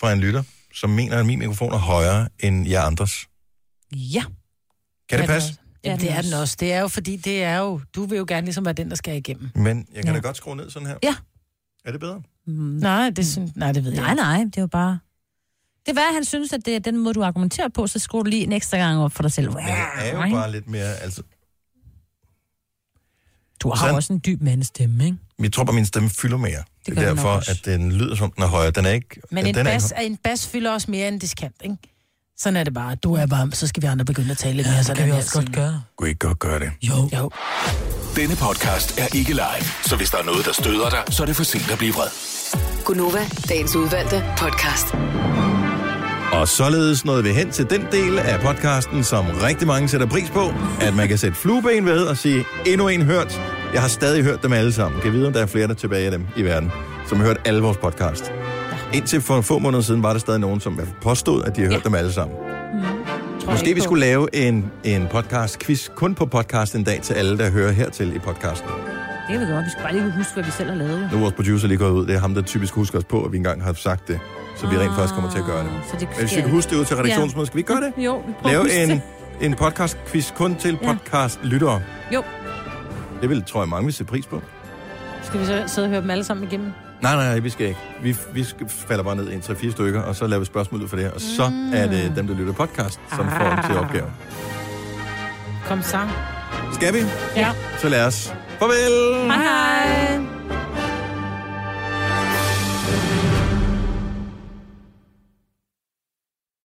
Speaker 1: fra en lytter, som mener, at min mikrofon er højere end jer andres.
Speaker 3: Ja.
Speaker 1: Kan det
Speaker 2: Ja,
Speaker 1: passe?
Speaker 2: Ja, det er den også. Det er jo, fordi det er jo, du vil jo gerne ligesom være den, der skal igennem.
Speaker 1: Men jeg kan
Speaker 2: Ja.
Speaker 1: da godt skrue ned sådan her.
Speaker 3: Ja.
Speaker 1: Er det bedre?
Speaker 3: Mm.
Speaker 2: Nej, det, synes, nej, det ved jeg
Speaker 3: Nej, nej, det er jo bare... Det er værd, han synes, at det er den måde, du argumenterer på, så skruer du lige en ekstra gang op for dig selv. Ah,
Speaker 1: Det er jo bare lidt mere, altså...
Speaker 3: Du har
Speaker 1: Sådan.
Speaker 3: jo også en dyb mandestemme, ikke?
Speaker 1: Jeg tror bare, min stemme fylder mere. Det,
Speaker 3: gør
Speaker 1: er
Speaker 3: den nok
Speaker 1: derfor,
Speaker 3: også.
Speaker 1: at den lyder, som den er højere. Den er ikke...
Speaker 2: Men
Speaker 1: den,
Speaker 2: en
Speaker 1: den er
Speaker 2: bas,
Speaker 1: ikke-
Speaker 2: en bas fylder også mere end diskant, ikke? Sådan er det bare. Du er bare, så skal vi andre begynde at tale lidt mere. Ja, så kan vi også godt
Speaker 3: gøre.
Speaker 1: Kunne I ikke godt gøre det?
Speaker 2: Jo. jo.
Speaker 5: Denne podcast er ikke live, så hvis der er noget, der støder dig, så er det for sent at blive vred.
Speaker 6: Gunova, dagens udvalgte podcast.
Speaker 1: Og således nåede vi hen til den del af podcasten, som rigtig mange sætter pris på, at man kan sætte flueben ved og sige, endnu en hørt. Jeg har stadig hørt dem alle sammen. Kan vide, om der er flere, der er tilbage af dem i verden, som har hørt alle vores podcast. Indtil for få måneder siden var der stadig nogen, som påstod, at de har hørt dem alle sammen. Måske vi skulle lave en, en podcast-quiz kun på podcast en dag til alle, der hører hertil i podcasten.
Speaker 3: Det kan vi godt. Vi skal bare lige huske, hvad vi selv har lavet. Jo.
Speaker 1: Nu er vores producer lige gået ud. Det er ham, der typisk husker os på, at vi engang har sagt det. Så vi rent faktisk kommer til at gøre det.
Speaker 3: Ah, Så det
Speaker 1: Men hvis vi kan huske det ud til redaktionsmødet, skal vi ikke gøre det?
Speaker 3: Jo, vi prøver at huske
Speaker 1: Lave en,
Speaker 3: det.
Speaker 1: en podcast-quiz kun til
Speaker 3: Ja.
Speaker 1: podcast-lyttere.
Speaker 3: Jo.
Speaker 1: Det vil, tror jeg, mange vil sætte pris på.
Speaker 2: Skal vi så sidde og høre dem alle sammen igennem?
Speaker 1: Nej, nej, nej, vi skal ikke. Vi, vi skal, falder bare ned i en 3-4 stykker, og så laver vi spørgsmål ud for det. Og så
Speaker 3: Mm.
Speaker 1: er det dem, der lytter podcast, som får
Speaker 3: Ah.
Speaker 1: til opgaven.
Speaker 2: Kom sang.
Speaker 1: Skal vi?
Speaker 2: Ja.
Speaker 1: Så lad os. Farvel!
Speaker 2: Hej hej.